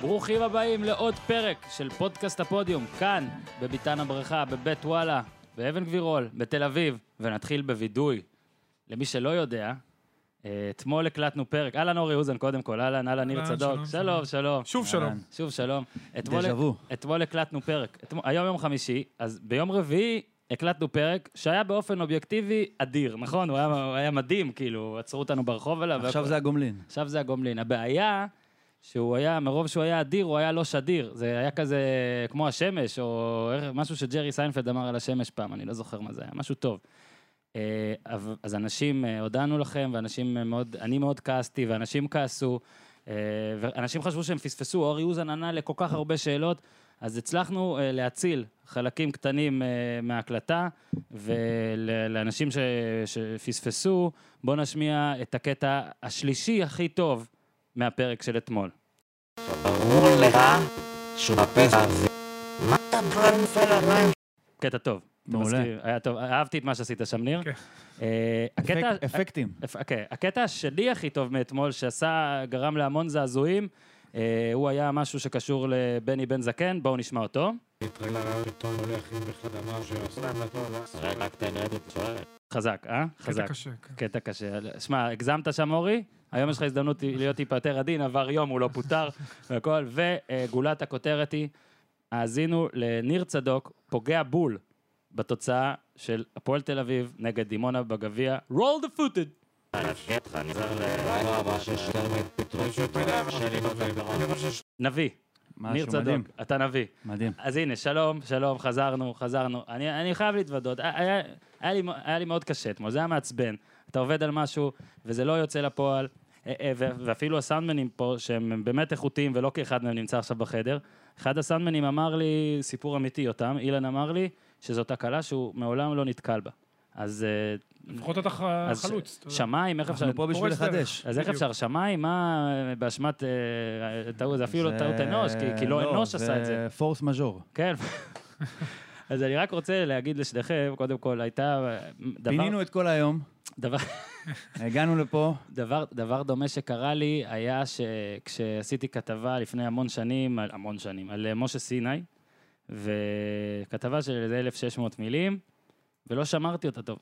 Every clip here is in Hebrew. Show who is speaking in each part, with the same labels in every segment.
Speaker 1: ברוכים הבאים לעוד פרק של פודקאסט הפודיום, כאן, בביתן הברכה, בבית וואלה, באבן גבירול, בתל אביב, ונתחיל בווידוי. למי שלא יודע, אה, אתמול הקלטנו פרק, אהלן אורי אוזן קודם כל, אהלן, אהלן ניר
Speaker 2: אהלן,
Speaker 1: צדוק,
Speaker 2: שלום,
Speaker 1: שלום, שלום.
Speaker 2: שוב
Speaker 1: אהלן,
Speaker 2: שלום.
Speaker 1: שוב שלום. אתמול-
Speaker 3: דז'ה וו.
Speaker 1: אתמול הקלטנו פרק, אתמול- היום יום חמישי, אז ביום רביעי הקלטנו פרק שהיה באופן אובייקטיבי אדיר, נכון? הוא היה- הוא היה מדהים, כאילו, עצרו אותנו ברחוב עליו.
Speaker 3: עכשיו
Speaker 1: והכל.
Speaker 3: זה הגומלין.
Speaker 1: עכשיו זה הגומלין. הבעיה, שהוא היה, מרוב שהוא היה אדיר, הוא היה לא שדיר. זה היה כזה כמו השמש, או איך- משהו שג'רי סיינפלד אמר על השמש פעם, אני לא זוכר מה זה היה, משהו טוב. אה, אבל- אז אנשים, אה, הודענו לכם, ואנשים אה, מאוד, אני מאוד כעסתי, ואנשים כעסו, אה, ואנשים חשבו שהם פספסו, אורי אוזן ענה לכל כך הרבה שאלות, אז הצלחנו אה, להציל חלקים קטנים אה, מההקלטה, ולאנשים ש... שפספסו, בואו נשמיע את הקטע השלישי הכי טוב מהפרק של אתמול.
Speaker 4: ברור לך שהוא בפסח הזה. מה אתה מפעל המים?
Speaker 1: קטע טוב. אתה
Speaker 3: מעולה.
Speaker 1: מסכים? היה טוב, אהבתי את מה שעשית שם, ניר.
Speaker 2: כן.
Speaker 1: אה, הקטע...
Speaker 3: אפק- אפקטים.
Speaker 1: אפ- אוקיי, הקטע השני הכי טוב מאתמול, שעשה, גרם להמון זעזועים, אה, הוא היה משהו שקשור לבני בן זקן, בואו נשמע אותו. חזק, אה? חזק.
Speaker 2: קטע קשה. כן.
Speaker 1: קטע קשה. שמע, הגזמת שם, אורי? היום יש לך הזדמנות להיות טיפה יותר עדין, עבר יום, הוא לא פוטר והכל. וגולת הכותרת היא, האזינו לניר צדוק, פוגע בול בתוצאה של הפועל תל אביב נגד דימונה בגביע. roll the footed. נביא, ניר
Speaker 3: משהו מדהים.
Speaker 1: צדוק, אתה נביא.
Speaker 3: מדהים.
Speaker 1: אז הנה, שלום, שלום, חזרנו, חזרנו. אני, אני חייב להתוודות, היה, היה, היה, לי, היה לי מאוד קשה אתמול, זה היה מעצבן. אתה עובד על משהו, וזה לא יוצא לפועל, אה, אה, ו- ואפילו הסאונדמנים פה, שהם באמת איכותיים, ולא כי אחד מהם נמצא עכשיו בחדר, אחד הסאונדמנים אמר לי, סיפור אמיתי, יותם, אילן אמר לי, שזאת הקלה שהוא מעולם לא נתקל בה. אז... אה,
Speaker 2: לפחות אתה ח-
Speaker 1: אז ש-
Speaker 2: אה, חלוץ. אתה יודע.
Speaker 1: שמיים, איך אפשר...
Speaker 3: אנחנו פה בשביל
Speaker 2: פורץ דרך.
Speaker 3: לחדש.
Speaker 1: אז איך
Speaker 2: בדיוק.
Speaker 1: אפשר שמיים? מה אה, באשמת... אה, אה, טעות, זה אפילו לא
Speaker 3: זה-
Speaker 1: טעות אנוש, כי- כי לא אנוש עשה את זה.
Speaker 3: זה פורס מז'ור.
Speaker 1: כן. אז אני רק רוצה להגיד לשניכם, קודם כל, הייתה דבר,
Speaker 3: פינינו את כל היום,
Speaker 1: דבר,
Speaker 3: הגענו לפה,
Speaker 1: כן, דבר, דבר דומה שקרה לי, היה שכשעשיתי כתבה לפני המון שנים, על- המון שנים, על אה, משה סיני, וכתבה של איזה 1,600 מילים, ולא שמרתי אותה טוב.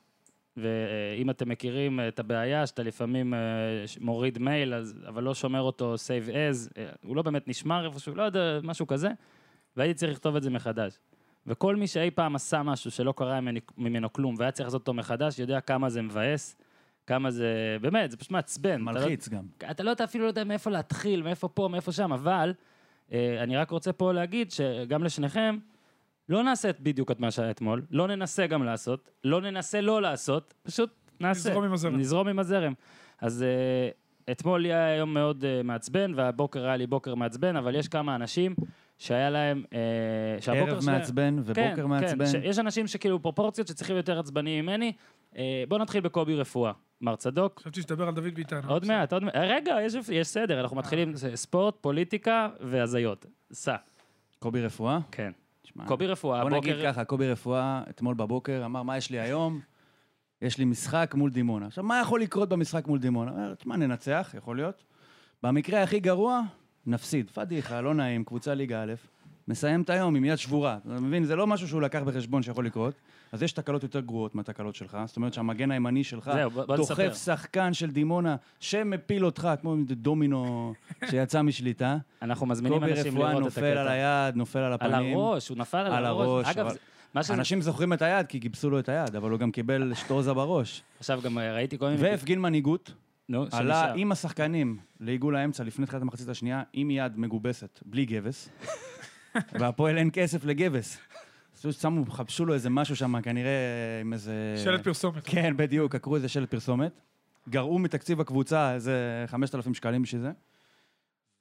Speaker 1: ואם אתם מכירים את הבעיה, שאתה לפעמים אה, ש- מוריד מייל, אז, אבל לא שומר אותו save as, אה, הוא לא באמת נשמר איפשהו, לא יודע, משהו כזה, והייתי צריך לכתוב את זה מחדש. וכל מי שאי פעם עשה משהו שלא קרה ממני- ממנו כלום, והיה צריך לעשות אותו מחדש, יודע כמה זה מבאס, כמה זה... באמת, זה פשוט מעצבן. אתה לא-
Speaker 3: מלחיץ גם.
Speaker 1: אתה לא יודע, אפילו לא יודע מאיפה להתחיל, מאיפה פה, מאיפה שם, אבל אה, אני רק רוצה פה להגיד שגם לשניכם, לא נעשה את- בדיוק את מה שהיה אתמול, לא ננסה גם לעשות, לא ננסה לא לעשות, פשוט נעשה.
Speaker 2: נזרום עם הזרם.
Speaker 1: נזרום עם הזרם. אז אה, אתמול לי היה יום מאוד אה, מעצבן, והבוקר היה לי בוקר מעצבן, אבל יש כמה אנשים שהיה להם... אה, שהבוקר
Speaker 3: ערב
Speaker 1: שלהם- כן,
Speaker 3: מעצבן ובוקר מעצבן.
Speaker 1: ש- יש אנשים שכאילו פרופורציות שצריכים יותר עצבניים ממני. אה, בואו נתחיל בקובי רפואה. מר צדוק,
Speaker 2: חשבתי שתדבר על דוד ביטן.
Speaker 1: עוד מעט, עוד מעט. רגע, יש, יש סדר, אנחנו
Speaker 3: אה.
Speaker 1: מתחילים זה ספורט, פוליטיקה והזיות. סע,
Speaker 3: קובי רפואה.
Speaker 1: כן.
Speaker 3: תשמע,
Speaker 1: קובי רפואה,
Speaker 3: אה. בוא נגיד
Speaker 1: הבוקר...
Speaker 3: ככה, קובי רפואה אתמול בבוקר אמר, מה יש לי היום? יש לי משחק מול דימונה. עכשיו, מה יכול לקרות במשחק מול דימונה? הוא אומר, תשמע, ננצח, יכול להיות. במקרה הכי גרוע, נפסיד. פדיחה, לא נעים, קבוצה ליגה א', מסיים את היום עם יד שבורה. אתה מבין, זה לא משהו שהוא לקח בחשבון שיכול לקרות. אז יש תקלות יותר גרועות מהתקלות שלך. זאת אומרת שהמגן הימני שלך
Speaker 1: זהו, בוא- בוא נספר.
Speaker 3: דוחף שחקן של דימונה שמפיל אותך, כמו דומינו שיצא משליטה.
Speaker 1: אנחנו מזמינים
Speaker 3: קובי
Speaker 1: אנשים לראות
Speaker 3: רפואה
Speaker 1: את הקטע.
Speaker 3: נופל על היד, נופל על
Speaker 1: על
Speaker 3: הפנים.
Speaker 1: הראש, הוא נפל על
Speaker 3: על
Speaker 1: הראש.
Speaker 3: הראש,
Speaker 1: אגב,
Speaker 3: אבל-
Speaker 1: זה- מה שזה...
Speaker 3: אנשים זוכרים את היד כי גיבסו לו את היד, אבל הוא גם קיבל שטרוזה בראש.
Speaker 1: עכשיו גם אה, ראיתי כל מיני...
Speaker 3: והפגין מנהיגות,
Speaker 1: נו,
Speaker 3: עלה
Speaker 1: שנשאר.
Speaker 3: עם השחקנים לעיגול האמצע לפני תחילת המחצית השנייה, עם יד מגובסת, בלי גבס, והפועל אין כסף לגבס. אז שמו, חבשו לו איזה משהו שם, כנראה עם איזה...
Speaker 2: שלט פרסומת.
Speaker 3: כן, בדיוק, עקרו איזה שלט פרסומת. גרעו מתקציב הקבוצה איזה 5,000 שקלים בשביל זה.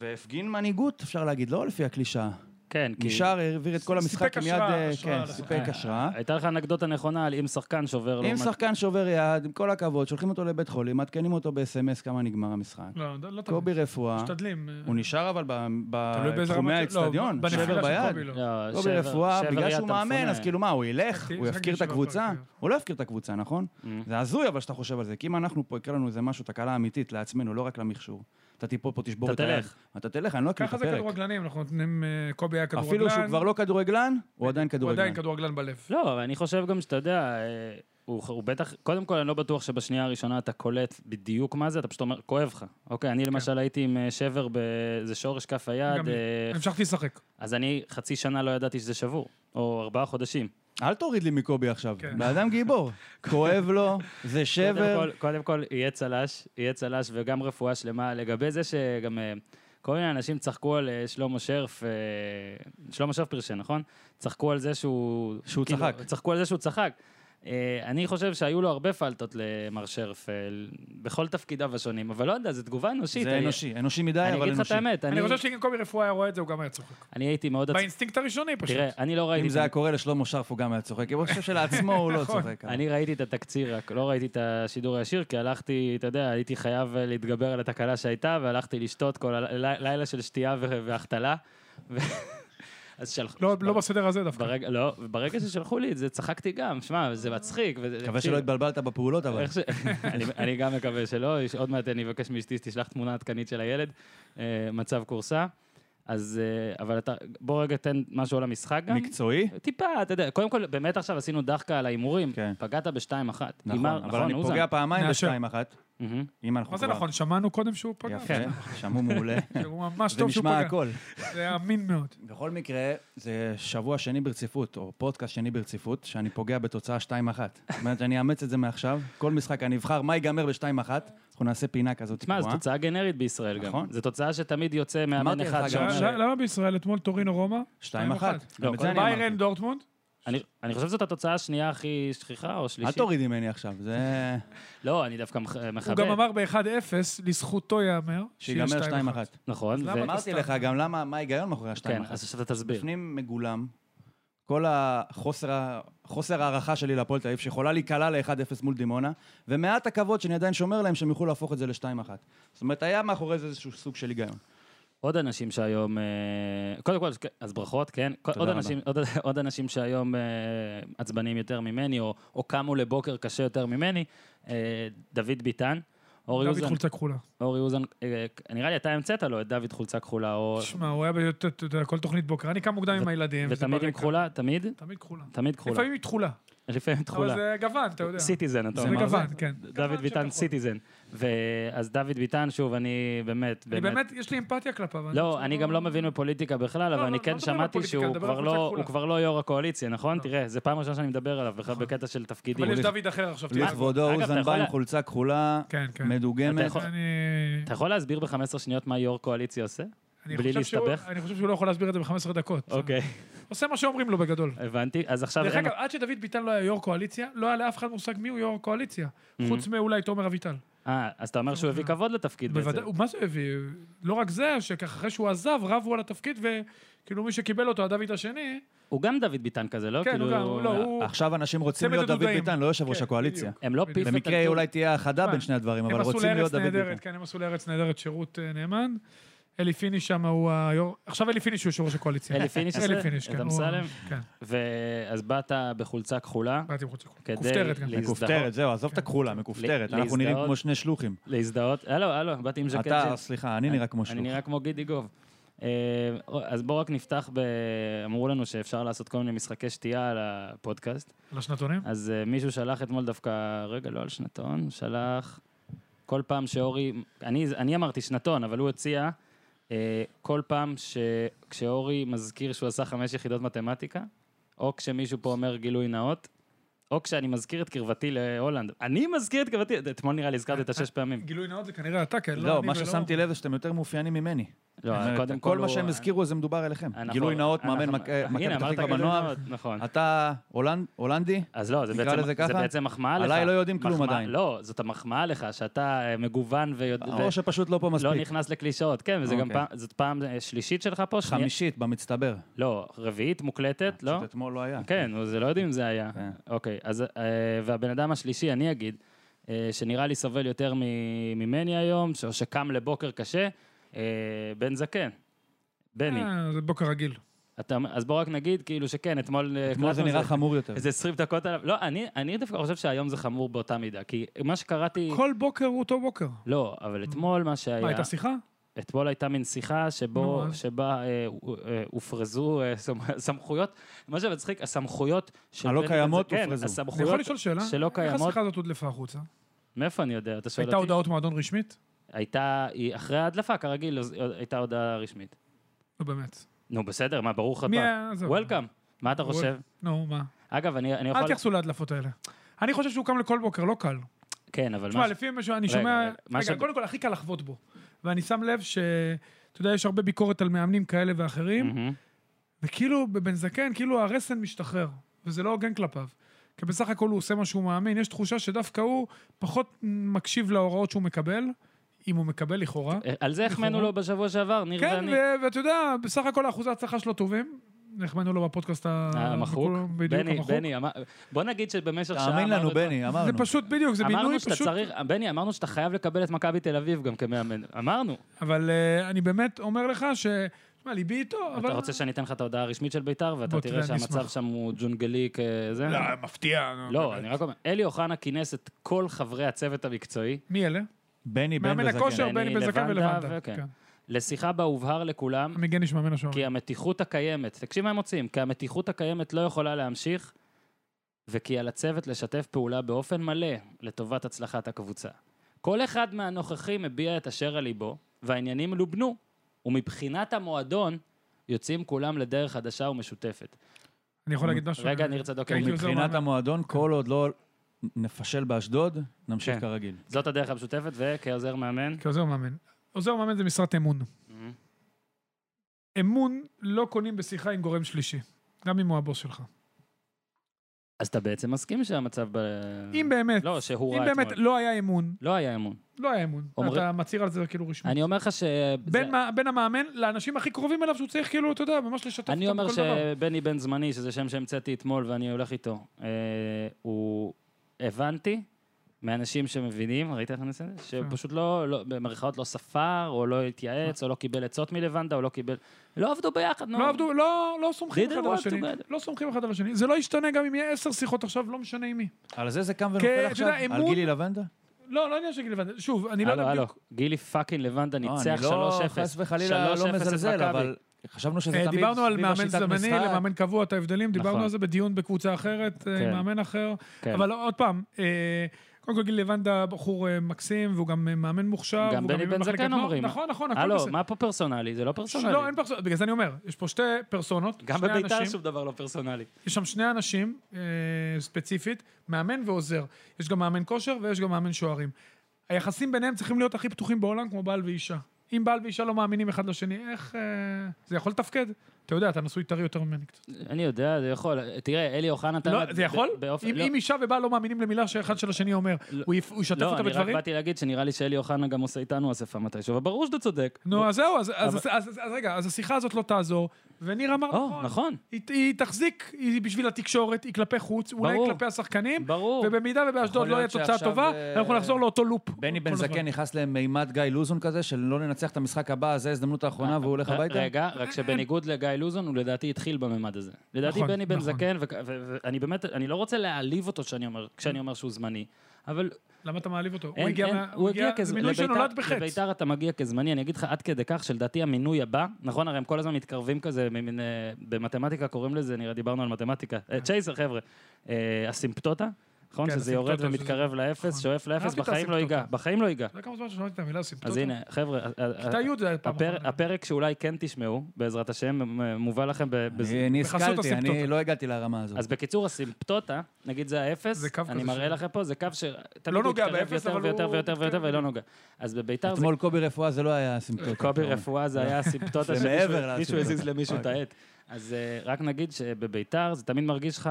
Speaker 3: והפגין מנהיגות, אפשר להגיד, לא לפי הקלישאה.
Speaker 1: כן, כי...
Speaker 3: נשאר, העביר את כל
Speaker 2: סיפק
Speaker 3: המשחק עם יד...
Speaker 2: השראה,
Speaker 3: אה,
Speaker 2: השראה
Speaker 3: כן,
Speaker 2: לשחקן.
Speaker 3: סיפק השראה.
Speaker 1: הייתה לך אנקדוטה נכונה על אם שחקן שובר לא לו...
Speaker 3: אם
Speaker 1: מת-
Speaker 3: שחקן שובר יד, עם כל הכבוד, שולחים אותו לבית חולים, מעדכנים אותו ב-SMS כמה נגמר המשחק.
Speaker 2: לא, לא לא תמיד.
Speaker 3: קובי רפואה,
Speaker 2: משתדלים.
Speaker 3: הוא נשאר אבל ב-
Speaker 2: תלוי באיזה
Speaker 3: בתחומי
Speaker 2: רמת- לא,
Speaker 3: האצטדיון,
Speaker 2: בנפילה
Speaker 3: שבר
Speaker 2: של
Speaker 3: ביד.
Speaker 2: קובי, לא.
Speaker 1: לא,
Speaker 3: קובי
Speaker 1: שבר-
Speaker 3: רפואה,
Speaker 1: שבר
Speaker 3: בגלל
Speaker 1: יד
Speaker 3: שהוא
Speaker 1: אתה
Speaker 3: מאמן,
Speaker 1: מפונה.
Speaker 3: אז כאילו מה, הוא ילך?
Speaker 2: משחק
Speaker 3: הוא יפקיר את
Speaker 2: ישיבה,
Speaker 3: הקבוצה?
Speaker 2: כן.
Speaker 3: הוא לא יפקיר את הקבוצה, נכון?
Speaker 1: Mm.
Speaker 3: זה הזוי אבל שאתה חושב על זה, כי אם אנחנו פה יקרה לנו איזה משהו, תקלה אמיתית לעצמנו, לא רק למכשור. אתה תיפול פה, תשבור את
Speaker 1: אתה
Speaker 3: היד.
Speaker 1: תלך.
Speaker 3: אתה תלך, אני לא אקריא את
Speaker 2: ככה זה
Speaker 3: הפרק.
Speaker 2: כדורגלנים, אנחנו נותנים... אה, קובי היה כדורגלן.
Speaker 3: אפילו שהוא כבר לא כדורגלן, הוא עדיין
Speaker 2: הוא
Speaker 3: כדורגלן.
Speaker 2: עדיין כדורגלן בלב.
Speaker 1: לא, אבל אני חושב גם שאתה יודע, אה, הוא, הוא בטח, קודם כל אני לא בטוח שבשנייה הראשונה אתה קולט בדיוק מה זה, אתה פשוט אומר, כואב לך. אוקיי, אני למשל הייתי עם אה, שבר, ב... זה שורש כף היד,
Speaker 2: גם לי.
Speaker 1: אה,
Speaker 2: המשכתי לשחק.
Speaker 1: אז אני חצי שנה לא ידעתי שזה שבור, או ארבעה חודשים.
Speaker 3: אל תוריד לי מקובי עכשיו,
Speaker 2: כן.
Speaker 3: בן אדם גיבור. כואב לו, זה שבר.
Speaker 1: קודם כל, קודם כל, יהיה צל"ש, יהיה צל"ש וגם רפואה שלמה. לגבי זה שגם אה, כל מיני אנשים צחקו על אה, שלמה שרף, אה, שלמה שרף פרשן, נכון? צחקו על זה שהוא... כאילו,
Speaker 3: שהוא צחק.
Speaker 1: צחקו על זה שהוא צחק. אה, אני חושב שהיו לו הרבה פלטות למר שרף, אה, בכל תפקידיו השונים, אבל לא יודע, זו תגובה אנושית.
Speaker 3: זה
Speaker 1: אני-
Speaker 3: אנושי, אנושי מדי,
Speaker 1: אני
Speaker 3: אבל
Speaker 1: אגיד לך את
Speaker 3: אנושי.
Speaker 1: האמת, אני-
Speaker 2: אני חושב שאם קובי רפואה היה רואה את זה, הוא גם היה צוחק.
Speaker 1: אני הייתי מאוד... עצ-
Speaker 2: באינסטינקט הראשוני פשוט.
Speaker 1: תראה, אני לא ראיתי... את
Speaker 3: אם
Speaker 1: נכון.
Speaker 3: זה היה קורה לשלמה שרף, הוא גם היה צוחק. כי הוא חושב שלעצמו הוא לא צוחק.
Speaker 1: אני ראיתי את התקציר, רק לא ראיתי את השידור הישיר, כי הלכתי, אתה יודע, הייתי חייב אה, להתגבר על התקלה שהייתה, והלכתי לשתות כל הלילה לילה של שתייה ו- והחתלה. ו- אז שלחו...
Speaker 2: לא- לא בסדר הזה דווקא.
Speaker 1: ברגע, לא, וברגע ששלחו לי את זה, צחקתי גם, שמע, זה מצחיק. וזה-
Speaker 3: מקווה
Speaker 1: תקשיב,
Speaker 3: שלא התבלבלת בפעולות, אבל.
Speaker 1: איך ש- אני- אני גם מקווה שלא, יש- עוד מעט אני אבקש מאשתי שתשלח תמונה עדכנית של הילד, אה, מצב כורסה. אז, אה, אבל אתה, בוא רגע תן משהו על המשחק גם. אה,
Speaker 3: מקצועי?
Speaker 1: טיפה, אתה יודע, קודם כל, באמת עכשיו עשינו דחקה על ההימורים.
Speaker 3: כן.
Speaker 1: פגעת בשתיים אחת.
Speaker 3: נכון, אבל אני פוגע פעמיים
Speaker 2: נאשר.
Speaker 3: בשתיים אחת.
Speaker 1: פעם.
Speaker 3: אם אנחנו
Speaker 2: מה זה
Speaker 3: כבר-
Speaker 2: נכון? שמענו קודם שהוא פגע.
Speaker 1: כן.
Speaker 3: יפה, שמעו מעולה.
Speaker 2: הוא ממש
Speaker 3: זה
Speaker 2: טוב שהוא
Speaker 3: נשמע
Speaker 2: פגע.
Speaker 3: הכל.
Speaker 2: זה היה אמין מאוד.
Speaker 3: בכל מקרה, זה שבוע שני ברציפות, או פודקאסט שני ברציפות, שאני פוגע בתוצאה 2-1. זאת אומרת, אני אאמץ את זה מעכשיו. כל משחק אני אבחר מה ייגמר ב-2-1, אנחנו נעשה פינה כזאת
Speaker 1: תשמע, זו
Speaker 3: קבועה.
Speaker 1: תוצאה גנרית בישראל גם.
Speaker 3: נכון.
Speaker 1: זו תוצאה שתמיד יוצא מאמן
Speaker 3: אמרתי לך
Speaker 1: אחד
Speaker 3: גם
Speaker 1: שאומר...
Speaker 3: ש-
Speaker 2: למה- למה בישראל אתמול טורינו רומא?
Speaker 3: 2-1.
Speaker 1: לא,
Speaker 3: גם את זה אני
Speaker 2: ביירן
Speaker 3: אמרתי.
Speaker 2: דורטמונד?
Speaker 1: אני- אני חושב שזאת התוצאה השנייה הכי שכיחה, או
Speaker 3: אל
Speaker 1: שלישית.
Speaker 3: תוריד ממני עכשיו, זה...
Speaker 1: לא, אני דווקא מח- מכבד.
Speaker 2: הוא גם אמר ב-1-0, לזכותו ייאמר. שיהיה
Speaker 3: שיגמר 2-1.
Speaker 2: 2-1.
Speaker 1: נכון,
Speaker 2: אז
Speaker 1: ו-
Speaker 2: למה אתה-
Speaker 3: אמרתי לך גם למה, מה ההיגיון מאחורי ה-2-1.
Speaker 1: כן, אז עכשיו אתה תסביר.
Speaker 3: בפנים מגולם. כל החוסר ה- חוסר ההערכה שלי להפועל תל אביב, שיכולה להיקלע ל-1-0 מול דימונה, ומעט הכבוד שאני עדיין שומר להם שהם יוכלו להפוך את זה ל-2-1. זאת אומרת, היה מאחורי זה איזשהו סוג של היגיון.
Speaker 1: עוד אנשים שהיום... אה, קודם כל, אז ברכות, כן. כל- עוד
Speaker 3: רבה.
Speaker 1: אנשים, עוד, עוד אנשים שהיום אה, עצבניים יותר ממני, או, או קמו לבוקר קשה יותר ממני, אה, דוד ביטן, אורי
Speaker 2: דוד
Speaker 1: אוזן,
Speaker 2: חולצה כחולה.
Speaker 1: אורי אוזן, אה, נראה לי אתה המצאת לו את דוד חולצה כחולה, או...
Speaker 2: תשמע, הוא היה ב- ת- ת- ת- כל תוכנית בוקר. אני קם מוקדם
Speaker 1: ו-
Speaker 2: עם הילדים. וזה
Speaker 1: ותמיד עם
Speaker 2: ברקע.
Speaker 1: כחולה, תמיד?
Speaker 2: תמיד כחולה.
Speaker 1: תמיד כחולה.
Speaker 2: לפעמים היא תכולה.
Speaker 1: לפעמים
Speaker 2: אבל
Speaker 1: תכולה.
Speaker 2: זה גוון, אתה יודע.
Speaker 1: סיטיזן, אתה
Speaker 2: זה
Speaker 1: אומר.
Speaker 2: גוון, כן. גוון
Speaker 1: דוד
Speaker 2: של
Speaker 1: ביטן
Speaker 2: כחול.
Speaker 1: סיטיזן. ואז דוד ביטן, שוב, אני באמת,
Speaker 2: אני
Speaker 1: באמת...
Speaker 2: באמת, יש לי אמפתיה כלפיו.
Speaker 1: לא, אני גם לא מבין בפוליטיקה בכלל, אבל
Speaker 2: לא,
Speaker 1: אני
Speaker 2: לא
Speaker 1: כן
Speaker 2: מדבר על
Speaker 1: שמעתי
Speaker 2: פוליטיקה,
Speaker 1: שהוא
Speaker 2: אני מדבר
Speaker 1: כבר
Speaker 2: על קבוצה
Speaker 1: לא-
Speaker 2: כחולה.
Speaker 1: הוא כבר לא יו"ר הקואליציה, נכון?
Speaker 2: לא.
Speaker 1: תראה, זו פעם ראשונה שאני מדבר עליו, בכלל בקטע של תפקידים.
Speaker 2: אבל יש דוד אחר עכשיו. תראה.
Speaker 3: לכבודו,
Speaker 1: אגב, אתה
Speaker 3: אוזן
Speaker 1: יכול
Speaker 3: בא עם
Speaker 1: לה-
Speaker 3: חולצה כחולה,
Speaker 2: כן,
Speaker 1: אתה
Speaker 2: כן.
Speaker 3: מדוגמת.
Speaker 1: יכול-
Speaker 2: אני-
Speaker 1: לא. אתה יכול להסביר ב-15 שניות מה יו"ר קואליציה עושה?
Speaker 2: אני
Speaker 1: בלי
Speaker 2: חושב שהוא-
Speaker 1: להסתבך?
Speaker 2: אני חושב שהוא לא יכול להסביר את זה ב-15 דקות.
Speaker 1: אוקיי,
Speaker 2: עושה מה שאומרים לו בגדול.
Speaker 1: הבנתי. אז עכשיו
Speaker 2: דרך
Speaker 1: אין...
Speaker 2: אגב, עד שדוד ביטן לא היה יו"ר קואליציה, לא היה לאף אחד מושג מיהו יו"ר קואליציה. חוץ מאולי תומר אביטל.
Speaker 1: אה, אז אתה אומר שהוא הביא כבוד לתפקיד בעצם.
Speaker 2: בוודאי, מה זה הביא? לא רק זה, שככה אחרי שהוא עזב, רבו על התפקיד, וכאילו מי שקיבל אותו, הדוד השני,
Speaker 1: הוא גם דוד ביטן כזה, לא?
Speaker 2: כן, הוא
Speaker 1: כאילו-
Speaker 2: גם, הוא לא, הוא...
Speaker 3: עכשיו אנשים רוצים
Speaker 2: צמד
Speaker 3: להיות דוד
Speaker 2: הדודאים.
Speaker 3: ביטן, לא יושב ראש
Speaker 2: כן,
Speaker 3: הקואליציה.
Speaker 2: בדיוק.
Speaker 1: הם לא פיף
Speaker 3: במקרה
Speaker 1: וטלטול.
Speaker 3: אולי תהיה האחדה בין
Speaker 2: מה?
Speaker 3: שני הדברים, אבל
Speaker 2: הם עשו
Speaker 3: רוצים להיות
Speaker 2: לארץ
Speaker 3: דוד ביטן.
Speaker 2: נהדרת, כן, הם עשו לארץ נהדרת שירות אה, נאמן. אלי פיניש שם הוא היו"ר, עכשיו אלי פיניש הוא יושב-ראש הקואליציה.
Speaker 1: אלי פיניש
Speaker 2: אלי
Speaker 1: עושה?
Speaker 2: פיניש,
Speaker 1: את
Speaker 2: כן. הוא-
Speaker 1: אמסלם?
Speaker 2: כן,
Speaker 1: ואז באת בחולצה כחולה
Speaker 2: באתי מחוץ לכול.
Speaker 1: כדי
Speaker 2: כופתרת כן. גם.
Speaker 1: להזדהות-
Speaker 3: מכופתרת, זהו, עזוב את הכחולה, מכופתרת. אנחנו נראים
Speaker 1: להזדהות.
Speaker 3: כמו שני שלוחים.
Speaker 1: להזדהות. הלו, הלו, באתי עם ז'קט.
Speaker 3: אתה,
Speaker 1: ג'ינס.
Speaker 3: סליחה, אני נראה כמו
Speaker 1: אני
Speaker 3: שלוח.
Speaker 1: נראה כמו גידי גוב. אה, אז בואו רק נפתח ב... אמרו לנו שאפשר לעשות כל מיני משחקי שתייה על הפודקאסט.
Speaker 2: לשנתונים?
Speaker 1: אז אה, מישהו שלח אתמול דווקא, רגע, לא על שנתון, שלח כל פעם שאורי... אני, אני אמרתי שנתון, אבל הוא הציע אה, כל פעם ש... כשאורי מזכיר שהוא עשה חמש יחידות מתמטיקה, או כשמישהו פה אומר גילוי נאות, או כשאני מזכיר את קרבתי להולנד. אני מזכיר את קרבתי, אתמול נראה לי הזכרתי אותה שש פעמים.
Speaker 2: גילוי נאות זה כנראה אתה, כן?
Speaker 3: לא,
Speaker 2: אני
Speaker 3: מה
Speaker 2: ולא-
Speaker 3: ששמתי לב זה שאתם יותר מאופיינים ממני.
Speaker 1: לא,
Speaker 3: זאת אומרת,
Speaker 1: קודם
Speaker 3: כל מה
Speaker 1: הוא- אה, נכון.
Speaker 3: שהם הזכירו זה מדבר אליכם.
Speaker 1: אנחנו-
Speaker 3: גילוי נאות, מאמן
Speaker 1: אנחנו-
Speaker 3: מק- אה, מכבי
Speaker 1: אה, הנה,
Speaker 3: פתח
Speaker 1: אמרת
Speaker 3: תקווה
Speaker 1: גילוי
Speaker 3: בנוער.
Speaker 1: נאות, נכון.
Speaker 3: אתה הולנד- הולנדי?
Speaker 1: אז לא, זה
Speaker 3: נקרא
Speaker 1: בעצם,
Speaker 3: לזה
Speaker 1: זה
Speaker 3: ככה?
Speaker 1: בעצם מחמאה לך.
Speaker 3: עליי לא יודעים כלום
Speaker 1: מחמאה-
Speaker 3: עדיין.
Speaker 1: לא, זאת המחמאה לך, שאתה אה, מגוון ויודע...
Speaker 3: או שפשוט לא פה
Speaker 1: לא
Speaker 3: מספיק.
Speaker 1: נכנס לקלישאות, כן, וזה גם
Speaker 3: אוקיי.
Speaker 1: פעם, זאת פעם אה, שלישית שלך פה? שנייה-
Speaker 3: חמישית במצטבר.
Speaker 1: לא, רביעית מוקלטת, לא?
Speaker 3: פשוט אתמול לא היה.
Speaker 1: כן, נו, זה לא יודעים אם זה היה.
Speaker 3: כן.
Speaker 1: אוקיי, אז... אה, והבן אדם השלישי, אני אגיד, אה, שנראה לי סובל יותר מ- ממני היום, ש- או שקם לבוקר קשה, אה, בן זקן. בני.
Speaker 2: אה, זה בוקר רגיל.
Speaker 1: אתה- אז בוא רק נגיד, כאילו שכן, אתמול... אה,
Speaker 3: אתמול זה
Speaker 1: הקלטנו
Speaker 3: נראה חמור יותר.
Speaker 1: איזה 20 דקות עליו. לא, אני, אני דווקא חושב שהיום זה חמור באותה מידה, כי מה שקראתי...
Speaker 2: כל בוקר הוא אותו בוקר.
Speaker 1: לא, אבל אתמול מה שהיה...
Speaker 2: מה, הייתה שיחה?
Speaker 1: אתמול הייתה מין שיחה שבו,
Speaker 2: נו, אז?
Speaker 1: שבה אה, הוא- אה, הופרזו אה, סמ- סמכויות, מה שבצחיק, הסמכויות של...
Speaker 3: הלא
Speaker 1: בני בן
Speaker 3: קיימות
Speaker 1: זקן,
Speaker 2: אני
Speaker 3: הופרזו.
Speaker 2: יכול
Speaker 1: הסמכויות...
Speaker 2: לשאול שאלה?
Speaker 1: שלא
Speaker 2: איך
Speaker 1: קיימות.
Speaker 2: השיחה הזאת הודלפה החוצה?
Speaker 1: מאיפה אני יודע? אתה שואל
Speaker 2: הייתה
Speaker 1: אותי?
Speaker 2: הודעות מועדון רשמית?
Speaker 1: הייתה, היא- אחרי ההדלפה, כרגיל, הייתה הודעה רשמית.
Speaker 2: לא, באמת.
Speaker 1: נו, בסדר, מה, ברור לך
Speaker 2: מי
Speaker 1: פעם.
Speaker 2: ה- עזוב.
Speaker 1: וולקאם, מה אתה
Speaker 2: וול-
Speaker 1: חושב?
Speaker 2: נו, מה?
Speaker 1: אגב, אני אני
Speaker 2: אל
Speaker 1: יכול...
Speaker 2: תייחסו להדלפות האלה. אני חושב שהוא קם לכל בוקר, לא קל.
Speaker 1: כן, אבל מה...
Speaker 2: תשמע, לפי מה שאני
Speaker 1: רגע,
Speaker 2: שומע...
Speaker 1: רגע, מה
Speaker 2: רגע,
Speaker 1: ש-
Speaker 2: קודם כל, הכי קל לחבוט בו. ואני שם לב ש... אתה יודע, יש הרבה ביקורת על מאמנים כאלה ואחרים,
Speaker 1: מהמם.
Speaker 2: וכאילו, בבן זקן, כאילו הרסן משתחרר, וזה לא הוגן כלפיו. כי בסך הכל הוא עושה מה שהוא מאמין, יש תחושה שדווקא הוא פחות מקשיב להוראות שהוא מקבל, אם הוא מקבל לכאורה.
Speaker 1: אה, על זה החמאנו
Speaker 2: לכאורה.
Speaker 1: לו בשבוע שעבר, ניר
Speaker 2: כן,
Speaker 1: ואני.
Speaker 2: ו- ואתה יודע, בסך הכל אחוזי ההצלחה שלו טובים. נחמדנו לו בפודקאסט ה-
Speaker 1: המחוק.
Speaker 2: אה, כאילו בדיוק,
Speaker 1: אה, בני,
Speaker 2: המחוק.
Speaker 1: בני, אמר- בוא נגיד שבמשך שעה...
Speaker 3: תאמין לנו,
Speaker 1: אמרנו-
Speaker 3: בני, אמרנו.
Speaker 2: זה פשוט, בדיוק, זה מינוי
Speaker 1: אמרנו שאתה
Speaker 2: פשוט.
Speaker 1: צריך, בני, אמרנו שאתה חייב לקבל את מכבי תל אביב גם כמאמן. אמרנו.
Speaker 2: אבל אה, אני באמת אומר לך ש... תשמע, ליבי איתו, אבל...
Speaker 1: אתה רוצה שאני אתן לך את ההודעה הרשמית של ביתר, ואתה
Speaker 2: בוא,
Speaker 1: תראה
Speaker 2: תראה, אני
Speaker 1: שהמצב
Speaker 2: אשמח.
Speaker 1: שם הוא ג'ונגלי כזה?
Speaker 2: לא, מפתיע. נו,
Speaker 1: לא,
Speaker 2: באמת.
Speaker 1: אני רק אומר, אלי אוחנה כינס את כל חברי הצוות המקצועי
Speaker 2: מי אלה?
Speaker 3: בני בן
Speaker 2: מאמן הכושר,
Speaker 1: בני
Speaker 2: בני בן זקן
Speaker 1: לבנדה,
Speaker 2: ולבנדה.
Speaker 1: וכן.
Speaker 2: כן.
Speaker 1: לשיחה בה הובהר לכולם
Speaker 2: המגן יש מאמן השוער.
Speaker 1: כי המתיחות הקיימת, תקשיב מה הם מוצאים, כי המתיחות הקיימת לא יכולה להמשיך, וכי על הצוות לשתף פעולה באופן מלא לטובת הצלחת הקבוצה. כל אחד מהנוכחים הביע את אשר על ליבו, והעניינים לובנו, ומבחינת המועדון, יוצאים כולם לדרך חדשה ומשותפת.
Speaker 2: אני יכול להגיד משהו?
Speaker 1: רגע, ניר צדוק,
Speaker 2: כן,
Speaker 1: אני- אוקיי,
Speaker 2: כי הוא עוזר
Speaker 3: מבחינת
Speaker 2: מאמן.
Speaker 3: המועדון, כל עוד לא נפשל באשדוד, נמשיך
Speaker 1: כן.
Speaker 3: כרגיל.
Speaker 1: זאת הדרך המשותפת, וכעוזר מאמן,
Speaker 2: כי עוזר מאמן. עוזר מאמן זה משרת אמון. אמון לא קונים בשיחה עם גורם שלישי. גם אם הוא הבוס שלך.
Speaker 1: אז אתה בעצם מסכים שהמצב ב...
Speaker 2: אם באמת,
Speaker 1: לא, שהוא
Speaker 2: אם
Speaker 1: רע
Speaker 2: באמת
Speaker 1: אתמול.
Speaker 2: לא היה אמון,
Speaker 1: לא היה אמון.
Speaker 2: לא היה אמון.
Speaker 1: אומרים-
Speaker 2: אתה מצהיר על זה כאילו רשמי.
Speaker 1: אני אומר לך ש...
Speaker 2: בין
Speaker 1: זה-
Speaker 2: מה- בין המאמן לאנשים הכי קרובים אליו שהוא צריך כאילו, אתה יודע, ממש לשתף אותם
Speaker 1: אני אומר
Speaker 2: בכל דבר.
Speaker 1: שבני בן זמני, שזה שם שהמצאתי אתמול ואני הולך איתו, אה, הוא... הבנתי מאנשים שמבינים, ראית איך אני עושה את זה?
Speaker 2: יפה.
Speaker 1: שפשוט לא, לא- במרכאות לא ספר, או לא התייעץ, או לא קיבל עצות מלבנדה, או לא קיבל... לא עבדו ביחד, נו.
Speaker 2: לא עבדו, לא, לא סומכים
Speaker 1: Didn't
Speaker 2: אחד על
Speaker 1: work
Speaker 2: השני.
Speaker 1: together.
Speaker 2: לא סומכים אחד על השני. זה לא ישתנה גם אם יהיה עשר שיחות עכשיו, לא משנה עם מי.
Speaker 3: על זה זה קם ונופל
Speaker 1: כן,
Speaker 2: אתה
Speaker 3: עכשיו?
Speaker 2: יודע,
Speaker 3: על
Speaker 2: אמון-
Speaker 3: גילי לבנדה?
Speaker 2: לא, לא עניין של גיל לבנדה. שוב, אני לא
Speaker 1: הלו,
Speaker 2: יודע
Speaker 1: הלו,
Speaker 2: בדיוק.
Speaker 1: גילי פאקינג לבנדה
Speaker 3: לא,
Speaker 1: ניצח 3-0.
Speaker 3: אני לא, חס וחלילה, לא
Speaker 1: 3-0 את
Speaker 3: מזלזל,
Speaker 1: מכבי.
Speaker 3: אבל חשבנו שזה
Speaker 2: אה,
Speaker 3: תמיד
Speaker 2: דיברנו על
Speaker 3: סביב
Speaker 2: מאמן
Speaker 3: השיטת
Speaker 2: זמני
Speaker 3: משחק.
Speaker 2: למאמן קבוע, את ההבדלים, דיברנו
Speaker 1: נכון.
Speaker 2: על זה בדיון בקבוצה אחרת, אה, עם
Speaker 1: כן.
Speaker 2: מאמן אחר.
Speaker 1: כן.
Speaker 2: אבל עוד פעם, אה, קודם כל גיל לבנדה בחור אה, מקסים, והוא גם אה, מאמן מוכשר.
Speaker 1: גם
Speaker 2: והוא
Speaker 1: בני
Speaker 2: אימן
Speaker 1: בן
Speaker 2: מחלקת
Speaker 1: זקן
Speaker 2: נוער.
Speaker 1: אומרים.
Speaker 2: נכון, נכון, הכל
Speaker 1: הלו,
Speaker 2: בסדר.
Speaker 1: מה פה פרסונלי? זה לא פרסונלי.
Speaker 2: לא, אין פרסונות, בגלל זה אני אומר, יש פה שתי פרסונות,
Speaker 1: גם
Speaker 2: שני
Speaker 1: בביתר
Speaker 2: אנשים.
Speaker 1: שום דבר לא פרסונלי.
Speaker 2: יש שם שני אנשים, אה, ספציפית, מאמן ועוזר. יש גם מאמן כושר ויש גם מאמן שוערים. היחסים ביניהם צריכים להיות הכי פתוחים בעולם, כמו בעל ואישה. אם בעל ואישה לא מאמינים אחד לשני, איך... אה, זה יכול לתפקד? אתה יודע, אתה נשוי טרי יותר ממני קצת.
Speaker 1: אני יודע, זה יכול. תראה, אלי אוחנה... נתן
Speaker 2: לא,
Speaker 1: לה-
Speaker 2: זה יכול?
Speaker 1: ב- באופן-
Speaker 2: אם
Speaker 1: לא.
Speaker 2: אם אישה ובעל לא מאמינים למילה שאחד של השני אומר, הוא יפ- הוא ישתף
Speaker 1: לא,
Speaker 2: אותה
Speaker 1: אני רק
Speaker 2: בדברים?
Speaker 1: באתי להגיד שנראה לי שאלי אוחנה גם עושה איתנו אספה מתישהו, אבל ברור שאתה צודק.
Speaker 2: נו, אז זהו, אז- אז אז- אז- אז רגע, אז השיחה הזאת לא תעזור, וניר אמר
Speaker 1: או,
Speaker 2: נכון.
Speaker 1: נכון,
Speaker 2: היא- היא תחזיק, היא בשביל התקשורת, היא כלפי חוץ, אולי
Speaker 1: ברור.
Speaker 2: כלפי השחקנים,
Speaker 1: ברור.
Speaker 2: ובמידה ובאשדוד
Speaker 3: יכול
Speaker 2: לא יהיה
Speaker 3: להיות
Speaker 2: תוצאה
Speaker 3: שעכשיו,
Speaker 2: טובה,
Speaker 3: אה,
Speaker 2: אנחנו נחזור לאותו לופ.
Speaker 3: בני
Speaker 2: כל
Speaker 3: בן
Speaker 2: הזמן.
Speaker 3: זקן נכנס למימד גיא לוזון כזה, של לא ננצח את המשחק הבא, אז זה ההזדמנות האחרונה והוא הולך
Speaker 1: ר-
Speaker 3: הביתה?
Speaker 1: אה, רגע, רק שבניגוד לגיא לוזון, הוא לדעתי התחיל בממד הזה. לדעתי
Speaker 2: נכון,
Speaker 1: בני בן
Speaker 2: נכון.
Speaker 1: זקן, וכ- ו- ואני באמת, אני לא רוצה להעליב אותו שאני אומר- כשאני אומר שהוא זמני, אבל
Speaker 2: למה אתה מעליב אותו?
Speaker 1: אין,
Speaker 2: הוא הגיע,
Speaker 1: אין,
Speaker 2: מה- הוא הגיע,
Speaker 1: כז-
Speaker 2: זה מינוי
Speaker 1: לביתר-
Speaker 2: שנולד בחץ.
Speaker 1: לביתר אתה מגיע כזמני, אני אגיד לך עד כדי כך שלדעתי המינוי הבא, נכון, הרי הם כל הזמן מתקרבים כזה, ממין, אה, במתמטיקה קוראים לזה, נראה, דיברנו על מתמטיקה, אה, צ'ייסר חבר'ה, אה, אסימפטוטה, נכון,
Speaker 2: כן,
Speaker 1: שזה יורד
Speaker 2: אסימפטוטה,
Speaker 1: ומתקרב
Speaker 2: נכון.
Speaker 1: לאפס, שואף לאפס,
Speaker 2: אהבתי את
Speaker 1: בחיים לא ייגע,
Speaker 2: האסימפטוטה.
Speaker 1: בחיים לא ייגע.
Speaker 2: אתה יודע כמה זמן ששמעתי את המילה סימפטוטה?
Speaker 1: אז הנה, חבר'ה, ה- ה-
Speaker 2: כיתה י' זה היה פעם
Speaker 1: הפר-
Speaker 2: אחרונה.
Speaker 1: הפרק שאולי כן תשמעו, בעזרת השם, מ- מובא לכם ב- בז-
Speaker 3: אני- אני
Speaker 2: בחסות
Speaker 3: השכלתי, אני
Speaker 2: הסימפטוטה.
Speaker 3: לא הגעתי לרמה הזאת.
Speaker 1: אז בקיצור, הסימפטוטה, נגיד זה האפס,
Speaker 2: זה קו
Speaker 1: אני
Speaker 2: כזה
Speaker 1: מראה
Speaker 2: ש-
Speaker 1: לכם פה, זה קו שתמיד
Speaker 2: לא
Speaker 1: הוא
Speaker 2: נוגע
Speaker 1: יתקרב
Speaker 2: באפס,
Speaker 1: יותר
Speaker 2: אבל
Speaker 1: ויותר
Speaker 2: הוא-
Speaker 1: ויותר ויותר
Speaker 2: כן.
Speaker 1: ולא נוגע. אז בביתר זה
Speaker 3: אתמול קובי רפואה זה לא היה הסימפטוטה.
Speaker 1: כאילו, קובי רפואה זה היה הסימפטוטה
Speaker 3: זה מעבר
Speaker 1: שמישהו
Speaker 3: לעצמי.
Speaker 1: מישהו הזיז למישהו את
Speaker 3: אוקיי.
Speaker 1: העט. אז אה, רק נגיד שבביתר זה תמיד מרגיש לך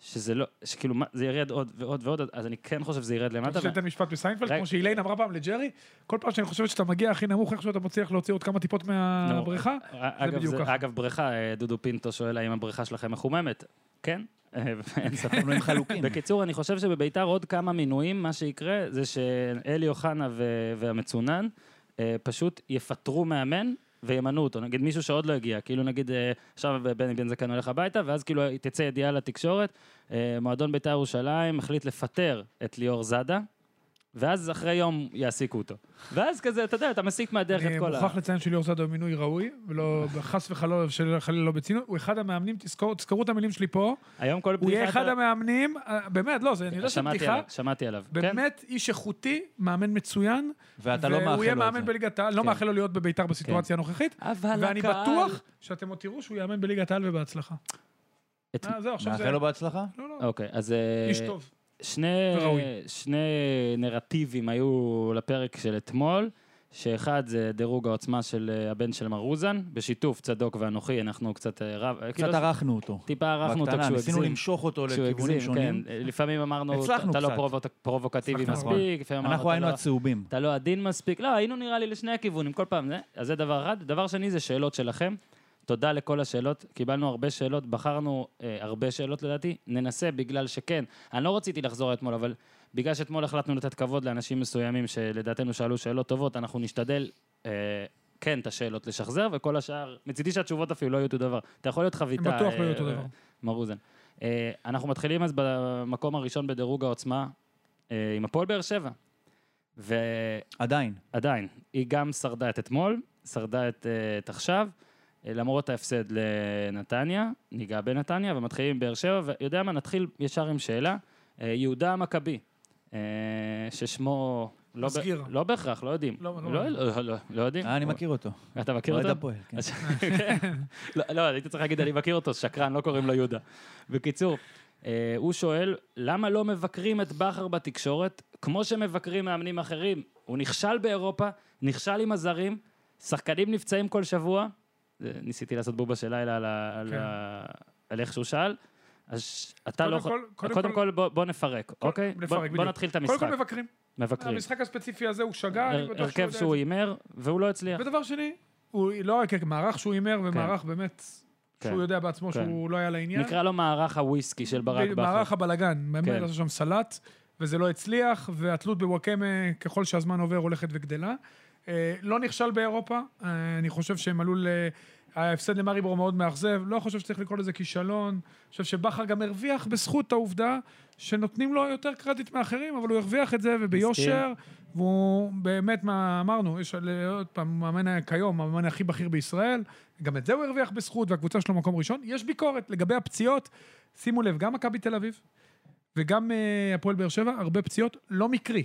Speaker 1: שזה לא, שכאילו מה, זה ירד עוד ועוד ועוד, אז אני כן חושב שזה ירד
Speaker 2: אתה
Speaker 1: למטה.
Speaker 2: חושב את המשפט בסיינפלד,
Speaker 1: רגע.
Speaker 2: כמו שאיליין אמרה פעם לג'רי, כל פעם שאני חושבת שאתה מגיע הכי נמוך, איכשהו אתה מצליח להוציא עוד כמה טיפות
Speaker 1: נו,
Speaker 2: מהבריכה,
Speaker 1: אה, אגב,
Speaker 2: בדיוק
Speaker 1: זה-
Speaker 2: ככה.
Speaker 1: אגב, בריכה, אה, דודו פינטו שואל האם הבריכה שלכם מחוממת. כן? אה, אין ספק.
Speaker 3: אנחנו עם
Speaker 2: כן.
Speaker 3: חלוקים.
Speaker 1: בקיצור, אני חושב שבביתר עוד כמה מינויים, מה שיקרה זה שאלי אוחנה ו- והמצונן אה, פשוט יפטרו מאמן וימנו אותו. נגיד מישהו שעוד לא הגיע, כאילו נגיד אה, עכשיו בני בן זקן הולך הביתה, ואז כאילו תצא ידיעה לתקשורת, אה, מועדון ביתר ירושלים החליט לפטר את ליאור זאדה. ואז אחרי יום יעסיקו אותו. ואז כזה, אתה יודע, אתה מסיק מהדרך את
Speaker 2: אני
Speaker 1: כל ה...
Speaker 2: אה, מוכרח לציין שליאור זאדו הוא מינוי ראוי, ולא, חס וחלילה, של- חלילה לא בציניות. הוא אחד המאמנים, תזכור- תזכרו את המילים שלי פה,
Speaker 1: היום כל
Speaker 2: הוא
Speaker 1: בדיחה...
Speaker 2: יהיה
Speaker 1: אתה-
Speaker 2: אחד המאמנים, אה, באמת, לא, זה- אני יודע
Speaker 1: שמעתי
Speaker 2: שבדיחה,
Speaker 1: עליו, שמעתי עליו. כן.
Speaker 2: באמת איש איכותי, מאמן מצוין,
Speaker 3: ואתה לא
Speaker 2: והוא
Speaker 3: מאחל
Speaker 2: יהיה
Speaker 3: לו את זה.
Speaker 2: מאמן בליגת העל, לא
Speaker 1: כן.
Speaker 2: מאחל לו להיות בביתר בסיטואציה הנוכחית,
Speaker 1: אבל
Speaker 2: ואני בטוח שאתם עוד תראו שהוא יאמן בליגת העל ובהצלחה.
Speaker 1: את-
Speaker 2: אה, זהו, עכשיו זה...
Speaker 3: מאחל לו בהצלחה?
Speaker 2: לא, לא,
Speaker 1: אוקיי, אז... אה,
Speaker 2: איש טוב.
Speaker 1: שני,
Speaker 2: וראוי.
Speaker 1: שני נרטיבים היו לפרק של אתמול, שאחד זה דירוג העוצמה של אה, הבן של מרוזן, בשיתוף צדוק ואנוכי, אנחנו קצת אה, רב...
Speaker 3: קצת
Speaker 1: כאילו,
Speaker 3: ערכנו אותו.
Speaker 1: טיפה ערכנו אותו
Speaker 3: בקטנה,
Speaker 1: כשהוא
Speaker 3: ניסינו
Speaker 1: הגזים.
Speaker 3: למשוך אותו
Speaker 1: כשהוא
Speaker 3: לכיוונים
Speaker 1: הגזים, כן.
Speaker 3: שונים.
Speaker 1: אה, לפעמים אמרנו,
Speaker 3: הצלחנו
Speaker 1: אתה לא
Speaker 3: קצת.
Speaker 1: פרובו- פרובוקטיבי
Speaker 2: הצלחנו,
Speaker 1: מספיק, לפעמים אמרנו,
Speaker 3: אנחנו
Speaker 1: "אתה
Speaker 3: היינו
Speaker 1: לא-
Speaker 3: הצהובים.
Speaker 1: אתה לא עדין מספיק. לא, היינו נראה לי לשני הכיוונים, כל פעם. זה, אז זה דבר אחד. דבר שני זה שאלות שלכם. תודה לכל השאלות. קיבלנו הרבה שאלות, בחרנו אה, הרבה שאלות לדעתי. ננסה בגלל שכן. אני לא רציתי לחזור אתמול, אבל בגלל שאתמול החלטנו לתת כבוד לאנשים מסוימים שלדעתנו שאלו שאלות טובות, אנחנו נשתדל... אה, כן, את השאלות לשחזר, וכל השאר, מצידי שהתשובות אפילו לא יהיו אותו דבר. אתה יכול להיות
Speaker 2: הם
Speaker 1: חביתה.
Speaker 2: בטוח לא
Speaker 1: אה,
Speaker 2: יהיו אותו
Speaker 1: אה,
Speaker 2: דבר.
Speaker 1: מרוזן. אה, אנחנו מתחילים אז במקום הראשון בדירוג העוצמה, אה, עם הפועל באר שבע. ו...
Speaker 3: עדיין.
Speaker 1: עדיין, היא גם שרדה את אתמול, שרדה את, אה, את עכשיו, אה, למרות ההפסד לנתניה, ניגע בנתניה, ומתחילים עם באר שבע, ויודע מה, נתחיל ישר עם שאלה. אה, יהודה המכבי, אה, ששמו... לא,
Speaker 2: מסגיר.
Speaker 1: לא בהכרח, לא יודעים.
Speaker 2: לא, לא.
Speaker 1: לא, לא, לא, לא יודעים.
Speaker 3: אה, אני מכיר אותו.
Speaker 1: אתה מכיר
Speaker 3: אוהד
Speaker 1: אותו?
Speaker 3: הפועל, כן.
Speaker 1: אז- כן. לא, לא, הייתי צריך להגיד, אני מכיר אותו, שקרן, לא קוראים לו יהודה. בקיצור, אה, הוא שואל, למה לא מבקרים את בכר בתקשורת, כמו שמבקרים מאמנים אחרים? הוא נכשל באירופה, נכשל עם הזרים, שחקנים נפצעים כל שבוע. אה, ניסיתי לעשות בובה של לילה על, ה- על,
Speaker 2: כן.
Speaker 1: ה- על איך שהוא שאל. אז אתה
Speaker 2: קודם
Speaker 1: לא...
Speaker 2: כל- קודם
Speaker 1: קודם
Speaker 2: כל-
Speaker 1: כל, בוא, בוא נפרק, אוקיי? בוא-
Speaker 2: נפרק,
Speaker 1: בוא
Speaker 2: בדיוק.
Speaker 1: נתחיל את
Speaker 2: קודם
Speaker 1: המשחק.
Speaker 2: כל מבקרים.
Speaker 1: מבקרים.
Speaker 2: המשחק הספציפי הזה הוא שגה, אני
Speaker 1: כן. הר-
Speaker 2: בטוח שהוא
Speaker 1: הרכב
Speaker 2: יודע את
Speaker 1: שהוא הימר, והוא לא הצליח.
Speaker 2: זה. ודבר שני, הוא לא רק מערך שהוא הימר, ומערך באמת,
Speaker 1: כן.
Speaker 2: שהוא יודע בעצמו
Speaker 1: כן.
Speaker 2: שהוא לא היה לעניין.
Speaker 1: נקרא לו מערך הוויסקי של ברק בכר.
Speaker 2: מערך הבלגן, באמת
Speaker 1: כן.
Speaker 2: עשו שם סלט, וזה לא הצליח, והתלות בוואקמה, ככל שהזמן עובר, הולכת וגדלה. אה, לא נכשל באירופה, אה, אני חושב שהם עלו ל... ההפסד למריבור מאוד מאכזב, לא חושב שצריך לקרוא לזה כישלון. אני חושב שבכר גם הרוויח בזכות העובדה שנותנים לו יותר קרדיט מאחרים, אבל הוא הרוויח את זה וביושר, והוא באמת, מה אמרנו, יש על- עוד פעם, מאמן ה- כיום, המאמן הכי בכיר בישראל, גם את זה הוא הרוויח בזכות, והקבוצה שלו מקום ראשון. יש ביקורת לגבי הפציעות, שימו לב, גם מכבי תל אביב וגם אה, הפועל באר שבע, הרבה פציעות, לא מקרי.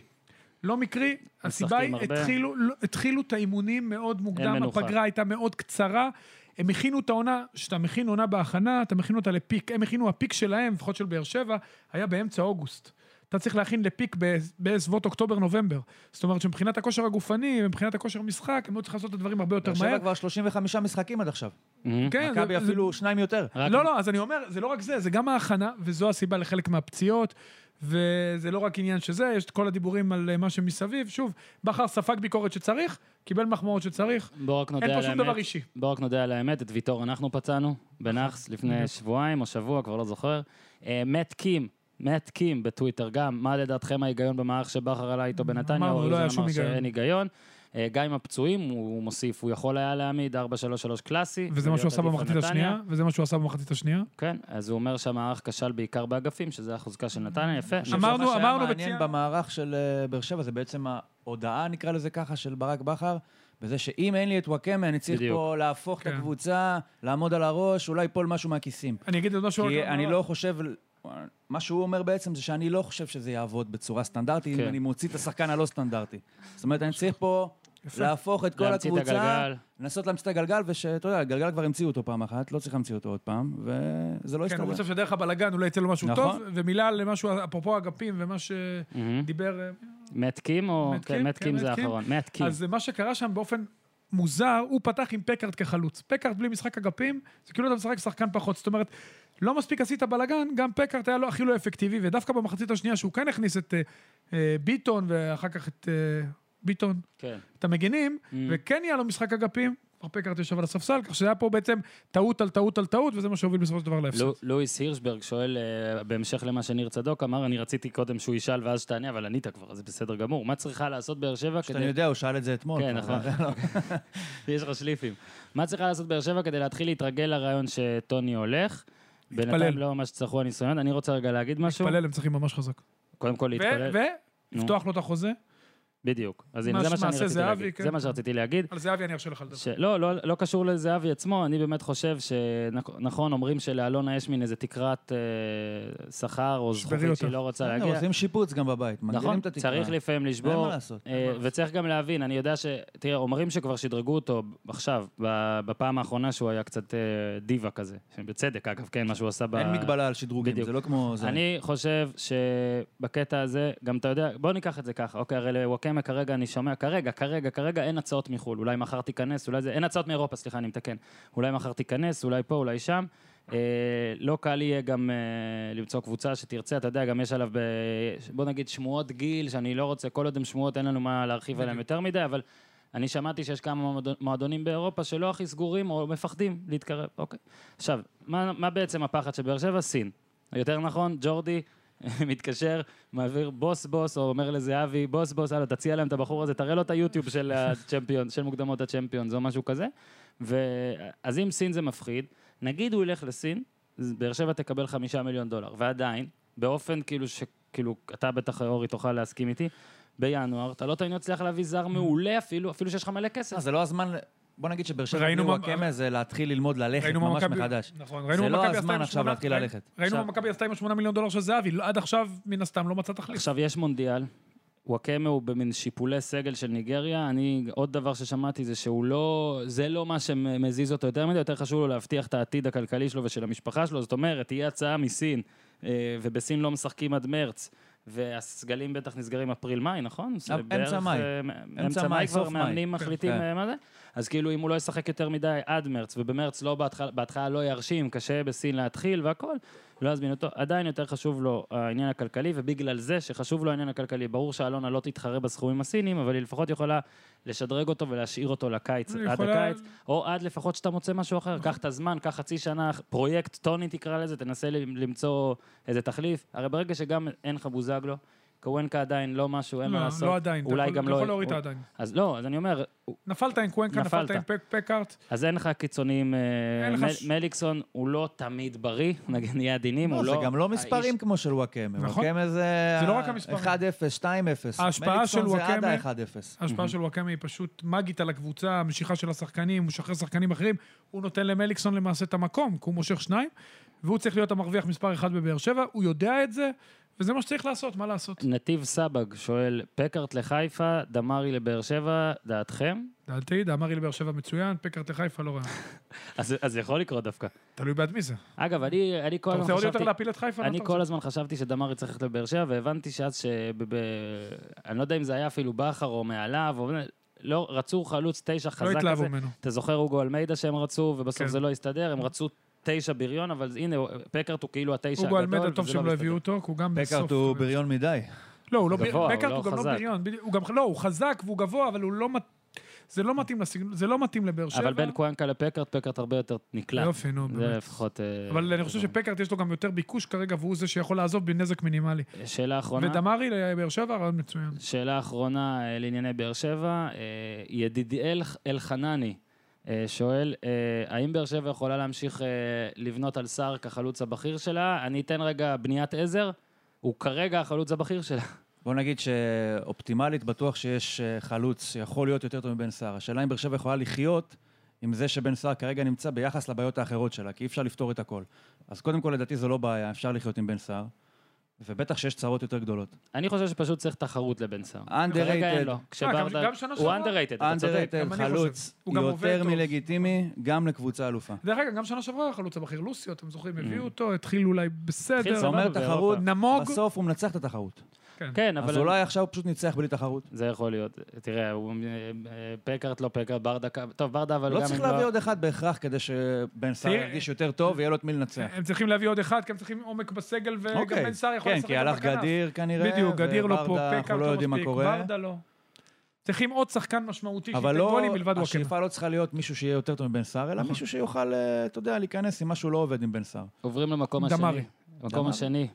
Speaker 2: לא מקרי, הסיבה היא,
Speaker 1: הרבה.
Speaker 2: התחילו, לא, התחילו את האימונים מאוד מוקדם,
Speaker 1: מנוחה.
Speaker 2: הפגרה הייתה מאוד קצרה. הם הכינו את העונה, כשאתה מכין עונה בהכנה, אתה מכין אותה לפיק. הם הכינו, הפיק שלהם, לפחות של באר שבע, היה באמצע אוגוסט. אתה צריך להכין לפיק ב- בסביבות אוקטובר-נובמבר. זאת אומרת שמבחינת הכושר הגופני, ומבחינת הכושר משחק, הם היו צריכים לעשות את הדברים הרבה יותר
Speaker 3: באר
Speaker 2: מהר.
Speaker 3: שבע כבר 35 משחקים עד עכשיו.
Speaker 1: מהמם.
Speaker 2: כן, זה-
Speaker 3: מכבי
Speaker 2: זה-
Speaker 3: אפילו שניים יותר.
Speaker 1: רק-
Speaker 2: לא, לא, אז אני אומר, זה לא רק זה, זה גם ההכנה, וזו הסיבה לחלק מהפציעות, וזה לא רק עניין שזה, יש את כל הדיבורים על אה, מה שמסביב. שוב, בכר ספג ביקורת שצריך, קיבל מחמאות שצריך,
Speaker 1: בואו רק נודה
Speaker 2: אין פה
Speaker 1: על
Speaker 2: שום דבר
Speaker 1: האמת.
Speaker 2: אישי.
Speaker 1: בואו רק נודה על האמת, את ויטור אנחנו פצענו, בנאחס, לפני שבועיים או שבוע, כבר לא זוכר. אה, מת קים, מת קים בטוויטר גם, מה לדעתכם ההיגיון במערך שבכר עלה איתו בנתניה?
Speaker 2: אמרנו,
Speaker 1: אורי
Speaker 2: לא היה
Speaker 1: זן אמר
Speaker 2: שום היגיון.
Speaker 1: שאין היגיון. אה, גם עם הפצועים, הוא הוא מוסיף, הוא יכול היה להעמיד 4-3-3 קלאסי.
Speaker 2: וזה מה שהוא
Speaker 1: ולהיות
Speaker 2: עשה
Speaker 1: עדיף
Speaker 2: במחצית
Speaker 1: לנתניה.
Speaker 2: השנייה, וזה מה שהוא עשה במחצית השנייה.
Speaker 1: כן, אז הוא אומר שהמערך כשל בעיקר באגפים, שזה החוזקה של נתניה, יפה.
Speaker 3: אני חושב
Speaker 2: אמרנו-
Speaker 3: שמה שהיה
Speaker 2: אמרנו
Speaker 3: מעניין
Speaker 2: בציון.
Speaker 3: במערך של אה, באר שבע, זה בעצם ההודעה, נקרא לזה ככה, של ברק בכר, בזה שאם אין לי את וואקמה, אני צריך
Speaker 1: בדיוק.
Speaker 3: פה להפוך את
Speaker 2: כן.
Speaker 3: הקבוצה, לעמוד על הראש, אולי ייפול משהו מהכיסים.
Speaker 2: אני אגיד עוד משהו.
Speaker 3: כי
Speaker 2: על-
Speaker 3: אני לא חושב... מה שהוא אומר בעצם זה שאני לא חושב שזה יעבוד בצורה סטנדרטית,
Speaker 1: כן.
Speaker 3: אם אני מוציא את השחקן הלא סטנדרטי. זאת אומרת, אני צריך פה
Speaker 2: יפה.
Speaker 3: להפוך את כל
Speaker 1: להמציא את
Speaker 3: הקבוצה,
Speaker 1: הגלגל.
Speaker 3: לנסות להמציא את הגלגל, ושאתה יודע, הגלגל כבר המציאו אותו פעם אחת, לא צריך להמציא אותו עוד פעם, וזה לא
Speaker 2: כן,
Speaker 3: יסתדר.
Speaker 2: הוא חושב שדרך הבלגן אולי יצא לו משהו
Speaker 3: נכון.
Speaker 2: טוב, ומילה למשהו, אפרופו אגפים ומה שדיבר...
Speaker 1: מהמם.
Speaker 2: אה,
Speaker 1: מת קים או...
Speaker 2: מת
Speaker 1: כן,
Speaker 2: קים,
Speaker 1: מת
Speaker 2: כן,
Speaker 1: קים
Speaker 2: מת
Speaker 1: זה
Speaker 2: קים.
Speaker 1: האחרון. מת קים.
Speaker 2: אז מה שקרה שם באופן מוזר, הוא פתח עם פקארט כחלוץ. פקארט בלי משחק אגפים, זה כאילו אתה משחק שחקן פחות. זאת אומרת, לא מספיק עשית בלאגן, גם פקארט היה לו הכי לא אפקטיבי, ודווקא במחצית השנייה, שהוא כן הכניס את אה, אה, ביטון, ואחר כך את אה, ביטון,
Speaker 1: כן.
Speaker 2: את המגינים,
Speaker 1: Mm.
Speaker 2: וכן יהיה לו משחק אגפים, כבר פקארט ישב על הספסל, כך שזה היה פה בעצם טעות על טעות על טעות, וזה מה שהוביל בסופו של דבר להפסד.
Speaker 1: לו- לואיס הירשברג שואל, אה, בהמשך למה שניר צדוק אמר, אני רציתי קודם שהוא ישאל ואז שתענה, אבל ענית כבר, אז זה בסדר גמור. מה צריכה לעשות באר שבע
Speaker 3: שאתה אני
Speaker 1: כדי...
Speaker 3: יודע, הוא שאל את זה אתמול. לא.
Speaker 1: כן,
Speaker 3: כבר.
Speaker 1: נכון. יש לך שליפים. מה צריכה לעשות באר שבע כדי להתחיל להתרגל לרעיון שטוני הולך? בינתיים לא ממש צרכו הניסיון. אני רוצה רגע להגיד משהו.
Speaker 2: להתפלל הם צריכים ממש חזק.
Speaker 1: קודם כל
Speaker 2: ו-
Speaker 1: להתפלל.
Speaker 2: ו- לפתוח לו את החוזה.
Speaker 1: בדיוק. אז הנה,
Speaker 2: מה
Speaker 1: זה מה שאני
Speaker 2: שמעשה
Speaker 1: רציתי
Speaker 2: זהבי,
Speaker 1: להגיד.
Speaker 2: כן.
Speaker 1: זה מה שרציתי להגיד.
Speaker 2: על זהבי אני ארשה לך לדבר.
Speaker 1: שלא, לא, לא קשור לזהבי עצמו, אני באמת חושב שנכון, אומרים שלאלונה יש מין איזה תקרת אה, שכר או
Speaker 2: שברי
Speaker 1: זכוכית שהיא
Speaker 2: אותה. אה,
Speaker 1: לא רוצה
Speaker 3: בסדר,
Speaker 1: להגיע.
Speaker 3: עושים שיפוץ גם בבית, מגדילים
Speaker 1: נכון,
Speaker 3: את התקרה.
Speaker 1: צריך לפעמים
Speaker 3: אין
Speaker 1: לשבור.
Speaker 3: מה לעשות.
Speaker 1: אה, וצריך גם להבין, אני יודע ש... תראה, אומרים שכבר שדרגו אותו עכשיו, ב- בפעם האחרונה שהוא היה קצת אה, דיבה כזה. בצדק, אגב, כן, מה שהוא עשה ב...
Speaker 3: אין מגבלה על שדרוגים,
Speaker 1: בדיוק.
Speaker 3: זה לא כמו זה.
Speaker 1: אני חושב שבקטע הזה, גם אתה יודע, בוא ניקח את זה ככה. אוקיי, הרי לוואקמה כרגע אני שומע, כרגע, כרגע, כרגע אין הצעות מחו"ל. אולי מחר תיכנס, אולי זה... אין הצעות מאירופה, סליחה, אני מתקן. אולי מחר תיכנס, אולי פה, אולי שם. אה, לא קל יהיה גם אה, למצוא קבוצה שתרצה, אתה יודע, גם יש עליו, ב... בוא נגיד, שמועות גיל, שאני לא רוצה, כל עוד הם שמועות, אין לנו מה להרחיב עליהם יותר מדי, אבל אני שמעתי שיש כמה מועדון- מועדונים באירופה שלא הכי סגורים או מפחדים להתקרב, אוקיי. עכשיו, מה, מה בעצם הפחד של באר שבע? סין. יותר נכון, ג'ורדי מתקשר, מעביר בוס בוס, או אומר לזהבי, בוס בוס, הלאה, תציע להם את הבחור הזה, תראה לו את היוטיוב של הצ'מפיון, של מוקדמות הצ'מפיונס, או משהו כזה. ו... אז אם סין זה מפחיד, נגיד הוא ילך לסין, אז באר שבע תקבל חמישה מיליון דולר, ועדיין, באופן כאילו ש... כאילו, אתה בטח, אורי, תוכל להסכים איתי, בינואר, אתה לא תמיד מצליח להביא זר מעולה אפילו, אפילו שיש לך מלא כסף.
Speaker 3: אה, זה לא הזמן, ל- בוא נגיד שבאר שבע בלי
Speaker 2: ראינו מה-
Speaker 3: וואקמה זה להתחיל ללמוד ללכת
Speaker 2: ראינו מה
Speaker 3: ממש
Speaker 2: מכבי-
Speaker 3: מחדש.
Speaker 2: נכון,
Speaker 3: זה
Speaker 2: ראינו מה
Speaker 3: לא
Speaker 2: מכבי עשתה עם
Speaker 3: הזמן עכשיו
Speaker 2: השמונה-
Speaker 3: להתחיל
Speaker 2: ראינו-
Speaker 3: ללכת.
Speaker 2: ראינו מה
Speaker 1: עכשיו-
Speaker 2: מכבי עשתה עם השמונה מיליון דולר של זהבי, לא- עד עכשיו, מן הסתם, לא מצא תחליף.
Speaker 1: עכשיו, יש מונדיאל, וואקמה הוא במין שיפולי סגל של ניגריה, אני, עוד דבר ששמעתי זה שהוא לא, זה לא מה שמזיז אותו יותר מדי, יותר חשוב לו להבטיח את העתיד הכלכלי שלו ושל המשפחה שלו, זאת אומרת, תהיה הצעה מסין, אה, ובסין לא משחקים עד מרץ. והסגלים בטח נסגרים אפריל-מאי, נכון? זה
Speaker 3: אמצע
Speaker 1: בערך,
Speaker 3: מאי.
Speaker 1: אה, מ-
Speaker 3: אמצע
Speaker 1: אמצע
Speaker 3: מאי,
Speaker 1: מאי כבר
Speaker 3: סוף מאי.
Speaker 1: מאמנים מחליטים
Speaker 3: כן.
Speaker 1: אה, מה זה. אז כאילו אם הוא לא ישחק יותר מדי עד מרץ, ובמרץ לא בהתחלה, בהתחלה לא ירשים, קשה בסין להתחיל והכל, לא יזמין אותו. עדיין יותר חשוב לו העניין הכלכלי, ובגלל זה שחשוב לו העניין הכלכלי, ברור שאלונה לא תתחרה בסכומים הסינים, אבל היא לפחות יכולה לשדרג אותו ולהשאיר אותו לקיץ,
Speaker 2: היא
Speaker 1: עד
Speaker 2: יכולה-
Speaker 1: הקיץ, או עד לפחות שאתה מוצא משהו אחר. קח את הזמן, קח חצי שנה, פרויקט, טוני תקרא לזה, תנסה ל- למצוא איזה תחליף. הרי ברגע שגם אין לך בוזגלו, קוונקה עדיין לא משהו, אין
Speaker 2: לא,
Speaker 1: מה לעשות.
Speaker 2: לא עדיין, אתה
Speaker 1: אולי
Speaker 2: יכול-
Speaker 1: גם
Speaker 2: אתה
Speaker 1: לא-
Speaker 2: יכול להוריד את
Speaker 1: הוא-
Speaker 2: העדיין.
Speaker 1: אז לא, אז אני אומר,
Speaker 2: נפלת עם קוונקה, נפלת
Speaker 1: נפלת.
Speaker 2: עם פק- פקארט.
Speaker 1: אז אין לך קיצונים, אה,
Speaker 2: אין לך
Speaker 1: מל-
Speaker 2: ש-
Speaker 1: מליקסון הוא לא תמיד בריא, נגיד נהיה עדינים,
Speaker 3: לא,
Speaker 1: הוא
Speaker 3: זה
Speaker 1: לא...
Speaker 3: גם לא מספרים
Speaker 1: האיש-
Speaker 3: כמו של וואקמה.
Speaker 2: נכון.
Speaker 3: וואקמה זה...
Speaker 2: זה לא רק המספרים.
Speaker 3: 1-0, 2-0.
Speaker 2: ההשפעה של
Speaker 3: מליקסון זה עד
Speaker 2: וואקמה-
Speaker 3: ה-1-0.
Speaker 2: ההשפעה של וואקמה היא פשוט מגית על הקבוצה, המשיכה של השחקנים, הוא משחרר שחקנים אחרים, הוא נותן למליקסון למעשה את המקום, כי הוא מושך שניים, והוא צריך להיות המרוויח מספר אחד בבאר שבע, הוא יודע את זה, וזה מה שצריך לעשות, מה לעשות?
Speaker 1: נתיב סבג שואל, פקארט לחיפה, דמארי לבאר שבע, דעתכם?
Speaker 2: דעתי, דאמרי לבאר שבע מצוין, פקארט לחיפה לא רע.
Speaker 1: אז אז יכול לקרות דווקא.
Speaker 2: תלוי בעד מי זה.
Speaker 1: אגב, אני אני כל
Speaker 2: אתה
Speaker 1: הזמן
Speaker 2: רוצה עוד יותר
Speaker 1: חשבתי...
Speaker 2: להפיל את חיפה?
Speaker 1: אני
Speaker 2: מה אתה
Speaker 1: כל
Speaker 2: רוצה?
Speaker 1: הזמן חשבתי שדמרי צריך ללכת לבאר שבע, והבנתי שאז ש... ב- ב- אני לא יודע אם זה היה אפילו בכר או מעליו, או... לא, רצו חלוץ תשע חזק כזה.
Speaker 2: לא התלהבו ממנו.
Speaker 1: אתה זוכר אוגו אלמידה שהם רצו, ובסוף
Speaker 2: כן.
Speaker 1: זה לא הסתדר, הם רצו תשע בריון, אבל הנה, פקארט הוא כאילו התשע הגדול,
Speaker 2: אוגו אלמדה, טוב
Speaker 1: וזה
Speaker 2: שהם לא
Speaker 1: מסתדר.
Speaker 2: הביאו אותו, כי הוא גם בסוף...
Speaker 3: פקארט הוא בריון מדי.
Speaker 2: לא, הוא לא
Speaker 1: גבוה,
Speaker 2: בריון.
Speaker 1: הוא
Speaker 2: בקארט
Speaker 1: לא
Speaker 2: הוא גם לא
Speaker 1: חזק.
Speaker 2: בריון. בדיוק, הוא גם... לא, הוא חזק והוא גבוה, אבל הוא לא... מת- זה לא מתאים לסגנון, זה לא מתאים לבאר שבע.
Speaker 1: אבל בין קוונקה לפקארט, פקארט הרבה יותר נקלט.
Speaker 2: יופי, נו,
Speaker 1: זה
Speaker 2: באמת.
Speaker 1: לפחות... אה,
Speaker 2: אבל אני חושב שפקארט יש לו גם יותר ביקוש כרגע, והוא זה שיכול לעזוב בנזק מינימלי.
Speaker 1: אה, שאלה אחרונה.
Speaker 2: ודמרי לבאר שבע, רעיון מצוין. אה,
Speaker 1: שאלה אחרונה אה, לענייני באר שבע, אה, ידידיאל אלחנני אה, שואל, אה, האם באר שבע יכולה להמשיך אה, לבנות על סער כחלוץ הבכיר שלה? אני אתן רגע בניית עזר, הוא כרגע החלוץ הבכיר שלה.
Speaker 3: בוא נגיד שאופטימלית בטוח שיש אה, חלוץ שיכול להיות יותר טוב מבן סער. השאלה אם באר שבע יכולה לחיות עם זה שבן סער כרגע נמצא ביחס לבעיות האחרות שלה, כי אי אפשר לפתור את הכל. אז קודם כל, לדעתי זו לא בעיה, אפשר לחיות עם בן סער, ובטח שיש צרות יותר גדולות.
Speaker 1: אני חושב שפשוט צריך תחרות לבן סער. כרגע אין
Speaker 3: underrated,
Speaker 1: לו. כשברדה...
Speaker 2: אה, גם- גם שנה
Speaker 1: הוא
Speaker 2: שעברה-
Speaker 1: underrated, אתה צודק.
Speaker 3: underrated,
Speaker 2: גם אני
Speaker 3: חלוץ
Speaker 2: חושב. הוא גם עובד
Speaker 3: יותר
Speaker 2: טוב.
Speaker 3: מלגיטימי, גם לקבוצה אלופה.
Speaker 2: דרך אגב, גם שנה שעברה החלוץ הבכיר, לוסיו, אתם זוכרים,
Speaker 1: Mm.
Speaker 2: הביאו אותו, התחיל אולי בסדר.
Speaker 3: זה אומר
Speaker 1: סבבה,
Speaker 3: תחרות,
Speaker 1: באירופה.
Speaker 2: נמוג.
Speaker 3: בסוף הוא מנצח את התחרות.
Speaker 1: כן, אבל...
Speaker 3: אז אולי עכשיו הוא פשוט ניצח בלי תחרות.
Speaker 1: זה יכול להיות. תראה, הוא... אה, אה, פקארט לא פקארט, ברדה... כ- טוב, ברדה אבל גם...
Speaker 3: לא צריך
Speaker 1: אם
Speaker 3: להביא עוד אחד בהכרח כדי שבן סער
Speaker 2: תראה-
Speaker 3: ירגיש יותר טוב ויהיה לו את מי לנצח.
Speaker 2: הם צריכים להביא עוד אחד, כי הם צריכים עומק בסגל, וגם
Speaker 3: אוקיי.
Speaker 2: בן סער יכול
Speaker 3: כן,
Speaker 2: לשחק
Speaker 3: כי
Speaker 2: גם
Speaker 3: הלך
Speaker 2: בכנף.
Speaker 3: גדיר כנראה,
Speaker 2: בדיוק, גדיר לא פה,
Speaker 3: וברדה,
Speaker 2: פקארט
Speaker 3: אנחנו לא
Speaker 2: לא
Speaker 3: יודעים מה
Speaker 2: מספיק,
Speaker 3: קורה.
Speaker 2: ברדה לא. צריכים עוד שחקן משמעותי
Speaker 3: אבל
Speaker 2: שייתן
Speaker 3: לא,
Speaker 2: גולים מלבד נכון. וואקמה.
Speaker 3: השאיפה לא צריכה להיות מישהו שיהיה יותר טוב מבן סער, אלא מישהו שיוכל, אה, אתה יודע, להיכנס אם משהו לא עובד עם בן סער.
Speaker 1: עוברים למקום השני.
Speaker 2: דמרי.
Speaker 1: מקום
Speaker 3: דמרי.
Speaker 1: השני.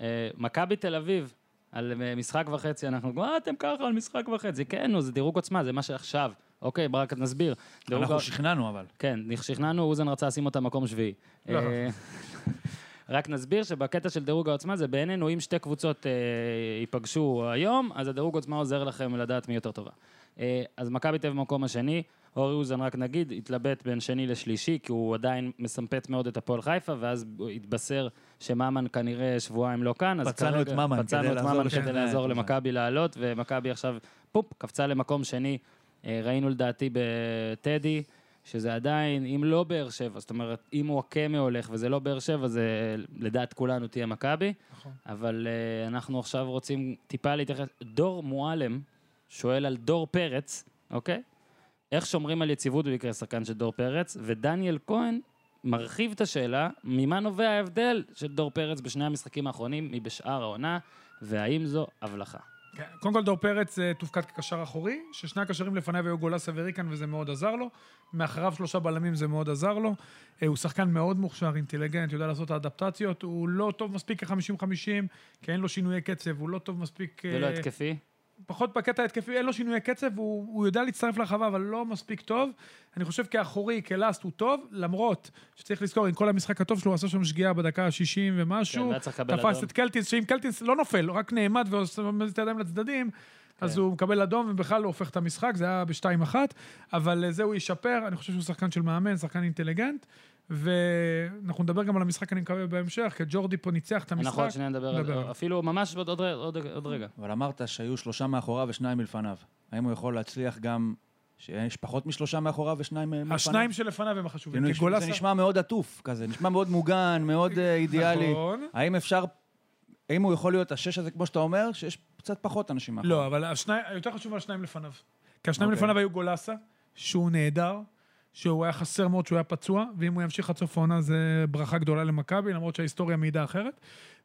Speaker 1: אה, מכבי תל אביב, על אה, משחק וחצי, אנחנו כבר, "אה, אתם ככה על משחק וחצי. כן, נו, זה דירוג עוצמה, זה מה שעכשיו. אוקיי, ברק, נסביר. דירוג
Speaker 3: אנחנו
Speaker 1: ה-
Speaker 3: שכנענו אבל.
Speaker 1: כן, שכנענו, אוזן רצה לשים אותה מקום שביעי.
Speaker 2: לא.
Speaker 1: אה, רק נסביר שבקטע של דירוג העוצמה זה בעינינו, אם שתי קבוצות אה, ייפגשו היום, אז הדירוג עוצמה עוזר לכם לדעת מי יותר טובה. אה, אז מכבי תל אביב במקום השני, אורי אוזן רק נגיד, התלבט בין שני לשלישי, כי הוא עדיין מסמפת מאוד את הפועל חיפה, ואז הוא התבשר שממן כנראה שבועיים לא כאן, אז
Speaker 5: פצענו
Speaker 1: כרגע...
Speaker 5: את ממן
Speaker 1: פצענו
Speaker 5: כדי
Speaker 1: את
Speaker 5: לעזור
Speaker 1: ממן
Speaker 5: לשכנע
Speaker 1: כדי
Speaker 5: את
Speaker 1: לעזור
Speaker 5: ממן.
Speaker 1: למכבי לעלות, ומכבי עכשיו, פופ, קפצה למקום שני. אה, ראינו לדעתי בטדי, שזה עדיין, אם לא באר שבע, זאת אומרת, אם וואקמה הולך וזה לא באר שבע, זה לדעת כולנו תהיה מכבי.
Speaker 2: נכון.
Speaker 1: אבל אה, אנחנו עכשיו רוצים טיפה להתייחס. דור מועלם שואל על דור פרץ, אוקיי? איך שומרים על יציבות במקרה שחקן של דור פרץ? ודניאל כהן מרחיב את השאלה, ממה נובע ההבדל של דור פרץ בשני המשחקים האחרונים מבשאר העונה, והאם זו הבלחה?
Speaker 2: כן, קודם כל דור פרץ אה, תופקד כקשר אחורי, ששני הקשרים לפניו היו גולסה וריקן וזה מאוד עזר לו, מאחריו שלושה בלמים זה מאוד עזר לו, אה, הוא שחקן מאוד מוכשר, אינטליגנט, יודע לעשות את האדפטציות, הוא לא טוב מספיק כ-50-50, כי אין לו שינויי קצב, הוא לא טוב מספיק... אה,
Speaker 1: ולא התקפי? כן,
Speaker 2: פחות בקטע ההתקפי, אין לו שינויי קצב, הוא, הוא יודע להצטרף לרחבה, אבל לא מספיק טוב. אני חושב כאחורי, כלאסט הוא טוב, למרות שצריך לזכור, עם כל המשחק הטוב שלו, הוא עשה שם שגיאה בדקה ה-60
Speaker 1: כן,
Speaker 2: ומשהו.
Speaker 1: והיה צריך לקבל
Speaker 2: תפס
Speaker 1: אדום.
Speaker 2: את קלטינס, שאם קלטינס לא נופל, הוא רק נעמד ועומד את הידיים לצדדים,
Speaker 1: כן.
Speaker 2: אז הוא מקבל אדום ובכלל לא הופך את המשחק, זה היה ב-2-1, אבל אה, זה הוא ישפר, אני חושב שהוא שחקן של מאמן, שחקן אינטליגנט, ואנחנו נדבר גם על המשחק, אני מקווה, בהמשך, כי ג'ורדי פה ניצח את המשחק.
Speaker 1: אנחנו עוד שנייה נדבר על
Speaker 2: נדבר
Speaker 1: נכון, זה,
Speaker 2: עליו.
Speaker 1: אפילו ממש עוד- עוד רגע- עוד- עוד רגע.
Speaker 3: אבל אמרת שהיו שלושה מאחוריו ושניים מלפניו. האם הוא יכול להצליח גם שיש פחות משלושה מאחוריו ושניים אה, מלפניו?
Speaker 2: השניים שלפניו הם החשובים,
Speaker 3: כאילו,
Speaker 2: כי גולסה...
Speaker 3: זה נשמע מאוד עטוף כזה, נשמע מאוד מוגן, מאוד אה, אידיאלי.
Speaker 2: נכון.
Speaker 3: האם אפשר, האם הוא יכול להיות השש הזה, כמו שאתה אומר, שיש קצת פחות אנשים מאחוריו?
Speaker 2: לא, אבל השני- יותר חשוב השניים לפניו. כי השניים
Speaker 3: נכון. אוקיי.
Speaker 2: לפניו היו גולסה, שהוא נהדר, שהוא היה חסר מאוד שהוא היה פצוע, ואם הוא ימשיך עד סוף העונה זה ברכה גדולה למכבי, למרות שההיסטוריה מעידה אחרת.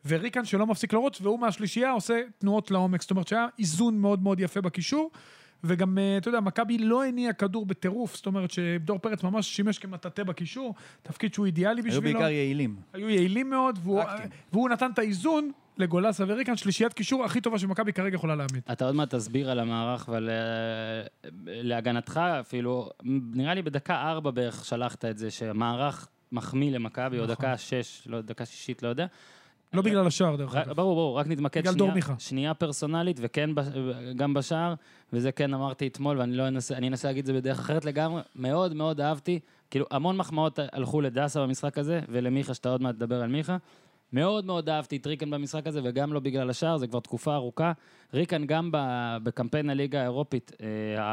Speaker 2: וריקן שלא מפסיק לרוץ, והוא מהשלישייה עושה תנועות לעומק, זאת אומרת שהיה איזון מאוד מאוד יפה בקישור. וגם, אה, אתה יודע, מכבי לא הניע כדור בטירוף, זאת אומרת שדור פרץ ממש שימש כמטאטא בקישור, תפקיד שהוא אידיאלי
Speaker 3: היו
Speaker 2: בשבילו.
Speaker 3: בעיקר יעילים.
Speaker 2: היו יעילים מאוד, והוא,
Speaker 3: טקטיים.
Speaker 2: והוא נתן את האיזון לגולסה וריקן, שלישיית קישור הכי טובה שמכבי כרגע יכולה להעמיד.
Speaker 1: אתה עוד מעט תסביר על המערך ועל... אה, להגנתך אפילו, נראה לי בדקה ארבע בערך שלחת את זה, שהמערך מחמיא למכבי, או
Speaker 2: נכון.
Speaker 1: דקה שש, לא, דקה שישית, לא יודע.
Speaker 2: לא בגלל השער, דרך
Speaker 1: רק-
Speaker 2: אגב.
Speaker 1: ברור, ברור, רק נתמקד
Speaker 2: בגלל
Speaker 1: שנייה,
Speaker 2: דור מיכה.
Speaker 1: שנייה פרסונלית, וכן בש, גם בשער, וזה כן אמרתי אתמול, ואני לא אנסה, אני אנסה להגיד את זה בדרך אחרת לגמרי, מאוד מאוד אהבתי, כאילו המון מחמאות הלכו לדסה במשחק הזה, ולמיכה, שאתה עוד מעט תדבר על מיכה. מאוד מאוד אהבתי את ריקן במשחק הזה, וגם לא בגלל השער, זה כבר תקופה ארוכה. ריקן גם ב- בקמפיין הליגה האירופית, אה,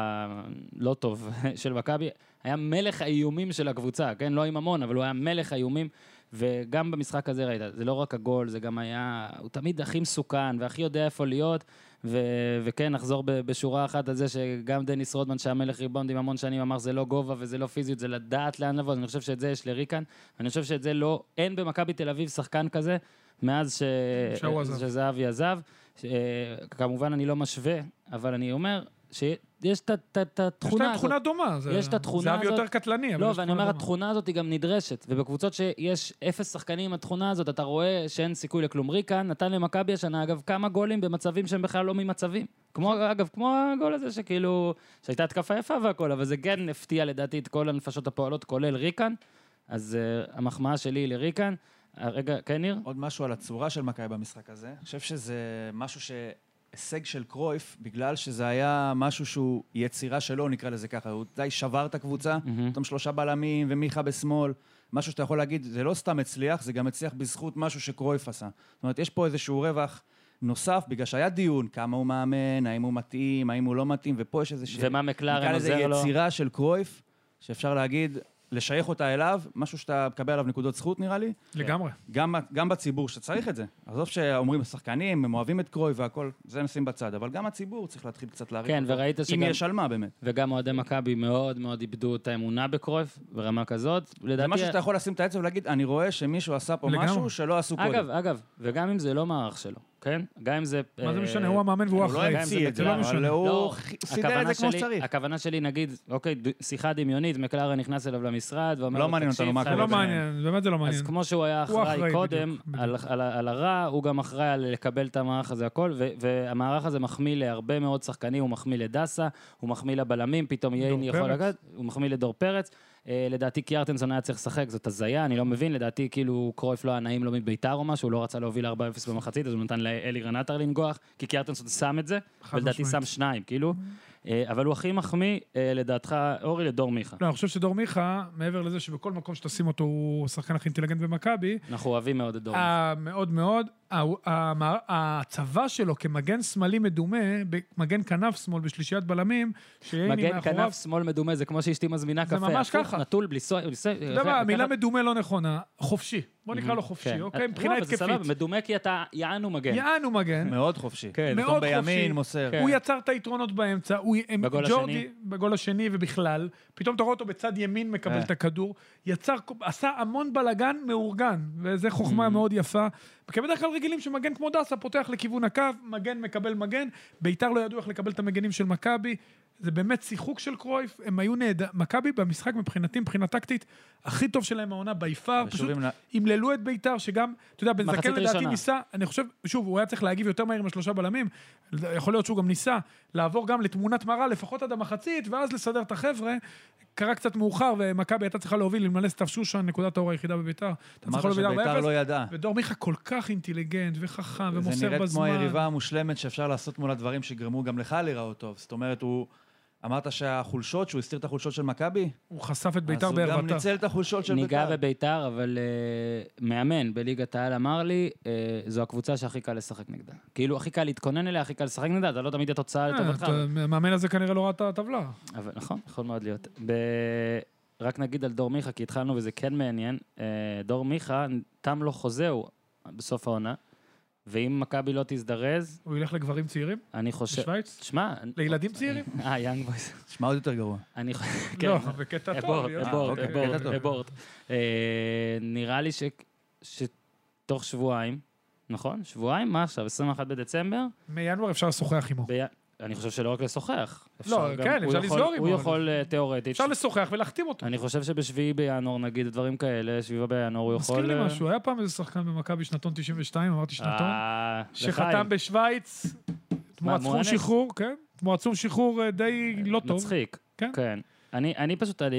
Speaker 1: הלא טוב של מכבי, היה מלך האיומים של הקבוצה, כן? לא עם המון, אבל הוא היה מלך האיומים, וגם במשחק הזה ראית, זה לא רק הגול, זה גם היה... הוא תמיד הכי מסוכן, והכי יודע איפה להיות, ו, וכן, נחזור ב, בשורה אחת על זה שגם דניס רודמן, שהיה מלך ריבאונדים המון שנים, אמר זה לא גובה וזה לא פיזיות, זה לדעת לאן לבוא, אז אני חושב שאת זה יש לריקן, ואני חושב שאת זה לא... אין במכבי תל אביב שחקן כזה, מאז ש...
Speaker 2: שהוא עזב.
Speaker 1: שזהבי עזב. ש- אה, כמובן, אני לא משווה, אבל אני אומר שיש את ה- את ה- את
Speaker 2: יש
Speaker 1: התכונה
Speaker 2: להם
Speaker 1: הזאת.
Speaker 2: תכונה דומה. זה-
Speaker 1: יש את התכונה
Speaker 2: זהבי
Speaker 1: הזאת.
Speaker 2: יותר קטלני, אבל
Speaker 1: לא,
Speaker 2: יש
Speaker 1: ואני
Speaker 2: תכונה
Speaker 1: אומר,
Speaker 2: דומה.
Speaker 1: התכונה הזאת היא גם נדרשת. ובקבוצות שיש אפס שחקנים עם התכונה הזאת, אתה רואה שאין סיכוי לכלום. ריקן נתן למכבי השנה, אגב, כמה גולים במצבים שהם בכלל לא ממצבים. כמו, אגב, כמו הגול הזה שכאילו, שהייתה התקפה יפה והכל, אבל זה כן הפתיע לדעתי את כל הנפשות הפועלות, כולל ריקן. אז uh, המחמאה שלי היא לריקן. אה, רגע, כן, ניר?
Speaker 3: עוד משהו על הצורה של מכבי במשחק הזה. אני חושב שזה משהו ש... הישג של קרויף, בגלל שזה היה משהו שהוא יצירה שלו, נקרא לזה ככה. הוא די שבר את הקבוצה,
Speaker 1: מהמם.
Speaker 3: פתאום שלושה בלמים ומיכה בשמאל. משהו שאתה יכול להגיד, זה לא סתם הצליח, זה גם הצליח בזכות משהו שקרויף עשה. זאת אומרת, יש פה איזשהו רווח נוסף, בגלל שהיה דיון, כמה הוא מאמן, האם הוא מתאים, האם הוא לא מתאים, ופה יש איזה...
Speaker 1: ומה מקלרן עוזר לו?
Speaker 3: נקרא לזה יצירה של קרויף, שאפשר להגיד, לשייך אותה אליו, משהו שאתה מקבל עליו נקודות זכות, נראה לי.
Speaker 2: לגמרי.
Speaker 1: אה,
Speaker 3: גם, גם בציבור שצריך את זה. עזוב שאומרים השחקנים, הם אוהבים את קרוי והכל, זה נשים בצד, אבל גם הציבור צריך להתחיל קצת להריץ.
Speaker 1: כן, וראית
Speaker 3: אם
Speaker 1: שגם...
Speaker 3: יש על מה באמת.
Speaker 1: וגם אוהדי מכבי מאוד מאוד איבדו את האמונה בקרויף, ברמה כזאת.
Speaker 3: זה
Speaker 1: לדעתי...
Speaker 3: משהו שאתה יכול לשים את העצב ולהגיד, אני רואה שמישהו עשה פה
Speaker 2: לגמרי.
Speaker 3: משהו שלא עשו קודם.
Speaker 1: אגב, אגב, וגם אם זה לא מערך שלו, כן? גם אם זה...
Speaker 2: מה זה
Speaker 1: אה,
Speaker 2: משנה? הוא המאמן והוא
Speaker 3: הוא לא
Speaker 2: אחראי.
Speaker 3: המציא את זה,
Speaker 2: לא
Speaker 3: אבל
Speaker 2: משנה.
Speaker 3: הוא
Speaker 1: לא,
Speaker 3: חי-
Speaker 1: הכוונה
Speaker 3: סידר את זה כמו
Speaker 1: שלי-
Speaker 3: שצריך.
Speaker 1: הכוונה שלי, נגיד, אוקיי, ד- שיחה דמיונית, מקלרה נכנס אליו למשרד, ואומר
Speaker 3: לא
Speaker 1: לו,
Speaker 3: מעניין
Speaker 1: "תקשיב,
Speaker 3: אותנו מה
Speaker 1: חייב
Speaker 2: זה לא
Speaker 3: קורה
Speaker 1: להיות
Speaker 3: ביניהם.
Speaker 2: מעניין, באמת זה לא
Speaker 1: אז
Speaker 2: מעניין.
Speaker 1: כמו שהוא היה
Speaker 2: הוא
Speaker 1: אחראי
Speaker 2: אחראי,
Speaker 1: קודם
Speaker 2: בדיוק,
Speaker 1: על, על, על הרע, הוא גם אחראי על לקבל את המערך הזה הכל, ו- והמערך הזה מחמיא להרבה מאוד שחקנים, הוא מחמיא לדסה, הוא מחמיא לבלמים, פתאום ייני יכול
Speaker 2: פרץ.
Speaker 1: לגעת, הוא מחמיא לדור פרץ. אה, לדעתי קיארטנסון היה צריך לשחק, זאת הזיה, אני לא מבין, לדעתי כאילו קרויף לא היה נעים לו מביתר או משהו, הוא לא רצה להוביל 4-0 במחצית, אז הוא נתן לאלירן עטר לנגוח, כי קיארטנסון שם את זה,
Speaker 2: חד
Speaker 1: ולדעתי
Speaker 2: משמעית. Mm-hmm.
Speaker 1: שם שניים, כאילו. אה, אבל הוא הכי מחמיא, אה, לדעתך, אורי, לדור מיכה.
Speaker 2: לא, אני חושב שדור מיכה, מעבר לזה שבכל מקום שתשים אותו הוא השחקן הכי אינטליגנט במכבי,
Speaker 1: אנחנו אוהבים מאוד את דור מיכה.
Speaker 2: אה, מאוד מאוד, ה- המע- הצבה שלו כמגן שמאלי מדומה, מגן כנף שמאל בשלישיית בלמים, שיהיה
Speaker 1: מגן
Speaker 2: מאחוריו,
Speaker 1: כנף שמאל מדומה, זה כמו שאשתי מזמינה
Speaker 2: זה
Speaker 1: קפה.
Speaker 2: ממש
Speaker 1: הפוך,
Speaker 2: ככה.
Speaker 1: נטול, בלי סוי... בלי סוי-
Speaker 2: אתה יודע מה, המילה מדומה לא נכונה, חופשי. בוא נקרא לו
Speaker 1: כן.
Speaker 2: חופשי, אוקיי? מבחינה
Speaker 1: לא, אבל זה
Speaker 2: התקפית.
Speaker 1: סבבה, מדומה כי אתה יענו מגן.
Speaker 2: יענו מגן,
Speaker 3: מאוד חופשי.
Speaker 1: כן.
Speaker 2: מאוד
Speaker 3: פתאום
Speaker 2: חופשי.
Speaker 3: בימין, מוסר.
Speaker 1: כן.
Speaker 2: הוא יצר את היתרונות באמצע, הוא... הם-
Speaker 1: בגול
Speaker 2: ג'ורדי,
Speaker 1: השני.
Speaker 2: בגול השני ובכלל, פתאום אתה רואה אותו בצד ימין מקבל
Speaker 3: אה.
Speaker 2: את הכדור, יצר, עשה המון בלאגן מאורגן, וזו
Speaker 1: אה.
Speaker 2: חוכמה מאוד יפה. כי בדרך כלל רגילים שמגן כמו דסה פותח לכיוון הקו, מגן מקבל מגן, ביתר לא ידעו איך לקבל את המגנים של מכבי. זה באמת שיחוק של קרויף, הם היו נהדר, מכבי במשחק מבחינתי, מבחינה טקטית, הכי טוב שלהם העונה ביפר,
Speaker 3: ושוב
Speaker 2: פשוט
Speaker 3: עם נ-
Speaker 2: ימללו את ביתר, שגם, אתה יודע, בן זקן
Speaker 1: מחצית
Speaker 2: לדעתי
Speaker 1: ראשונה.
Speaker 2: ניסה, אני חושב, שוב, הוא היה צריך להגיב יותר מהר עם השלושה בלמים, יכול להיות שהוא גם ניסה לעבור גם לתמונת מראה, לפחות עד המחצית, ואז לסדר את החבר'ה. קרה קצת מאוחר, ומכבי הייתה צריכה להוביל, למלא סתיו שושן, נקודת האור היחידה בביתר. אתה צריך
Speaker 3: אמרת
Speaker 2: להוביל
Speaker 3: שביתר
Speaker 2: 4-0,
Speaker 3: לא ידעה.
Speaker 2: ודור מיכה כל כך אינטליגנט, וחכם, ומוסר בזמן.
Speaker 3: זה נראית כמו היריבה המושלמת שאפשר לעשות מול הדברים שגרמו גם לך להיראות טוב. זאת אומרת, הוא... אמרת שהחולשות, שהוא הסתיר את החולשות של מכבי?
Speaker 2: הוא חשף את ביתר
Speaker 3: אז הוא גם
Speaker 2: בערוותה.
Speaker 3: ניצל את החולשות של
Speaker 1: ניגע
Speaker 3: ביתר.
Speaker 1: בביתר, אבל אה, מאמן בליגת העל אמר לי, אה, זו הקבוצה שהכי קל לשחק נגדה. כאילו, הכי קל להתכונן אליה, הכי קל לשחק נגדה, אתה לא תמיד התוצאה
Speaker 2: אה,
Speaker 1: לטובתך.
Speaker 2: אתה- המאמן הזה כנראה לא ראה את הטבלה.
Speaker 1: אבל נכון, יכול מאוד להיות. ב- רק נגיד על דור מיכה, כי התחלנו וזה כן מעניין. אה, דור מיכה, תם לו חוזהו בסוף העונה, ואם מכבי לא תזדרז,
Speaker 2: הוא ילך לגברים צעירים
Speaker 1: אני חושב...
Speaker 2: בשוויץ?
Speaker 1: תשמע... אני-
Speaker 2: לילדים צעירים?
Speaker 1: אה, יאנג בויז.
Speaker 3: שמע עוד יותר גרוע.
Speaker 1: אני חושב...
Speaker 2: לא, בקטע טוב.
Speaker 1: אבורט,
Speaker 2: להיות-
Speaker 1: אבורט,
Speaker 3: אוקיי, קטע
Speaker 1: אבורט,
Speaker 3: כן. טוב.
Speaker 1: אבורט. אה, נראה לי ש- שתוך שבועיים, נכון? שבועיים? מה עכשיו? 21 בדצמבר?
Speaker 2: מינואר אפשר לשוחח עמו.
Speaker 1: ב- אני חושב שלא רק לשוחח. אפשר
Speaker 2: לא,
Speaker 1: גם-
Speaker 2: כן,
Speaker 1: הוא
Speaker 2: אפשר
Speaker 1: יכול-
Speaker 2: לסגור עם
Speaker 1: הוא
Speaker 2: אורן.
Speaker 1: יכול אה, תיאורטית.
Speaker 2: אפשר לשוחח ולהחתים אותו.
Speaker 1: אני חושב שבשביעי בינואר, נגיד, דברים כאלה, שבעה בינואר, הוא יכול...
Speaker 2: מזכיר לי
Speaker 1: אה,
Speaker 2: משהו, היה פעם איזה שחקן במכבי שנתון 92, אמרתי שנתון,
Speaker 1: אה,
Speaker 2: שחתם
Speaker 1: לחיים.
Speaker 2: בשוויץ,
Speaker 1: מה,
Speaker 2: תמורת סכום
Speaker 1: מואנס?
Speaker 2: שחרור, כן, תמורת סכום שחרור אה, די לא טוב.
Speaker 1: מצחיק. אה.
Speaker 2: כן.
Speaker 1: כן. אני אני פשוט, אני...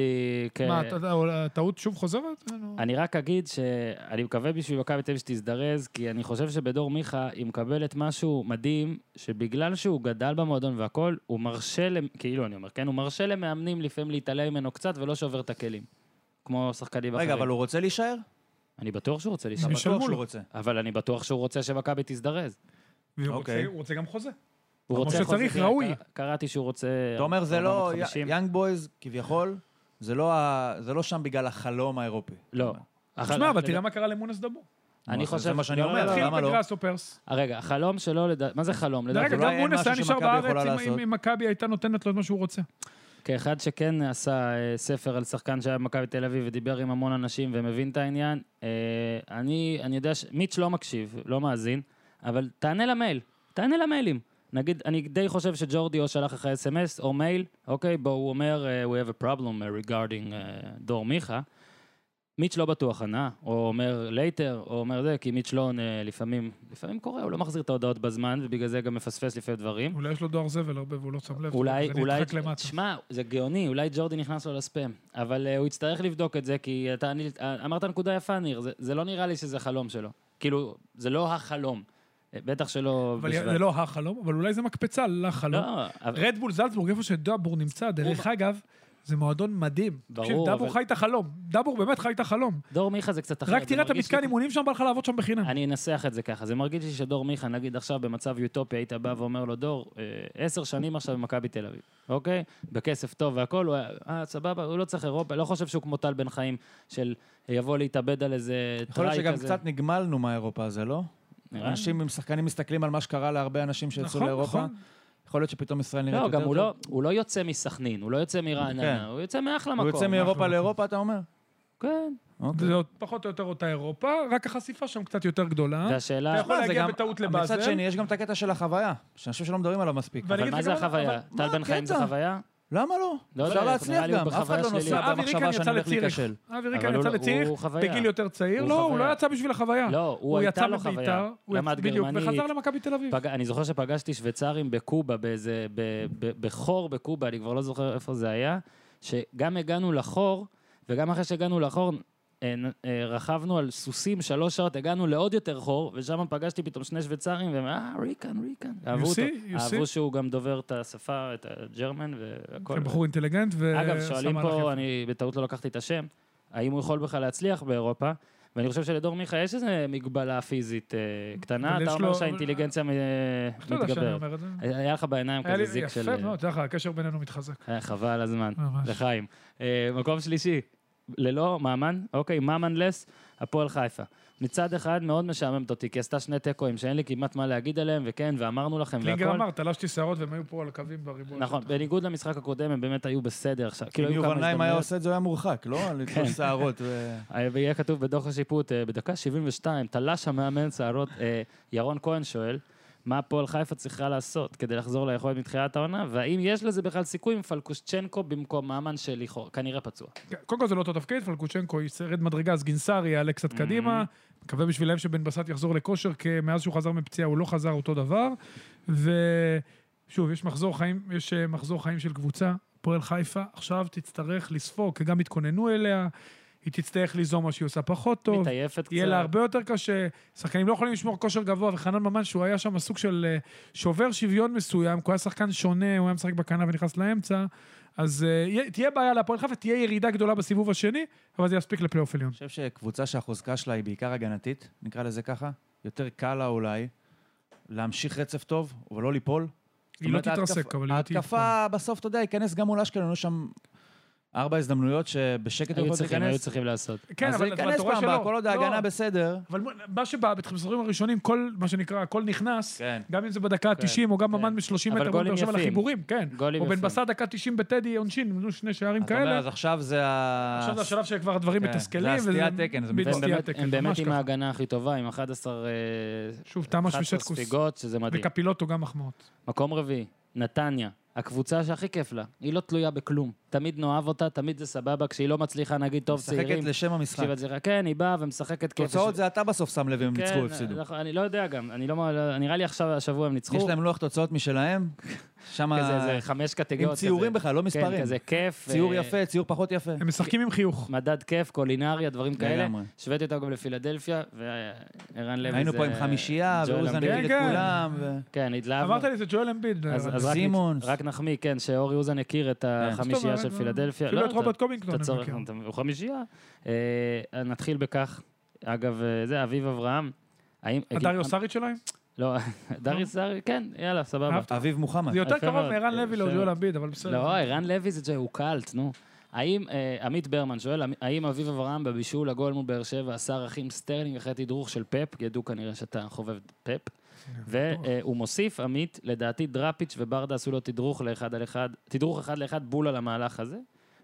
Speaker 1: כן. כ-
Speaker 2: מה, אתה- אתה- הטעות שוב חוזרת? אה, נו.
Speaker 1: אני רק אגיד שאני מקווה בשביל מכבי תל אביב שתזדרז, כי אני חושב שבדור מיכה היא מקבלת משהו מדהים, שבגלל שהוא גדל במועדון והכול, הוא מרשה, למ- כאילו אני אומר, כן, הוא מרשה למאמנים לפעמים להתעלם ממנו קצת ולא שובר את הכלים. כמו שחקנים אחרים.
Speaker 3: רגע, אבל הוא רוצה להישאר?
Speaker 1: אני בטוח שהוא רוצה
Speaker 3: אתה
Speaker 1: להישאר.
Speaker 2: מי
Speaker 3: בטוח
Speaker 2: ישלמו
Speaker 3: שהוא
Speaker 2: לו.
Speaker 3: רוצה.
Speaker 1: אבל אני בטוח שהוא רוצה שמכבי תזדרז.
Speaker 2: והוא רוצה-
Speaker 3: אוקיי.
Speaker 2: הוא רוצה גם חוזה.
Speaker 1: הוא
Speaker 2: כמו
Speaker 1: רוצה...
Speaker 2: שצריך,
Speaker 1: חוזה-
Speaker 2: ראוי.
Speaker 1: קרא- קראתי שהוא רוצה...
Speaker 3: אתה אומר, זה לא...
Speaker 1: 450.
Speaker 3: יאנג בויז, כביכול, זה לא ה- זה לא שם בגלל החלום האירופי.
Speaker 1: לא. אחר-
Speaker 2: תשמע, אבל
Speaker 1: אחר-
Speaker 2: תראה מה קרה למונס דבור.
Speaker 1: אני
Speaker 3: זה
Speaker 1: חושב...
Speaker 3: מה שאני
Speaker 1: לא, לא,
Speaker 3: אומר,
Speaker 1: לא,
Speaker 2: התחיל
Speaker 3: למה לא?
Speaker 2: בגראס או פרס.
Speaker 1: רגע, החלום שלו, לדע- מה לא, זה חלום? לדעתי
Speaker 2: רגע,
Speaker 3: אולי
Speaker 2: גם
Speaker 3: אין
Speaker 2: מונס
Speaker 3: משהו
Speaker 2: היה נשאר
Speaker 3: שמכבי יכולה
Speaker 2: בארץ אם-
Speaker 3: לעשות.
Speaker 2: אם- אם מכבי הייתה נותנת לו את מה שהוא רוצה.
Speaker 1: כאחד שכן עשה אה, ספר על שחקן שהיה במכבי תל אביב ודיבר עם המון אנשים ומבין את העניין, אה, אני, אני יודע ש... מיץ' לא מקשיב, לא מאזין, אבל תענה למייל, תענה למיילים. נגיד, אני די חושב שג'ורדי או שלח לך אס.אם.אס או מייל, אוקיי, בו הוא אומר, אה, we have a problem uh, regarding uh, דור מיכה. מיץ' לא בטוח ענה, או אומר later, או אומר זה, כי מיץ' לא עונה לפעמים, לפעמים קורה, הוא לא מחזיר את ההודעות בזמן, ובגלל זה גם מפספס לפעמים דברים.
Speaker 2: אולי יש לו דואר זבל הרבה והוא לא שם לב.
Speaker 1: אולי,
Speaker 2: זה
Speaker 1: אולי,
Speaker 2: נדחק למטה.
Speaker 1: תשמע, זה גאוני, אולי ג'ורדי נכנס לו לספאם, אבל אה, הוא יצטרך לבדוק את זה, כי אתה אני- אה, אמרת נקודה יפה, ניר, זה- זה לא נראה לי שזה חלום שלו. כאילו, זה לא החלום. אה, בטח שלא...
Speaker 2: אבל
Speaker 1: בשוויץ.
Speaker 2: זה לא החלום, אבל אולי זה מקפצה לחלום.
Speaker 1: לא, אבל-
Speaker 2: רדבול זלצבורג, איפה שדאבור נמצא, דרך אגב, זה מועדון מדהים.
Speaker 1: ברור,
Speaker 2: תקשיב, דאבור
Speaker 1: אבל-
Speaker 2: חי את החלום. דאבור באמת חי את החלום.
Speaker 1: דור מיכה זה קצת אחרת.
Speaker 2: רק
Speaker 1: זה
Speaker 2: תראה את
Speaker 1: מרגיש
Speaker 2: המתקן
Speaker 1: לי-
Speaker 2: אימונים שם, בא לך לעבוד שם בחינם.
Speaker 1: אני אנסח את זה ככה, זה מרגיש לי שדור מיכה, נגיד עכשיו במצב יוטופי, היית בא ואומר לו, דור, אה, עשר שנים עכשיו במכבי תל אביב, אוקיי? בכסף טוב והכול, הוא היה, אה, סבבה, הוא לא צריך אירופה, לא חושב שהוא כמו טל בן חיים של יבוא להתאבד על איזה טראי כזה.
Speaker 3: יכול להיות שגם קצת נגמלנו מהאירופה הזה, לא?
Speaker 1: נראה לי.
Speaker 3: אנשים עם שחקנים מסתכלים על מה שקרה להרבה אנשים שיצאו
Speaker 2: נכון,
Speaker 3: לאירופה.
Speaker 2: נכון.
Speaker 3: יכול להיות שפתאום ישראל נראית
Speaker 1: לא,
Speaker 3: יותר
Speaker 1: גם הוא
Speaker 3: טוב.
Speaker 1: לא, הוא לא יוצא מסכנין, הוא לא יוצא מרעננה,
Speaker 3: כן.
Speaker 1: הוא יוצא מאחלה מקום.
Speaker 3: הוא יוצא מאירופה לאירופה, אתה אומר?
Speaker 1: כן.
Speaker 3: אוקיי.
Speaker 2: זה לא עוד פחות או יותר אותה אירופה, רק החשיפה שם קצת יותר
Speaker 3: אה?
Speaker 2: גדולה.
Speaker 1: והשאלה,
Speaker 2: אתה יכול
Speaker 3: מה, זה
Speaker 2: להגיע
Speaker 3: גם-
Speaker 2: בטעות
Speaker 3: אבל מצד
Speaker 2: לבאזל.
Speaker 3: שני, יש גם את הקטע של החוויה, שאנשים שלא מדברים עליו מספיק.
Speaker 2: ואני
Speaker 1: אבל
Speaker 2: אגיד
Speaker 1: מה
Speaker 2: לך
Speaker 1: זה
Speaker 2: גם-
Speaker 1: החוויה?
Speaker 2: אבל
Speaker 1: טל
Speaker 3: מה
Speaker 1: בן חיים זה
Speaker 3: הקטע?
Speaker 1: חוויה?
Speaker 3: למה לא?
Speaker 1: לא יודע,
Speaker 3: אפשר
Speaker 1: נראה
Speaker 3: להצליח
Speaker 1: לי הוא
Speaker 3: גם, אף אחד
Speaker 1: בחוויה
Speaker 3: לא
Speaker 1: שלילית.
Speaker 3: נוסע
Speaker 2: אבי ריקן
Speaker 3: במחשבה שאני
Speaker 2: יצא
Speaker 3: הולך
Speaker 2: לציריך.
Speaker 3: להיכשל.
Speaker 2: אבי ריקן
Speaker 1: אבל הוא
Speaker 2: יצא
Speaker 1: לא-
Speaker 2: לציריך
Speaker 1: הוא חוויה.
Speaker 2: בגיל יותר צעיר.
Speaker 1: הוא
Speaker 2: לא, הוא
Speaker 1: חוויה.
Speaker 2: לא יצא בשביל החוויה.
Speaker 1: לא, הוא הייתה
Speaker 2: יצא
Speaker 1: לו חוויה.
Speaker 2: מביתר, הוא
Speaker 1: למד
Speaker 2: יצא- בדיוק,
Speaker 1: גרמנית.
Speaker 2: וחזר למכבי תל אביב.
Speaker 1: פג... אני זוכר שפגשתי שוויצרים בקובה, באיזה... ב... ב... בחור בקובה, אני כבר לא זוכר איפה זה היה, שגם הגענו לחור, וגם אחרי שהגענו לחור, אה, נ- אה, רכבנו על סוסים שלוש שעות, הגענו לעוד יותר חור, ושם פגשתי פתאום שני שוויצרים, והם, אה, ריקן, ריקן. אהבו אותו.
Speaker 2: see, you
Speaker 1: אהבו
Speaker 2: see.
Speaker 1: שהוא גם דובר את השפה, את הג'רמן והכל.
Speaker 2: כן, בחור אינטליגנט ו...
Speaker 1: אגב,
Speaker 2: עשה
Speaker 1: שואלים
Speaker 2: מהלך
Speaker 1: פה,
Speaker 2: יפה.
Speaker 1: אני בטעות לא לקחתי את השם, האם הוא יכול בכלל להצליח באירופה? ואני חושב שלדור מיכה יש איזו מגבלה פיזית אה, קטנה,
Speaker 2: אבל
Speaker 1: אתה
Speaker 2: יש
Speaker 1: אומר
Speaker 2: לו-
Speaker 1: שהאינטליגנציה מ-
Speaker 2: איך אתה לא יודע שאני
Speaker 1: מתגברת.
Speaker 2: אומר את זה?
Speaker 1: היה לך בעיניים
Speaker 2: היה
Speaker 1: כזה
Speaker 2: לי
Speaker 1: זיק של...
Speaker 2: יפה מאוד, תדע לך, הקשר בינינו מתחזק.
Speaker 1: אה, חבל על הזמן.
Speaker 2: ממש.
Speaker 1: לחיים. אה, מקום שלישי, ללא ממן, אוקיי, ממנלס, הפועל חיפה. מצד אחד מאוד משעממת אותי, כי עשתה שני תיקואים שאין לי כמעט מה להגיד עליהם, וכן, ואמרנו לכם,
Speaker 2: קלינגר
Speaker 1: והכל.
Speaker 2: אמר, תלשתי שערות והם היו פה על הקווים בריבוע.
Speaker 1: נכון, בניגוד למשחק הקודם, הם באמת היו בסדר עכשיו. כאילו,
Speaker 3: אם
Speaker 1: היו
Speaker 3: יובל
Speaker 1: כמה
Speaker 3: נעים היה
Speaker 1: הזדמנויות.
Speaker 3: עושה את זה, הוא היה מורחק, לא?
Speaker 2: כן.
Speaker 3: על לתפוס שערות. ו-
Speaker 1: אה, ויהיה כתוב בדוח השיפוט, אה, בדקה 72, תלש המאמן שערות, אה, ירון כהן שואל, מה הפועל חיפה צריכה לעשות כדי לחזור ליכולת מתחילת העונה, והאם יש לזה בכלל סיכוי עם פלקושצ'נקו במקום מאמן שלכאורה, כנראה פצוע.
Speaker 2: קודם כל זה לא אותו תפקיד, פלקוצ'נקו ירד מדרגה, אז גינסארי יעלה קצת
Speaker 1: Mm-hmm.
Speaker 2: קדימה. מקווה בשבילם שבן בסט יחזור לכושר, כי מאז שהוא חזר מפציעה הוא לא חזר אותו דבר. ושוב, יש מחזור חיים, יש אה, מחזור חיים של קבוצה, פועל חיפה, עכשיו תצטרך לספוג, כי גם התכוננו אליה, היא תצטרך ליזום מה שהיא עושה פחות טוב.
Speaker 1: מתעייפת קצת.
Speaker 2: יהיה לה הרבה יותר קשה, שחקנים לא יכולים לשמור כושר גבוה, וחנן ממן, שהוא היה שם סוג של אה, שובר שוויון מסוים, כי הוא היה שחקן שונה, הוא היה משחק בכנף ונכנס לאמצע, אז אה, יהיה- תהיה בעיה להפועל חיפה, תהיה ירידה גדולה בסיבוב השני, אבל זה יספיק לפלייאוף עליון.
Speaker 3: אני חושב שקבוצה שהחוזקה שלה היא בעיקר הגנתית, נקרא לזה ככה, יותר קל לה אולי להמשיך רצף טוב, אבל לא ליפול.
Speaker 2: היא לא
Speaker 3: זאת אומרת,
Speaker 2: תתרסק,
Speaker 3: ההתקפ-
Speaker 2: אבל היא לא תהיה...
Speaker 3: ההתקפה בסוף, אתה יודע, ייכנס גם מול אשקלון, היו שם ארבע הזדמנויות שבשקט
Speaker 1: היו
Speaker 3: יכולות
Speaker 1: צריכים, היו
Speaker 3: להיכנס.
Speaker 1: צריכים לעשות.
Speaker 2: כן,
Speaker 3: אז
Speaker 2: אבל
Speaker 3: זה
Speaker 2: אבל אתה
Speaker 3: ייכנס
Speaker 2: רואה
Speaker 3: פעם
Speaker 2: שלא.
Speaker 3: הבאה, כל עוד
Speaker 2: לא,
Speaker 3: ההגנה בסדר.
Speaker 2: אבל מה שבא, במחזורים הראשונים, כל, מה שנקרא, הכל נכנס,
Speaker 3: כן.
Speaker 2: גם אם זה בדקה ה-90, או גם ממן מ-30
Speaker 1: אבל
Speaker 2: מטר, מול
Speaker 1: גולים
Speaker 2: באר שבע
Speaker 1: יפים.
Speaker 2: לחיבורים, כן.
Speaker 1: גולים
Speaker 2: או בן
Speaker 1: יפים.
Speaker 2: בסט דקה 90 בטדי עונשין, נתנו שני שערים
Speaker 3: אתה אומר,
Speaker 2: כאלה.
Speaker 3: אז עכשיו זה ה...
Speaker 2: עכשיו זה השלב שכבר הדברים
Speaker 3: כן,
Speaker 2: מתסכלים.
Speaker 3: זה הסטיית
Speaker 2: וזה-
Speaker 3: תקן, זה
Speaker 2: בדיוק,
Speaker 1: והם
Speaker 3: מצטער.
Speaker 2: סטיית
Speaker 1: באמת,
Speaker 2: תקן,
Speaker 1: הם באמת
Speaker 2: ממש
Speaker 1: עם
Speaker 2: ככה.
Speaker 1: ההגנה הכי טובה, עם 11 אה,
Speaker 2: שוב, תמה
Speaker 1: 11
Speaker 2: שוויצ'טקוס.
Speaker 1: ספיגות, שזה מדהים.
Speaker 2: וקפילוטו גם מחמאות.
Speaker 1: מקום רביעי, נתניה, הקבוצה שהכי כיף לה, היא לא תלויה בכלום. תמיד נאהב אותה, תמיד זה סבבה, כשהיא לא מצליחה, נגיד, טוב, צעירים.
Speaker 3: משחקת לשם המשחק.
Speaker 1: תקשיב, את זה- כן, היא באה ומשחקת כיף.
Speaker 3: תוצאות זה אתה בסוף שם לב אם הם
Speaker 1: כן,
Speaker 3: ניצחו או הפסידו.
Speaker 1: נכון, אני לא יודע גם, אני לא, לא- נראה לי עכשיו, השבוע הם ניצחו.
Speaker 3: יש להם לוח תוצאות משלהם, שם
Speaker 1: כזה איזה חמש קטגוריות.
Speaker 3: עם ציורים
Speaker 1: כזה.
Speaker 3: בכלל, לא מספרים.
Speaker 1: כן, כזה כיף.
Speaker 3: ציור
Speaker 1: אה,
Speaker 3: יפה, ציור פחות יפה.
Speaker 2: הם משחקים עם חיוך.
Speaker 1: מדד כיף, קולינריה, דברים כאלה.
Speaker 3: לגמרי.
Speaker 1: השוויתי אותה גם לפילדלפיה, וערן לוי זה...
Speaker 3: היינו פה עם חמישייה,
Speaker 1: ג'ואל
Speaker 3: ואוזן
Speaker 1: אמביד.
Speaker 3: הביא את
Speaker 2: כן, כן.
Speaker 3: כולם. ו-
Speaker 1: כן, התלהבנו.
Speaker 2: אמרת לי זה ג'ואל אמביד. אה,
Speaker 1: אז אז רק-
Speaker 3: סימונס.
Speaker 1: רק נחמיא, כן, שאורי אוזן הכיר
Speaker 3: כן.
Speaker 1: את החמישייה
Speaker 2: זאת
Speaker 1: של
Speaker 2: אומרת,
Speaker 1: פילדלפיה.
Speaker 2: אפילו
Speaker 1: לא,
Speaker 2: אה, כאילו את
Speaker 1: אתה-
Speaker 2: רוברט קובינגטון
Speaker 1: אתה
Speaker 2: אני
Speaker 1: צורך,
Speaker 2: מכיר.
Speaker 1: אתה- הוא חמישייה. אה, נתחיל בכך, אגב, אה, זה אביב אברהם. האם...
Speaker 2: הדריו סאריץ' שלהם?
Speaker 1: לא, דריוס סארי, כן, יאללה, סבבה.
Speaker 2: אהבת?
Speaker 3: אביב מוחמד.
Speaker 2: זה יותר
Speaker 1: יפה
Speaker 2: קרוב
Speaker 1: מאוד.
Speaker 2: מערן
Speaker 1: יפה
Speaker 2: לוי
Speaker 1: מאוד.
Speaker 2: לג'ואל אמביד, אבל בסדר.
Speaker 1: לא, ערן לוי זה הוא קאלט, נו. האם, אה, עמית ברמן שואל, האם אביב אברהם בבישול הגול מול באר שבע עשה ערכים סטרלינג אחרי תדרוך של פפ? ידעו כנראה שאתה חובב פפ. והוא מוסיף, עמית, לדעתי דראפיץ' וברדה עשו לו תדרוך לאחד על אחד, תדרוך אחד לאחד בול על המהלך הזה.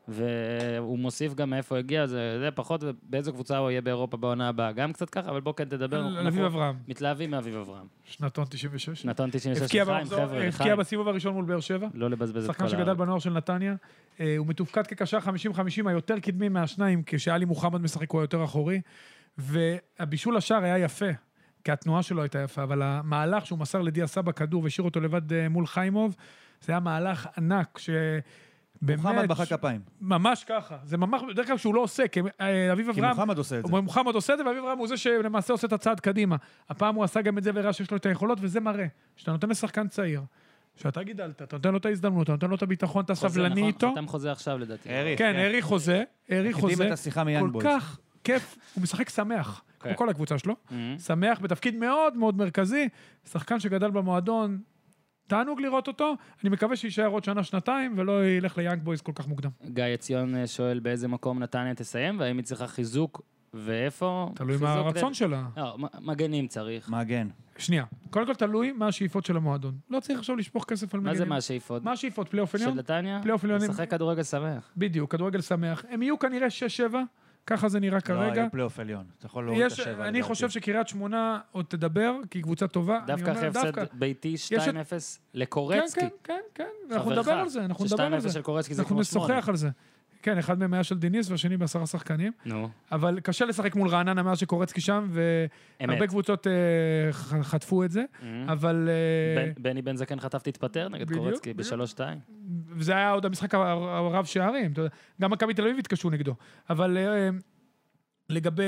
Speaker 1: והוא מוסיף גם מאיפה הגיע, זה, זה פחות, באיזו קבוצה הוא יהיה באירופה בעונה הבאה. גם קצת ככה, אבל בוא כן תדבר.
Speaker 2: על
Speaker 1: אנחנו
Speaker 2: אביב אברהם,
Speaker 1: מתלהבים מאביב אברהם.
Speaker 2: שנתון 96.
Speaker 1: שנתון 96
Speaker 2: הבקיע
Speaker 1: לחיים,
Speaker 2: במחזור-
Speaker 1: חבר'ה,
Speaker 2: הבקיע
Speaker 1: לחיים.
Speaker 2: בסיבוב הראשון מול באר שבע.
Speaker 1: לא לבזבז את כל
Speaker 2: שחקן שגדל בנוער של נתניה. אה, הוא מתופקד כקשר 50-50 היותר קדמי מהשניים, כשאלי מוחמד משחק הוא היותר אחורי. והבישול השער היה יפה, כי התנועה שלו הייתה יפה, אבל המהלך שהוא מסר לדיה סבא כדור והשאיר אותו לבד אה, מול חיימוב, זה היה מהלך ענק, שבאמת...
Speaker 3: מוחמד בחר כפיים.
Speaker 2: ממש ככה. זה ממש, בדרך כלל שהוא לא עושה, כי אה, אביב
Speaker 3: כי
Speaker 2: אברהם...
Speaker 3: מוחמד עושה את זה.
Speaker 2: הוא- מוחמד עושה את זה, ואביב אברהם הוא זה שלמעשה עושה את הצעד קדימה. הפעם הוא עשה גם את זה והראה שיש לו את היכולות, וזה מראה. שאתה נותן לשחקן צעיר, שאתה גידלת, אתה נותן לו את ההזדמנות, אתה נותן לו את הביטחון, אתה
Speaker 1: חוזה,
Speaker 2: סבלני
Speaker 1: נכון?
Speaker 2: איתו.
Speaker 1: חתם חוזה עכשיו לדעתי.
Speaker 3: אריך,
Speaker 2: כן, הארי חוזה, הארי
Speaker 3: הקדים
Speaker 2: חוזה.
Speaker 3: את השיחה מיאנג
Speaker 2: כל
Speaker 3: בויז.
Speaker 2: כך כיף, הוא משחק שמח, כמו
Speaker 1: כן.
Speaker 2: כל הקבוצה שלו.
Speaker 1: מהמם.
Speaker 2: שמח בתפקיד מאוד מאוד מרכזי, שחקן שגדל במועדון. תענוג לראות אותו, אני מקווה שיישאר עוד שנה-שנתיים ולא ילך ליאנג בויז כל כך מוקדם.
Speaker 1: גיא עציון אה, שואל באיזה מקום נתניה תסיים, והאם היא צריכה חיזוק ואיפה?
Speaker 2: תלוי
Speaker 1: חיזוק
Speaker 2: מה הרצון
Speaker 1: ל-
Speaker 2: שלה.
Speaker 1: לא, מ- מגנים צריך.
Speaker 3: מעגן.
Speaker 2: שנייה, קודם כל תלוי מה השאיפות של המועדון. לא צריך עכשיו לשפוך כסף על
Speaker 1: מה
Speaker 2: מגנים.
Speaker 1: זה מה השאיפות?
Speaker 2: מה השאיפות? פלייאוף
Speaker 1: של
Speaker 2: עליון?
Speaker 1: נתניה?
Speaker 2: פלייאוף עליונים.
Speaker 1: לשחק כדורגל שמח.
Speaker 2: בדיוק, כדורגל שמח. הם יהיו כנראה 6-7, ככה זה נראה
Speaker 3: לא,
Speaker 2: כרגע.
Speaker 3: היו פלייאוף עליון. אתה יכול להוריד את
Speaker 2: יש,
Speaker 3: השבע.
Speaker 2: אני
Speaker 3: לדעתי.
Speaker 2: חושב שקריית שמונה עוד תדבר, כי היא קבוצה טובה. אני
Speaker 1: לא אוקיי. דווקא
Speaker 2: אומר,
Speaker 1: אחרי
Speaker 2: דווקא.
Speaker 1: הפסד ביתי 2-0
Speaker 2: כן,
Speaker 1: לקורצקי.
Speaker 2: כן, כן, כן, אנחנו
Speaker 1: חברך,
Speaker 2: נדבר על זה, אנחנו נדבר על
Speaker 1: ש- 2-0
Speaker 2: זה.
Speaker 1: של קורצקי זה
Speaker 2: אנחנו
Speaker 1: כמו שמונה.
Speaker 2: נשוחח על זה. כן, אחד מהם היה של דיניס והשני בעשרה שחקנים.
Speaker 1: נו,
Speaker 2: אבל קשה לשחק מול רעננה מאז שקורצקי שם, והרבה
Speaker 1: אמת. Mm. Mm-hmm.
Speaker 2: קבוצות אה, ח- חטפו את זה, אבל... אה,
Speaker 1: בן- בני בן זקן חטף תתפטר נגד
Speaker 2: בדיוק,
Speaker 1: קורצקי
Speaker 2: בדיוק.
Speaker 1: בשלוש-שתיים.
Speaker 2: וזה היה עוד המשחק הרב שערים, אתה יודע. גם מכבי תל אביב התקשו נגדו. אבל אה, לגבי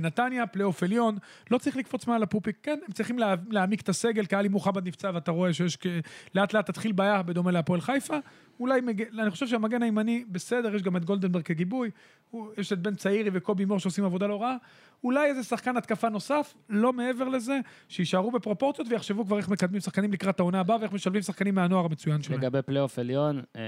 Speaker 2: נתניה, פלייאוף עליון, לא צריך לקפוץ מעל הפופיק. כן, הם צריכים לה, להעמיק את הסגל, כי עלי מוחמד נפצע, ואתה רואה שיש כ- לאט לאט תתחיל בעיה בדומה להפועל חיפה. אולי, מג... אני חושב שהמגן הימני בסדר, יש גם את גולדנברג כגיבוי, הוא... יש את בן צעירי וקובי מור שעושים עבודה לא רעה. אולי איזה שחקן התקפה נוסף, לא מעבר לזה, שיישארו בפרופורציות ויחשבו כבר איך מקדמים שחקנים לקראת העונה הבאה ואיך משלבים שחקנים מהנוער המצוין שלהם.
Speaker 1: לגבי פלייאוף עליון, אה,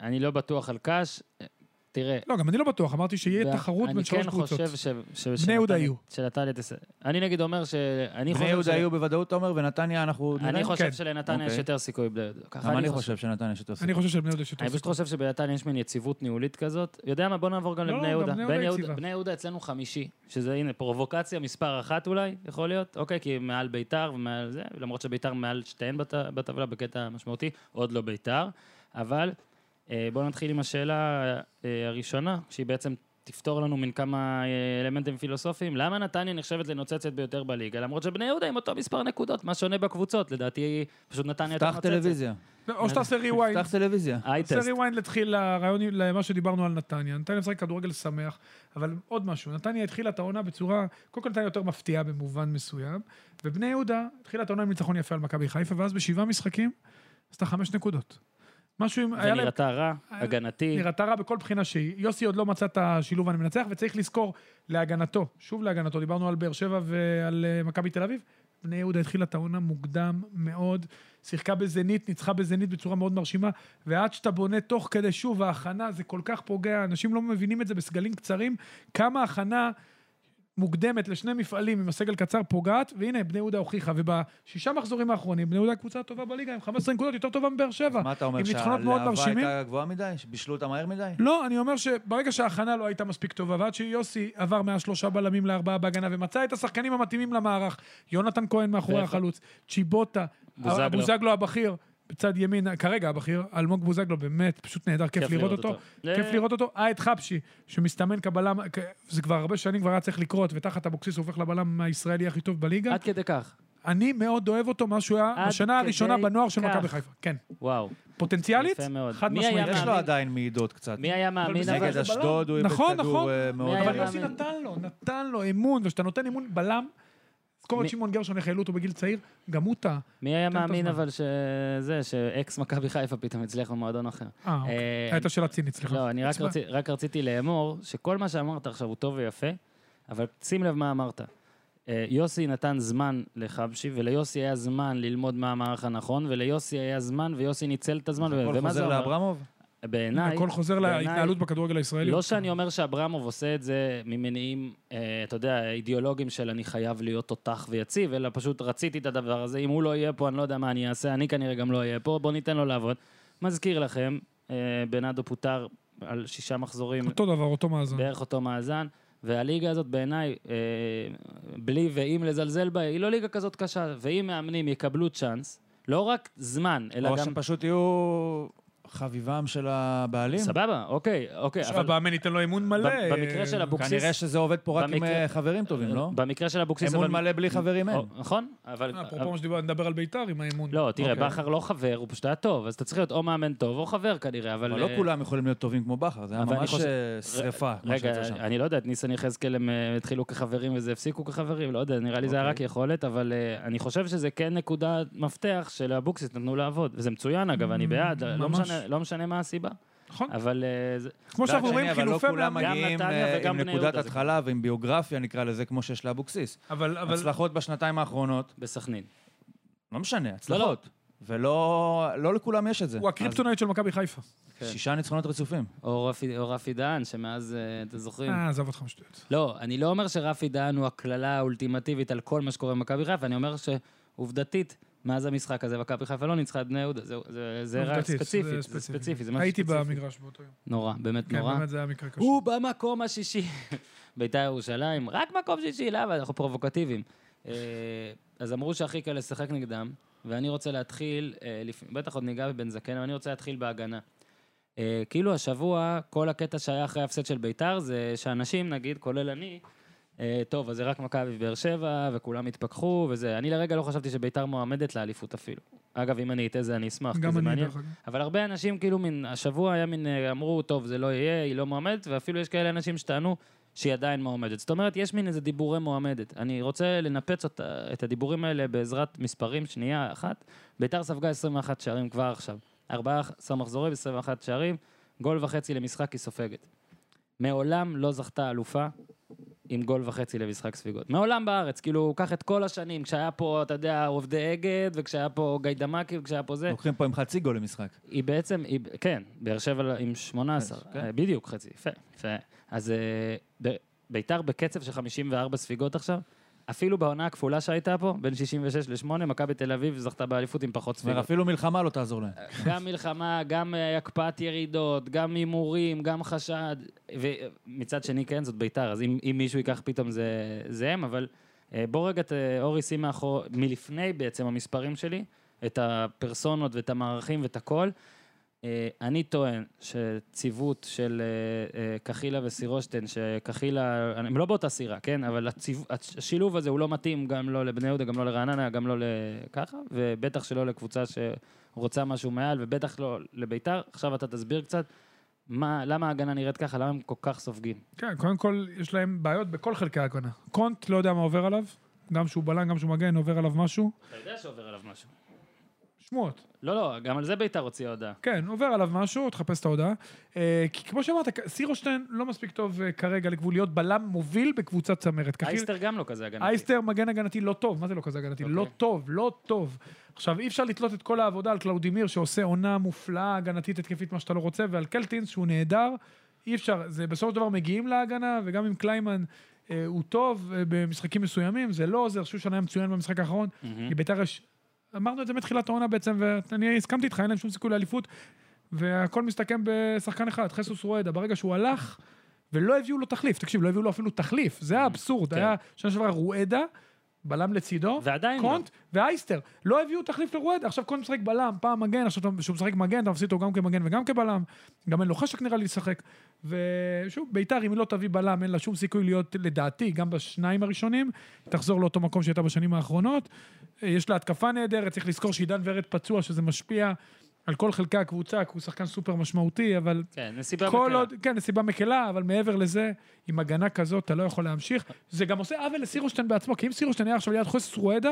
Speaker 1: אני לא בטוח על קאש. אה, תראה,
Speaker 2: לא, גם אני לא בטוח, אמרתי שיהיה תחרות בין שלוש קבוצות.
Speaker 1: אני כן חושב ש... ש- שנתניה-
Speaker 2: יהודה יהיו.
Speaker 1: שנתניה תס... אני נגיד אומר ש... אני
Speaker 3: בני
Speaker 1: חושב, של...
Speaker 3: יהודה היו בוודאות, תומר, ונתניה אנחנו... נראה.
Speaker 1: אני חושב
Speaker 2: כן.
Speaker 1: שלנתניה יש
Speaker 3: אוקיי.
Speaker 1: יותר סיכוי בלי יהודה. ככה
Speaker 3: גם אני חושב שנתניה יש יותר סיכוי.
Speaker 2: אני חושב שלבני יהודה יש יותר
Speaker 1: אני פשוט
Speaker 2: סיכוי.
Speaker 1: חושב שבנתניה יש מין יציבות ניהולית כזאת. יודע מה? בוא נעבור גם
Speaker 2: לא,
Speaker 1: לבני
Speaker 2: גם
Speaker 1: יהודה.
Speaker 2: בני
Speaker 1: בני
Speaker 2: יהודה
Speaker 1: יהודה
Speaker 2: יציבה.
Speaker 1: בני יהודה אצלנו חמישי, שזה הנה פרובוקציה מספר אחת אולי, יכול להיות. אוקיי, כי הם מעל ביתר ומעל זה, למרות שביתר מעל שתיהן בת- בטבלה בקטע משמעותי, עוד לא ביתר. אבל אה, בואו נתחיל עם השאלה אה, הראשונה, שהיא בעצם תפתור לנו מן כמה אה, אלמנטים פילוסופיים. למה נתניה נחשבת לנוצצת ביותר בליגה? למרות שבני יהודה עם אותו מספר נקודות, מה שונה בקבוצות? לדעתי, פשוט נתניה יותר
Speaker 3: פתח
Speaker 1: נוצצת.
Speaker 3: טלוויזיה.
Speaker 2: לא, או שתעשה ריוויינד.
Speaker 3: פתח טלוויזיה.
Speaker 1: איי-טסט.
Speaker 2: תעשה ריוויינד להתחיל לרעיון, למה שדיברנו על נתניה. נתניה משחק כדורגל שמח, אבל עוד משהו, נתניה התחילה את העונה בצורה, קודם כל נתניה יותר מפתיעה במובן מסוים, ובני יהודה התחילה את העונה עם ניצחון יפה על מכבי חיפה, ואז בשבעה משחקים עשתה חמש נקודות. משהו עם... היה להם-
Speaker 1: ונראתה רע,
Speaker 2: היה להם-
Speaker 1: הגנתי.
Speaker 2: נראתה רע בכל בחינה שהיא. יוסי עוד לא מצא את השילוב אני מנצח, וצריך לזכור, להגנתו, שוב להגנתו, דיברנו על באר שבע ועל אה, מכבי תל אביב, בני יהודה התחילה את העונה מוקדם מאוד, שיחקה בזנית, ניצחה בזנית בצורה מאוד מרשימה, ועד שאתה בונה תוך כדי שוב ההכנה, זה כל כך פוגע, אנשים לא מבינים את זה בסגלים קצרים, כמה הכנה... מוקדמת לשני מפעלים עם הסגל קצר פוגעת, והנה, בני יהודה הוכיחה, ובשישה מחזורים האחרונים, בני יהודה הקבוצה הטובה בליגה, עם 15 נקודות, יותר טובה מבאר שבע.
Speaker 3: מה אתה אומר,
Speaker 2: עם ניצחונות מאוד מרשימים.
Speaker 3: הייתה גבוהה מדי? שבישלו אותה מהר מדי?
Speaker 2: לא, אני אומר שברגע שההכנה לא הייתה מספיק טובה, ועד שיוסי עבר מהשלושה בלמים לארבעה בהגנה ומצא את השחקנים המתאימים למערך, יונתן כהן מאחורי
Speaker 1: ואיפה?
Speaker 2: החלוץ, צ'יבוטה, אה,
Speaker 1: בוזגלו.
Speaker 2: בוזגלו הבכיר, בצד ימין, כרגע הבכיר, אלמוג בוזגלו, באמת, פשוט נהדר, כיף לראות אותו. כיף לראות אותו. אה, את חבשי, שמסתמן כבלם, כ- זה כבר הרבה שנים כבר היה צריך לקרות, ותחת אבוקסיס הוא הופך לבלם הישראלי הכי טוב בליגה.
Speaker 1: עד כדי כך,
Speaker 2: אני מאוד אוהב אותו, מה שהוא היה
Speaker 1: עד
Speaker 2: בשנה הראשונה
Speaker 1: כדי
Speaker 2: בנוער של מכבי
Speaker 1: כך.
Speaker 2: חיפה. כן.
Speaker 1: וואו.
Speaker 2: פוטנציאלית,
Speaker 1: יפה מאוד.
Speaker 2: חד
Speaker 1: מי היה
Speaker 2: משמעית.
Speaker 3: יש לו
Speaker 1: מאמין.
Speaker 3: עדיין מעידות קצת.
Speaker 1: מי היה מאמין?
Speaker 2: בסדר,
Speaker 1: אבל-
Speaker 3: נגד
Speaker 2: זה בלם.
Speaker 3: אשדוד הוא איבד
Speaker 2: נכון,
Speaker 3: כדור
Speaker 2: נכון.
Speaker 3: אה, מאוד...
Speaker 1: מי היה
Speaker 2: אבל
Speaker 3: מהיר.
Speaker 2: יוסי
Speaker 1: מאמין?
Speaker 2: נתן לו, נתן לו אמון, וכשאתה נותן אמון בלם, זכור
Speaker 1: מי-
Speaker 2: את שמעון גרשון, איך העלו אותו בגיל צעיר, גם הוא טעה.
Speaker 1: מי היה
Speaker 2: תן את
Speaker 1: מאמין
Speaker 2: הזמן.
Speaker 1: אבל שזה, שאקס מכבי חיפה פתאום הצליח במועדון אחר?
Speaker 2: אה, אוקיי.
Speaker 1: אה,
Speaker 2: הייתה שאלה צינית, סליחה.
Speaker 1: לא, אני רק
Speaker 2: עצבן.
Speaker 1: רציתי- רק רציתי לאמור שכל מה שאמרת עכשיו הוא טוב ויפה, אבל שים לב מה אמרת. אה, יוסי נתן זמן לחבשי, וליוסי היה זמן ללמוד מה המערך הנכון, וליוסי היה זמן, ויוסי ניצל את הזמן, ו-
Speaker 3: הכל
Speaker 1: ומה זה
Speaker 3: חוזר
Speaker 1: אומר?
Speaker 3: לאברמוב?
Speaker 1: בעיניי,
Speaker 2: הכל חוזר
Speaker 1: בעיניי-
Speaker 2: להתנהלות בכדורגל הישראלי.
Speaker 1: לא שאני אומר שאברמוב עושה את זה ממניעים, אה, אתה יודע, אידיאולוגיים של אני חייב להיות תותח ויציב, אלא פשוט רציתי את הדבר הזה. אם הוא לא יהיה פה, אני לא יודע מה אני אעשה, אני כנראה גם לא אהיה פה, בואו ניתן לו לעבוד. מזכיר לכם, אה, בנאדו פוטר על שישה מחזורים,
Speaker 2: אותו דבר, אותו מאזן.
Speaker 1: בערך אותו מאזן. והליגה הזאת בעיניי, אה, בלי ואם לזלזל בה, היא לא ליגה כזאת קשה. ואם מאמנים יקבלו צ'אנס, לא רק זמן, אלא
Speaker 3: או
Speaker 1: גם...
Speaker 3: שהם פשוט יהיו חביבם של הבעלים?
Speaker 1: סבבה, אוקיי, אוקיי. אבל
Speaker 2: שהבאמן ייתן לו אמון מלא.
Speaker 1: ב- במקרה של אבוקסיס...
Speaker 3: כנראה שזה עובד פה רק עם
Speaker 1: במקרה-
Speaker 3: אה, חברים טובים, לא?
Speaker 1: במקרה של אבוקסיס...
Speaker 3: אמון
Speaker 1: אבל-
Speaker 3: מלא בלי חברים אין.
Speaker 1: או, נכון, אבל...
Speaker 2: אה, אפרופו מה שדיברנו, נדבר על בית"ר עם האמון.
Speaker 1: לא, תראה,
Speaker 3: אוקיי.
Speaker 1: בכר לא חבר, הוא פשוט היה טוב, אז אתה צריך להיות או מאמן טוב או חבר כנראה, אבל...
Speaker 3: אבל לא
Speaker 1: אה,
Speaker 3: כולם יכולים להיות טובים כמו בכר, זה היה
Speaker 1: אבל אני
Speaker 3: ממש
Speaker 1: חושב-
Speaker 3: אה, שריפה, כמו
Speaker 1: רגע,
Speaker 3: שיצא שם.
Speaker 1: אני לא יודע, את ניסן יחזקאל הם אה, התחילו כחברים וזה הפסיקו כחברים, לא יודע, נראה לי זה היה רק
Speaker 3: אוקיי.
Speaker 1: יכולת, אבל אה, אני חושב שזה כן נקודה מפתח שלאבוקסיס נתנו לעבוד, וזה מצוין אגב,
Speaker 3: Mm,
Speaker 1: אני בעד, לא
Speaker 2: ממש.
Speaker 1: משנה- לא משנה מה הסיבה,
Speaker 2: נכון?
Speaker 1: אבל אה, זה-
Speaker 2: כמו
Speaker 3: מצד
Speaker 2: שאנחנו רואים,
Speaker 3: שני, אבל לא
Speaker 2: חילופי
Speaker 3: כולם
Speaker 2: מאמן.
Speaker 1: גם
Speaker 3: מגיעים
Speaker 1: נתניה
Speaker 3: אה,
Speaker 1: וגם
Speaker 3: עם
Speaker 1: בני
Speaker 3: נקודת
Speaker 1: יהודה זה
Speaker 3: התחלה ועם ביוגרפיה, נקרא לזה, כמו שיש לאבוקסיס.
Speaker 2: אבל, אבל...
Speaker 3: הצלחות בשנתיים האחרונות,
Speaker 1: בסכנין.
Speaker 3: לא משנה, הצלחות. ולא לא לכולם יש את זה.
Speaker 2: הוא הקריפטונייט של מכבי חיפה.
Speaker 1: כן.
Speaker 3: אז שישה ניצחונות רצופים.
Speaker 1: או רפי- או רפי דהן, שמאז, אה, אתם זוכרים?
Speaker 2: אה, עזוב אותך משטויות.
Speaker 1: לא, אני לא אומר שרפי דהן הוא הקללה האולטימטיבית על כל מה שקורה במכבי חיפה, אני אומר שעובדתית, מאז המשחק הזה, מכבי חיפה לא ניצחה את בני יהודה, זה- זה- זה רק
Speaker 2: עובדתית,
Speaker 1: ספציפי, זה ספציפי, זה משהו
Speaker 2: הייתי
Speaker 1: ספציפי.
Speaker 2: במגרש באותו יום.
Speaker 1: נורא, באמת
Speaker 2: כן,
Speaker 1: נורא.
Speaker 2: באמת זה היה מקרה קשה.
Speaker 1: הוא במקום השישי. בית"ר ירושלים, רק מקום שישי, למה? אנחנו פרובוקטיביים. אה, אז אמרו שהכי קל לשחק נגדם, ואני רוצה להתחיל, אה, לפ- בטח עוד ניגע בבן זקן, אבל אני רוצה להתחיל בהגנה. אה, כאילו השבוע, כל הקטע שהיה אחרי ההפסד של ביתר, זה שאנשים, נגיד, כולל אני, אה, טוב, אז זה רק מכבי ובאר שבע, וכולם התפכחו וזה. אני לרגע לא חשבתי שביתר מועמדת לאליפות אפילו. אגב, אם אני אטעה זה, אני אשמח, כי
Speaker 2: גם
Speaker 1: זה
Speaker 2: אני, לא.
Speaker 1: מעניין.
Speaker 2: דרך אגב.
Speaker 1: אבל הרבה אנשים, כאילו, מן, השבוע היה מין, אה, אמרו, טוב, זה לא יהיה, היא לא מועמדת, ואפילו יש כאלה אנשים שטענו שהיא עדיין מועמדת. זאת אומרת, יש מין איזה דיבורי מועמדת. אני רוצה לנפץ אותה, את הדיבורים האלה בעזרת מספרים, שנייה אחת. ביתר ספגה 21 שערים כבר עכשיו. 14 מחזורים, 21 שערים, גול וחצי למשחק היא סופגת. מעולם לא זכתה אלופה עם גול וחצי למשחק ספיגות. מעולם בארץ, כאילו, קח את כל השנים, כשהיה פה, אתה יודע, עובדי אגד, וכשהיה פה גיידמקי, וכשהיה פה זה.
Speaker 3: לוקחים פה עם חצי גול למשחק.
Speaker 1: היא בעצם, היא, כן, באר שבע עם 18,
Speaker 3: כן.
Speaker 1: אה, בדיוק חצי, יפה, יפה. אז אה, ב- ביתר בקצב של 54 ספיגות עכשיו, אפילו בעונה הכפולה שהייתה פה, בין 66 ל-8, מכבי תל אביב זכתה באליפות עם פחות
Speaker 3: זאת אומרת,
Speaker 1: ספיגות.
Speaker 3: אפילו מלחמה לא תעזור להם.
Speaker 1: גם מלחמה, גם אה, הקפאת ירידות, גם הימורים, גם חשד, ומצד שני, כן, זאת ביתר, אז אם, אם מישהו ייקח פתאום זה, זה הם, אבל אה, בוא רגע, ת- אורי שים מאחור, מלפני בעצם המספרים שלי, את הפרסונות ואת המערכים ואת הכל. אה, אני טוען שציוות של אה, אה, קחילה וסירושטיין, שקחילה, הם לא באותה סירה, כן? אבל הציו, הש- השילוב הזה הוא לא מתאים גם לא לבני יהודה, גם לא לרעננה, גם לא לככה, ובטח שלא לקבוצה שרוצה משהו מעל, ובטח לא לביתר. עכשיו אתה תסביר קצת מה, למה ההגנה נראית ככה, למה הם כל כך סופגים.
Speaker 2: כן, קודם כל, יש להם בעיות בכל חלקי ההגנה. קונט, לא יודע מה עובר עליו, גם שהוא בלם, גם שהוא מגן, עובר עליו משהו.
Speaker 1: אתה יודע שעובר עליו משהו.
Speaker 2: שמועות.
Speaker 1: לא, לא, גם על זה ביתר הוציאה הודעה.
Speaker 2: כן, עובר עליו משהו, תחפש את ההודעה. אה, כי כמו שאמרת, כ- סירושטיין לא מספיק טוב אה, כרגע לגבול להיות בלם מוביל בקבוצת צמרת. כחיל-
Speaker 1: אייסטר גם לא כזה הגנתי.
Speaker 2: אייסטר מגן הגנתי לא טוב, מה זה לא כזה הגנתי?
Speaker 1: אוקיי.
Speaker 2: לא טוב, לא טוב. עכשיו, אי אפשר לתלות את כל העבודה על קלאודימיר, שעושה עונה מופלאה, הגנתית, התקפית, מה שאתה לא רוצה, ועל קלטינס, שהוא נהדר. אי אפשר, זה בסופו של דבר מגיעים להגנה, וגם אם קליימן אה, הוא טוב אה, במשחקים מסוימים, זה לא עוזר, שושן היה מצוין במשחק האחרון,
Speaker 1: מהמם.
Speaker 2: כי ביתר יש... אמרנו את זה מתחילת העונה בעצם, ואני הסכמתי איתך, אין להם שום סיכוי לאליפות, והכל מסתכם בשחקן אחד, חסוס רואדה. ברגע שהוא הלך, ולא הביאו לו תחליף. תקשיב, לא הביאו לו אפילו תחליף, זה האבסורד.
Speaker 1: כן.
Speaker 2: היה שנה שעברה רואדה, בלם לצידו,
Speaker 1: ועדיין לא.
Speaker 2: קונט ואייסטר. לא הביאו תחליף לרואדה. עכשיו קונט משחק בלם, פעם מגן, עכשיו אתה- כשהוא משחק מגן, אתה מפסיד אותו גם כמגן וגם כבלם. גם אין לו חשק נראה לי לשחק. ושוב, ביתר, אם היא לא תביא בלם, אין לה שום סיכוי להיות, לדעתי, גם בשניים הראשונים, היא תחזור לאותו מקום שהייתה בשנים האחרונות. אה, יש לה התקפה נהדרת, צריך לזכור שעידן ורד פצוע, שזה משפיע על כל חלקי הקבוצה, כי הוא שחקן סופר משמעותי, אבל
Speaker 1: כן, נסיבה
Speaker 2: כל
Speaker 1: מקלה.
Speaker 2: עוד, כן, נסיבה מקלה, אבל מעבר לזה, עם הגנה כזאת אתה לא יכול להמשיך. זה גם עושה עוול לסירושטיין בעצמו, כי אם סירושטיין היה עכשיו ליד חסוס רואדה,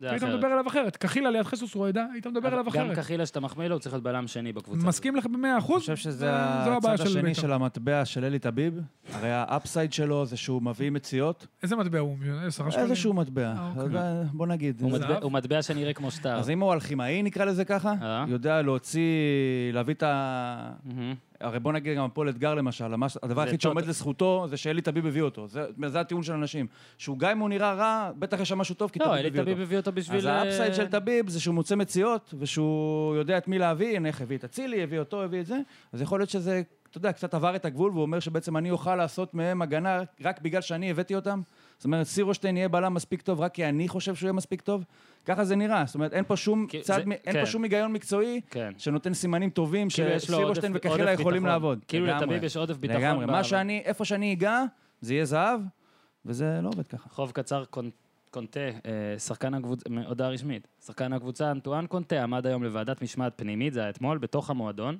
Speaker 1: זה
Speaker 2: היית
Speaker 1: אחרת.
Speaker 2: מדבר עליו אחרת. קחילה ליד חסוס רואדה, היית מדבר עליו
Speaker 1: גם
Speaker 2: אחרת.
Speaker 1: קחילה שאתה מחמיא לו, הוא צריך להיות בלם שני בקבוצה. הזאת.
Speaker 2: מסכים לך במאה
Speaker 3: אני
Speaker 2: אחוז? אה,
Speaker 3: חושב שזה
Speaker 2: זו הבעיה
Speaker 3: הצד השני
Speaker 2: בית"ר.
Speaker 3: של המטבע של אלי טביב. הרי האפסייד שלו זה שהוא מביא מציאות.
Speaker 2: איזה מטבע הוא? אה, עשרה שקלים?
Speaker 3: איזשהו מטבע.
Speaker 2: אה, אוקיי.
Speaker 3: אתה יודע, בוא נגיד.
Speaker 1: הוא
Speaker 3: זה-
Speaker 1: מטבע- הוא מטבע שנראה כמו שטר.
Speaker 3: אז אם הוא אלכימאי, נקרא לזה ככה,
Speaker 1: אה.
Speaker 3: יודע להוציא, להביא את ה...
Speaker 1: מהמם. הרי
Speaker 3: הרי בוא נגיד גם הפועל אתגר למשל, המש... הדבר
Speaker 1: זה
Speaker 3: היחיד שעומד
Speaker 1: טוטו.
Speaker 3: לזכותו זה שאלי טביב הביא אותו. זה, זה הטיעון של אנשים. שהוא גם אם הוא נראה רע, בטח יש שם משהו טוב, כי
Speaker 1: לא, אלי
Speaker 3: טביב הביא
Speaker 1: טביב
Speaker 3: אותו.
Speaker 1: הביא אותו בשביל...
Speaker 3: אז
Speaker 1: אה,
Speaker 3: האפסייד של טביב זה שהוא מוצא מציאות, ושהוא יודע את מי להביא, הנה איך הביא את אצילי, הביא אותו, הביא את זה, אז יכול להיות שזה, אתה יודע, קצת עבר את הגבול, והוא אומר שבעצם אני אוכל לעשות מהם הגנה רק בגלל שאני הבאתי אותם. זאת אומרת, סירושטיין יהיה בלם מספיק טוב רק כי אני חושב שהוא יהיה מספיק טוב. ככה זה נראה, זאת אומרת, אין פה שום,
Speaker 1: כי
Speaker 3: צד,
Speaker 1: זה-
Speaker 3: מ- אין
Speaker 1: כן.
Speaker 3: פה שום היגיון מקצועי
Speaker 1: כן.
Speaker 3: שנותן סימנים טובים
Speaker 1: כאילו יש לו
Speaker 3: שסירושטיין
Speaker 1: עודף-
Speaker 3: וקחילה
Speaker 1: עודף
Speaker 3: יכולים
Speaker 1: ביטחון.
Speaker 3: לעבוד.
Speaker 1: כאילו
Speaker 3: לגמרי.
Speaker 1: לטביב יש עודף ביטחון
Speaker 3: לגמרי,
Speaker 1: בעבר.
Speaker 3: מה שאני, איפה שאני אגע, זה יהיה זהב, וזה לא עובד ככה.
Speaker 1: חוב קצר, קונ- קונטה, אה, שחקן הקבוצה, מ- הודעה רשמית, שחקן הקבוצה אנטואן קונטה עמד היום לוועדת משמעת פנימית, זה היה אתמול, בתוך המועדון,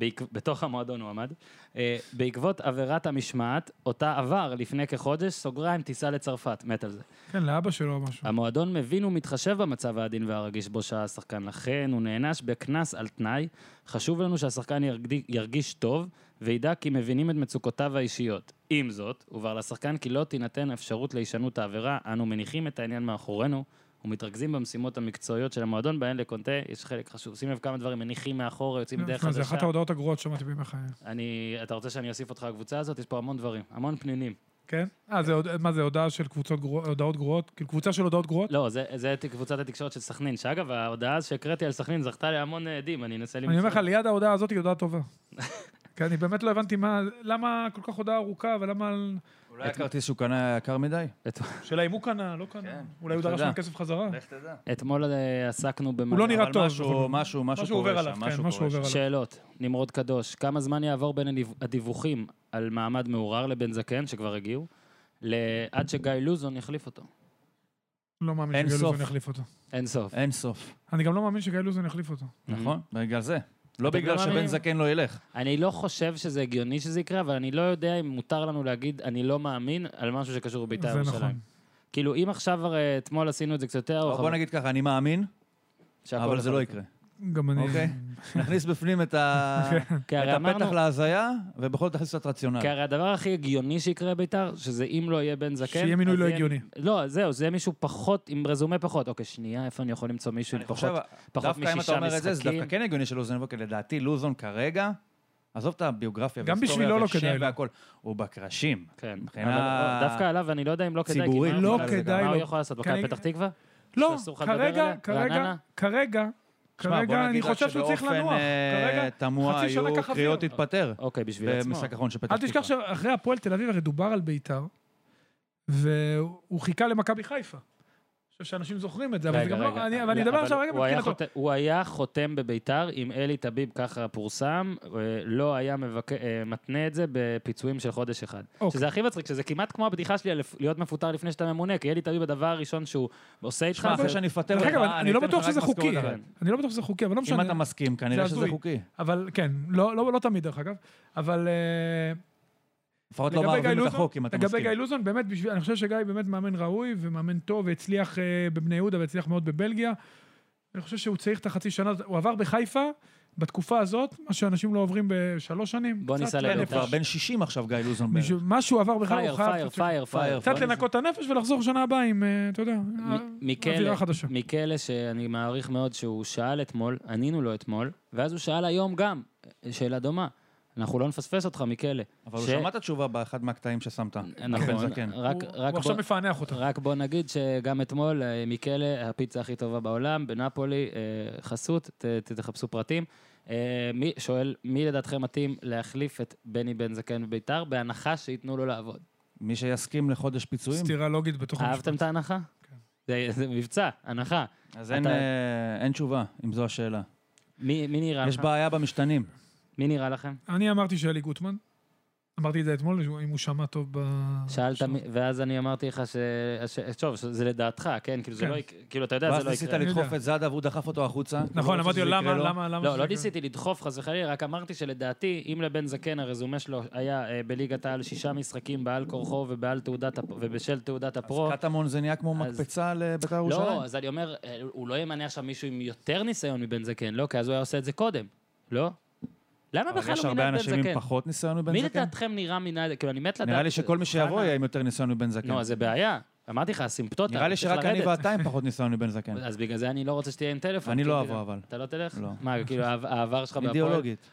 Speaker 1: בעק- בתוך המועדון הוא עמד, אה, בעקבות עבירת המשמעת, אותה עבר לפני כחודש, סוגריים, טיסה לצרפת, מת על זה.
Speaker 2: כן, לאבא שלו או משהו.
Speaker 1: המועדון מבין ומתחשב במצב העדין והרגיש בו שהה השחקן, לכן הוא נענש בקנס על תנאי. חשוב לנו שהשחקן ירגיש, ירגיש טוב וידע כי מבינים את מצוקותיו האישיות. עם זאת, הובהר לשחקן כי לא תינתן אפשרות להישנות העבירה, אנו מניחים את העניין מאחורינו ומתרכזים במשימות המקצועיות של המועדון, בהן לקונטה יש חלק חשוב. שים לב כמה דברים מניחים מאחורה, יוצאים דרך
Speaker 2: לא, נכון, זה
Speaker 1: חדשה.
Speaker 2: אחת ההודעות הגרועות ששמעתי בימי חיי.
Speaker 1: אני, אתה רוצה שאני אוסיף אותך לקבוצה הזאת? יש פה המון דברים, המון פנינים.
Speaker 2: כן? אה, זה הוד- מה זה, הודעה של קבוצות גרועות, הודעות גרועות? כאילו קבוצה של הודעות גרועות?
Speaker 1: לא, זה, זה ת- קבוצת התקשורת של סכנין, שאגב, ההודעה שהקראתי על סכנין זכתה להמון אה, עדים, אני אנסה למצוא.
Speaker 2: אני אומר לך, ליד ההודעה הזאת היא הודעה טובה. כי אני באמת לא הבנתי מה, למה כל כך הודעה ארוכה ולמה... על-
Speaker 3: אולי הכרטיס שהוא קנה היה יקר מדי?
Speaker 1: את-
Speaker 2: שאלה אם הוא קנה, לא קנה.
Speaker 3: כן,
Speaker 2: אולי הוא
Speaker 3: אתה
Speaker 2: דרש
Speaker 3: יודע.
Speaker 2: מהם כסף חזרה.
Speaker 3: לך תדע.
Speaker 1: אתמול אה, עסקנו
Speaker 2: הוא לא
Speaker 1: במלא
Speaker 2: נראה
Speaker 3: אבל
Speaker 2: טוב, בכל
Speaker 3: משהו,
Speaker 2: זאת.
Speaker 3: משהו, משהו
Speaker 2: משהו עובר
Speaker 3: קורה
Speaker 2: עליו,
Speaker 3: שם,
Speaker 2: כן, משהו
Speaker 3: משהו
Speaker 2: עובר
Speaker 3: קורה
Speaker 2: עליו.
Speaker 3: שם.
Speaker 1: שאלות. נמרוד קדוש, כמה זמן יעבור בין הניב- הדיווחים על מעמד מעורער לבן זקן, שכבר הגיעו, ל- עד שגיא לוזון יחליף אותו?
Speaker 2: לא מאמין
Speaker 3: אין
Speaker 2: שגיא
Speaker 3: סוף.
Speaker 2: לוזון יחליף אותו.
Speaker 1: אין סוף.
Speaker 2: אה,
Speaker 3: אין סוף,
Speaker 2: אני גם לא מאמין שגיא לוזון יחליף אותו.
Speaker 1: Mm-hmm.
Speaker 3: נכון? בגלל זה. לא
Speaker 1: אתה
Speaker 3: בגלל
Speaker 1: גם
Speaker 3: שבן
Speaker 1: מאמין?
Speaker 3: זקן לא ילך.
Speaker 1: אני לא חושב שזה הגיוני שזה יקרה, אבל אני לא יודע אם מותר לנו להגיד אני לא מאמין על משהו שקשור בבית"ר
Speaker 2: זה
Speaker 1: ירושלים.
Speaker 2: נכון.
Speaker 1: כאילו, אם עכשיו כבר אה, אתמול עשינו את זה קצת
Speaker 2: לא,
Speaker 1: יותר,
Speaker 3: אבל בוא נגיד ככה, אני מאמין,
Speaker 1: שהכל
Speaker 3: אבל זה
Speaker 1: יכול
Speaker 3: לא
Speaker 1: להיות.
Speaker 3: יקרה.
Speaker 2: גם אני...
Speaker 3: אוקיי. נכניס בפנים את ה-
Speaker 2: כן.
Speaker 1: כי
Speaker 3: את
Speaker 1: הרי
Speaker 3: הפתח
Speaker 1: אמרנו,
Speaker 3: להזיה, ובכל זאת תכניס קצת
Speaker 2: אה.
Speaker 3: רציונל.
Speaker 1: כי הרי הדבר הכי הגיוני שיקרה בבית"ר, שזה אם לא יהיה בן זקן...
Speaker 2: שיהיה מינוי
Speaker 1: אז
Speaker 2: לא
Speaker 1: יהיה-
Speaker 2: הגיוני.
Speaker 1: לא, זהו, זה יהיה מישהו פחות, עם רזומה פחות. אוקיי, שנייה, איפה אני יכול למצוא מישהו עם
Speaker 3: אני חושב,
Speaker 1: פחות? פחות
Speaker 3: דווקא אם אתה
Speaker 1: משישה
Speaker 3: אומר את זה, זה
Speaker 1: משחקים.
Speaker 3: דווקא כן הגיוני של לוזון, כי לדעתי לוזון כרגע, עזוב את הביוגרפיה
Speaker 2: גם
Speaker 3: וההיסטוריה
Speaker 2: בשבילו לא
Speaker 3: ושם
Speaker 2: כדאי לו.
Speaker 3: והכל, הוא בקרשים.
Speaker 1: כן.
Speaker 3: מבחינה-
Speaker 1: אבל לא, דווקא עליו, אני לא יודע אם לא כדאי. כי
Speaker 3: ציבורית.
Speaker 1: מה-
Speaker 2: לא
Speaker 1: מה-
Speaker 2: כדאי
Speaker 1: מה הוא
Speaker 2: לו.
Speaker 1: יכול לעשות?
Speaker 2: כי
Speaker 1: מכבי
Speaker 2: אני-
Speaker 1: פתח תקווה?
Speaker 2: לא,
Speaker 1: שאסור לך לדבר
Speaker 2: כרגע,
Speaker 1: עליה?
Speaker 2: כרגע,
Speaker 1: רעננה?
Speaker 2: כרגע,
Speaker 3: שמע, בוא
Speaker 2: כרגע,
Speaker 3: נגיד
Speaker 2: אני
Speaker 3: רק
Speaker 2: חושב שהוא צריך
Speaker 3: שבאופן,
Speaker 2: לנוח.
Speaker 3: אה,
Speaker 2: כרגע,
Speaker 3: תמוה
Speaker 2: חצי שנה
Speaker 3: היו
Speaker 2: ככה
Speaker 3: קריאות
Speaker 2: אוויר.
Speaker 3: להתפטר.
Speaker 1: אוקיי, בשביל עצמו.
Speaker 3: במשחק האחרון של פתח
Speaker 2: אל תשכח
Speaker 3: תקווה.
Speaker 2: שאחרי הפועל תל אביב הרי דובר על בית"ר, והוא חיכה למכבי חיפה. אני חושב שאנשים זוכרים את זה, אבל זה
Speaker 1: רגע,
Speaker 2: גם לא...
Speaker 1: רגע.
Speaker 2: אני- אבל אני
Speaker 1: לא,
Speaker 2: אדבר
Speaker 1: אבל
Speaker 2: עכשיו רגע
Speaker 1: הוא היה
Speaker 2: מבחינתו.
Speaker 1: חותם- הוא היה חותם בביתר עם אלי טביב, ככה פורסם, אה, לא היה מבק- אה, מתנה את זה בפיצויים של חודש אחד.
Speaker 2: אוקיי.
Speaker 1: שזה הכי מצחיק, שזה כמעט כמו הבדיחה שלי על לפ- להיות מפוטר לפני שאתה ממונה, כי אלי טביב הדבר הראשון שהוא עושה איתך...
Speaker 3: שמע,
Speaker 1: זה-
Speaker 3: אחרי שאני אפטר
Speaker 2: דרך
Speaker 3: אותך,
Speaker 2: אגב, אני לא
Speaker 3: אה, אתן לך
Speaker 2: בטוח
Speaker 3: רק
Speaker 2: שזה
Speaker 3: משכורת
Speaker 2: חוקי.
Speaker 3: אחת.
Speaker 1: כן.
Speaker 2: אני לא בטוח שזה חוקי, אבל לא
Speaker 3: אם
Speaker 2: משנה.
Speaker 3: אתה מסכים, כנראה שזה
Speaker 2: הזוי.
Speaker 3: חוקי.
Speaker 2: אבל כן, לא, לא, לא תמיד דרך אגב, אבל אה,
Speaker 3: לפחות לא מערבים את החוק, אם אתה
Speaker 2: לגבי
Speaker 3: מסכים.
Speaker 2: גיא לוזון, באמת, בשביל, אני חושב שגיא באמת מאמן ראוי ומאמן טוב, והצליח אה, בבני יהודה והצליח מאוד בבלגיה. אני חושב שהוא צריך את החצי שנה, הזאת. הוא עבר בחיפה, בתקופה הזאת, מה שאנשים לא עוברים בשלוש שנים.
Speaker 1: בוא
Speaker 2: קצת
Speaker 1: ניסע
Speaker 2: ל-
Speaker 3: כן, הוא
Speaker 1: לבית"ר.
Speaker 3: כבר בן 60 עכשיו, גיא לוזון. בערך.
Speaker 2: בשביל- מה שהוא עבר בחיפה,
Speaker 1: פייר,
Speaker 2: הוא חייב
Speaker 1: פייר,
Speaker 2: קצת-
Speaker 1: פייר, פייר.
Speaker 2: קצת לנקות את הנפש ולחזור שנה הבאה עם, אה, אתה יודע,
Speaker 1: מ-
Speaker 2: אווירה
Speaker 1: מכלא,
Speaker 2: חדשה.
Speaker 1: מכלא שאני מעריך מאוד שהוא שאל אתמול, ענינו לו אתמול, ואז הוא שאל היום גם, אה, שאלה דומה. אנחנו לא נפספס אותך מכלא.
Speaker 3: אבל הוא
Speaker 1: ש-
Speaker 3: שמע את התשובה באחד מהקטעים ששמת. בן
Speaker 1: נכון,
Speaker 3: זקן.
Speaker 1: רק,
Speaker 2: כן, הוא-
Speaker 1: רק,
Speaker 2: הוא
Speaker 1: בוא,
Speaker 2: עכשיו מפענח אותה.
Speaker 1: רק בוא נגיד שגם אתמול אה, מכלא, הפיצה הכי טובה בעולם, בנפולי, אה, חסות, ת, ת, תחפשו פרטים. אה, מי, שואל, מי לדעתכם מתאים להחליף את בני בן זקן בביתר, בהנחה שייתנו לו לעבוד.
Speaker 3: מי שיסכים לחודש פיצויים,
Speaker 2: סתירה לוגית בתוך
Speaker 1: אהבתם את ההנחה?
Speaker 3: כן.
Speaker 1: זה, זה מבצע, הנחה.
Speaker 3: אז אין,
Speaker 1: אתה-
Speaker 3: אה, אין תשובה, אם זו השאלה.
Speaker 1: מי, מי נראה
Speaker 3: יש
Speaker 1: לך?
Speaker 3: בעיה במשתנים.
Speaker 1: מי נראה לכם?
Speaker 2: אני אמרתי שאלי גוטמן, אמרתי את זה אתמול, אם הוא שמע טוב ב...
Speaker 1: שאלת, מי- ואז אני אמרתי לך ש... ש... טוב, זה לדעתך, כן? כאילו, זה
Speaker 2: כן.
Speaker 1: לא יקרה, כאילו, אתה יודע,
Speaker 3: ואז
Speaker 1: זה לא
Speaker 3: ניסית
Speaker 1: יקרה.
Speaker 2: אני
Speaker 3: לדחוף
Speaker 2: יודע.
Speaker 3: את זאדה והוא דחף אותו החוצה. כי הוא
Speaker 2: נכון,
Speaker 3: לא
Speaker 2: אמרתי
Speaker 3: רוצה
Speaker 2: לו,
Speaker 3: שזה
Speaker 2: למה,
Speaker 3: יקרה לו."
Speaker 2: למה, למה...
Speaker 1: לא,
Speaker 2: שזה
Speaker 1: לא
Speaker 2: יקרה?"
Speaker 1: ניסיתי לדחוף, חס וחלילה, רק אמרתי שלדעתי, אם לבן זקן הרזומה שלו היה אה, בליגת העל שישה משחקים בעל כורחו ובעל תעודת, הפ- ובשל תעודת הפרו...
Speaker 3: אז קטמון זה נהיה כמו
Speaker 1: אז-
Speaker 3: מקפצה לבית"ר ירושלים.
Speaker 1: לא, אז אני אומר, אה, הוא לא ימנה עכשיו מישהו עם יותר ניסיון מבן זקן, לא? כי אז הוא היה עושה את זה קודם, לא? למה
Speaker 3: אבל
Speaker 1: בכלל
Speaker 3: יש
Speaker 2: לא
Speaker 1: הוא
Speaker 3: הרבה
Speaker 1: מינה את בן
Speaker 3: אנשים עם
Speaker 1: זקן?
Speaker 2: כן.
Speaker 3: פחות ניסיון מבן
Speaker 1: מי
Speaker 3: זקן.
Speaker 1: לדעתכם נראה מינה... כאילו, אני מת לדעת...
Speaker 3: נראה לי שכל מי שיבוא
Speaker 1: חנה.
Speaker 3: יהיה עם יותר ניסיון מבן זקן.
Speaker 1: נו, אז זה בעיה. אמרתי לך, אסימפטוטה.
Speaker 3: נראה לי
Speaker 1: צריך
Speaker 3: שרק אני
Speaker 1: לרדת.
Speaker 3: ואתה עם פחות ניסיון מבן זקן.
Speaker 1: אז בגלל זה אני לא רוצה שתהיה עם טלפון.
Speaker 3: אני
Speaker 1: כי
Speaker 3: לא
Speaker 1: כאילו-
Speaker 3: אבוא, אבל.
Speaker 1: אתה לא תלך?
Speaker 3: לא.
Speaker 1: מה, כאילו העב- העבר שלך בהפועל?
Speaker 3: אידיאולוגית.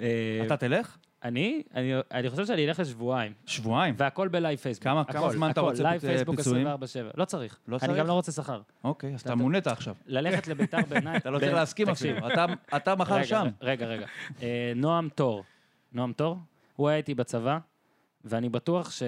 Speaker 1: אה,
Speaker 3: אתה תלך?
Speaker 1: אני? אני- אני חושב שאני אלך לשבועיים.
Speaker 3: שבועיים.
Speaker 1: והכל בלייב פייסבוק.
Speaker 3: כמה- כמה
Speaker 1: הכל,
Speaker 3: זמן אתה
Speaker 1: הכל.
Speaker 3: רוצה
Speaker 1: לייב
Speaker 3: פ-
Speaker 1: פייסבוק
Speaker 3: פיצויים?
Speaker 1: 24/7. לא צריך.
Speaker 3: לא
Speaker 1: אני
Speaker 3: צריך?
Speaker 1: גם לא רוצה שכר.
Speaker 3: אוקיי, אז אתה
Speaker 1: אתה-
Speaker 3: מונית עכשיו.
Speaker 1: ללכת לביתר בעיניי...
Speaker 3: אתה לא
Speaker 1: בין-
Speaker 3: צריך להסכים
Speaker 1: תקשיב,
Speaker 3: אפילו. אתה- אתה מחר
Speaker 1: רגע,
Speaker 3: שם.
Speaker 1: רגע, רגע. אה, נועם תור. נועם תור? הוא היה איתי בצבא, ואני בטוח שה...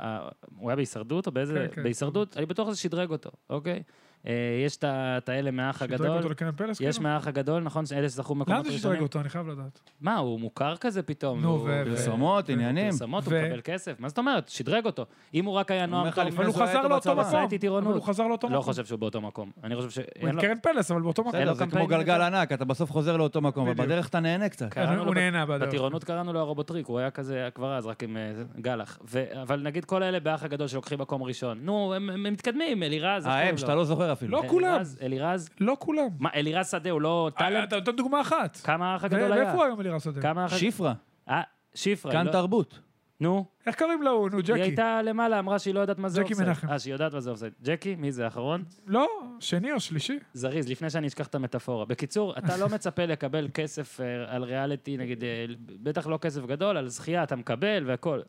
Speaker 1: ה- הוא היה בהישרדות או באיזה...
Speaker 2: כן, כן,
Speaker 1: בהישרדות? אני בטוח שזה שדרג אותו, אוקיי? אה, יש את ה- את האלה מהאח
Speaker 2: שדרג
Speaker 1: הגדול.
Speaker 2: אותו לקנן פלס,
Speaker 1: יש
Speaker 2: כאילו?
Speaker 1: מהאח הגדול, נכון? אלה שזכו
Speaker 2: לאן
Speaker 1: במקומות
Speaker 2: זה שדרג
Speaker 1: ראשונים.
Speaker 2: אותו? אני חייב לדעת.
Speaker 1: מה, הוא מוכר כזה פתאום?
Speaker 2: נו,
Speaker 1: הוא-
Speaker 2: ו-
Speaker 3: פרסומות, עניינים.
Speaker 1: פרסומות, הוא
Speaker 2: ו-
Speaker 1: מקבל כסף. מה זאת אומרת? שדרג אותו. אם הוא רק היה
Speaker 3: אומר
Speaker 1: נועם
Speaker 3: לך,
Speaker 1: תור,
Speaker 3: לפני
Speaker 2: אבל הוא
Speaker 3: זה היה
Speaker 2: חזר
Speaker 3: איתו
Speaker 2: לאותו
Speaker 3: בצבא.
Speaker 2: מקום.
Speaker 1: עשה איתי טירונות.
Speaker 2: אבל הוא חזר לאותו מקום.
Speaker 1: לא חושב שהוא באותו מקום. אני חושב ש...
Speaker 2: הוא
Speaker 1: אין לו-
Speaker 2: עם קרן פלס, אבל באותו מקום.
Speaker 1: אין לו
Speaker 3: בסדר, זה כמו
Speaker 1: אוקיי, לא קמפיין כן,
Speaker 3: גלגל
Speaker 1: יותר.
Speaker 3: ענק, אתה בסוף חוזר לאותו מקום, אבל
Speaker 2: בדיוק.
Speaker 3: בדרך אתה נהנה קצת.
Speaker 1: קראנו
Speaker 2: אה, הוא
Speaker 1: לו בת-
Speaker 2: נהנה בדרך.
Speaker 1: בטירונות קראנו לו הרובוטריק, הוא היה כזה היה כבר אז, רק עם אה, גלח. ו- אבל נגיד כל אלה באח הגדול שלוקחים מקום ראשון. נו, הם הם מתקדמים, אלירז. איך
Speaker 3: אה,
Speaker 1: קוראים
Speaker 3: הם,
Speaker 1: לו?
Speaker 3: שאתה לא זוכר אפילו.
Speaker 2: לא כולם.
Speaker 1: אלירז, אלירז,
Speaker 2: לא כולם.
Speaker 1: מה, אלירז שדה הוא לא
Speaker 2: אה,
Speaker 1: טאלנט?
Speaker 2: אתה נותן דוגמה אחת.
Speaker 1: כמה האח
Speaker 2: ו-
Speaker 1: הגדול היה?
Speaker 2: ואיפה הוא היום אלירז שדה?
Speaker 1: כמה האח הגדול?
Speaker 3: שפרה,
Speaker 1: אה, שפרה.
Speaker 3: כאן
Speaker 1: לא-
Speaker 3: תרבות.
Speaker 1: נו,
Speaker 2: איך קוראים לו? נו,
Speaker 1: היא
Speaker 2: ג'קי.
Speaker 1: הייתה למעלה, אמרה שהיא לא יודעת מה זה
Speaker 2: ג'קי
Speaker 1: אופסייד.
Speaker 2: מנחם.
Speaker 1: אה, שהיא יודעת מה זה אופסייד. ג'קי, מי זה האחרון?
Speaker 2: לא, שני או שלישי.
Speaker 1: זריז, לפני שאני אשכח את המטאפורה. בקיצור, אתה לא מצפה לקבל כסף אה, על ריאליטי, נגיד, אה, בטח לא כסף גדול, על זכייה אתה מקבל והכול.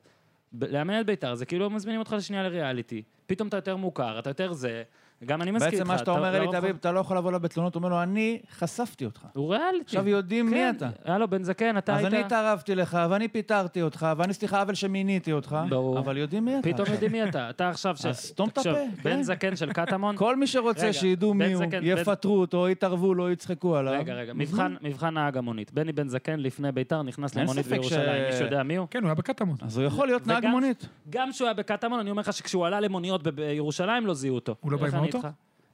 Speaker 1: ב- לאמן את בית"ר זה כאילו מזמינים אותך לשנייה לריאליטי, פתאום אתה יותר מוכר, אתה יותר זה, גם אני מסכים איתך.
Speaker 3: בעצם מה שאתה אומר,
Speaker 1: לא
Speaker 3: אלי
Speaker 1: יכול-
Speaker 3: תביב, אתה לא יכול לבוא אליו בתלונות, הוא אומר לו, אני חשפתי אותך.
Speaker 1: הוא ריאליטי.
Speaker 3: עכשיו יודעים מי
Speaker 1: כן,
Speaker 3: אתה.
Speaker 1: הלו, בן זקן, אתה
Speaker 3: אז
Speaker 1: היית...
Speaker 3: אני התערבתי לך, ואני פיטרתי אותך, ואני, סליחה, עוול שמיניתי אותך,
Speaker 1: ברור.
Speaker 3: אבל יודעים מי אתה.
Speaker 1: פתאום
Speaker 3: עכשיו.
Speaker 1: יודעים מי אתה. אתה עכשיו... ש-
Speaker 3: אז סתום את
Speaker 1: תקשיב,
Speaker 3: הפה,
Speaker 1: בן
Speaker 3: כן.
Speaker 1: זקן של קטמון.
Speaker 3: כל מי שרוצה
Speaker 1: נכון. רגע,
Speaker 3: שידעו
Speaker 1: בן
Speaker 3: מי הוא,
Speaker 1: זקן, בן-
Speaker 3: יפטרו אותו, יתערבו לו, יצחקו עליו. נכון.
Speaker 1: רגע, רגע, מבחן- מבחן נהג המונית. בני בן זקן לפני ביתר נכנס
Speaker 3: אין
Speaker 1: למונית
Speaker 3: ספק
Speaker 1: בירושלים.
Speaker 3: ש-
Speaker 1: מישהו יודע מי הוא?
Speaker 2: כן, הוא היה בקטמון.
Speaker 3: אז הוא יכול להיות נהג
Speaker 1: וגם-
Speaker 3: מונית.
Speaker 1: גם כשהוא היה בקטמון, אני אומר לך שכשהוא עלה למוניות ב- בירושלים לא זיהו אותו.
Speaker 2: הוא לא בא
Speaker 1: איך
Speaker 2: עם
Speaker 1: אני
Speaker 2: האוטו?
Speaker 1: איתך?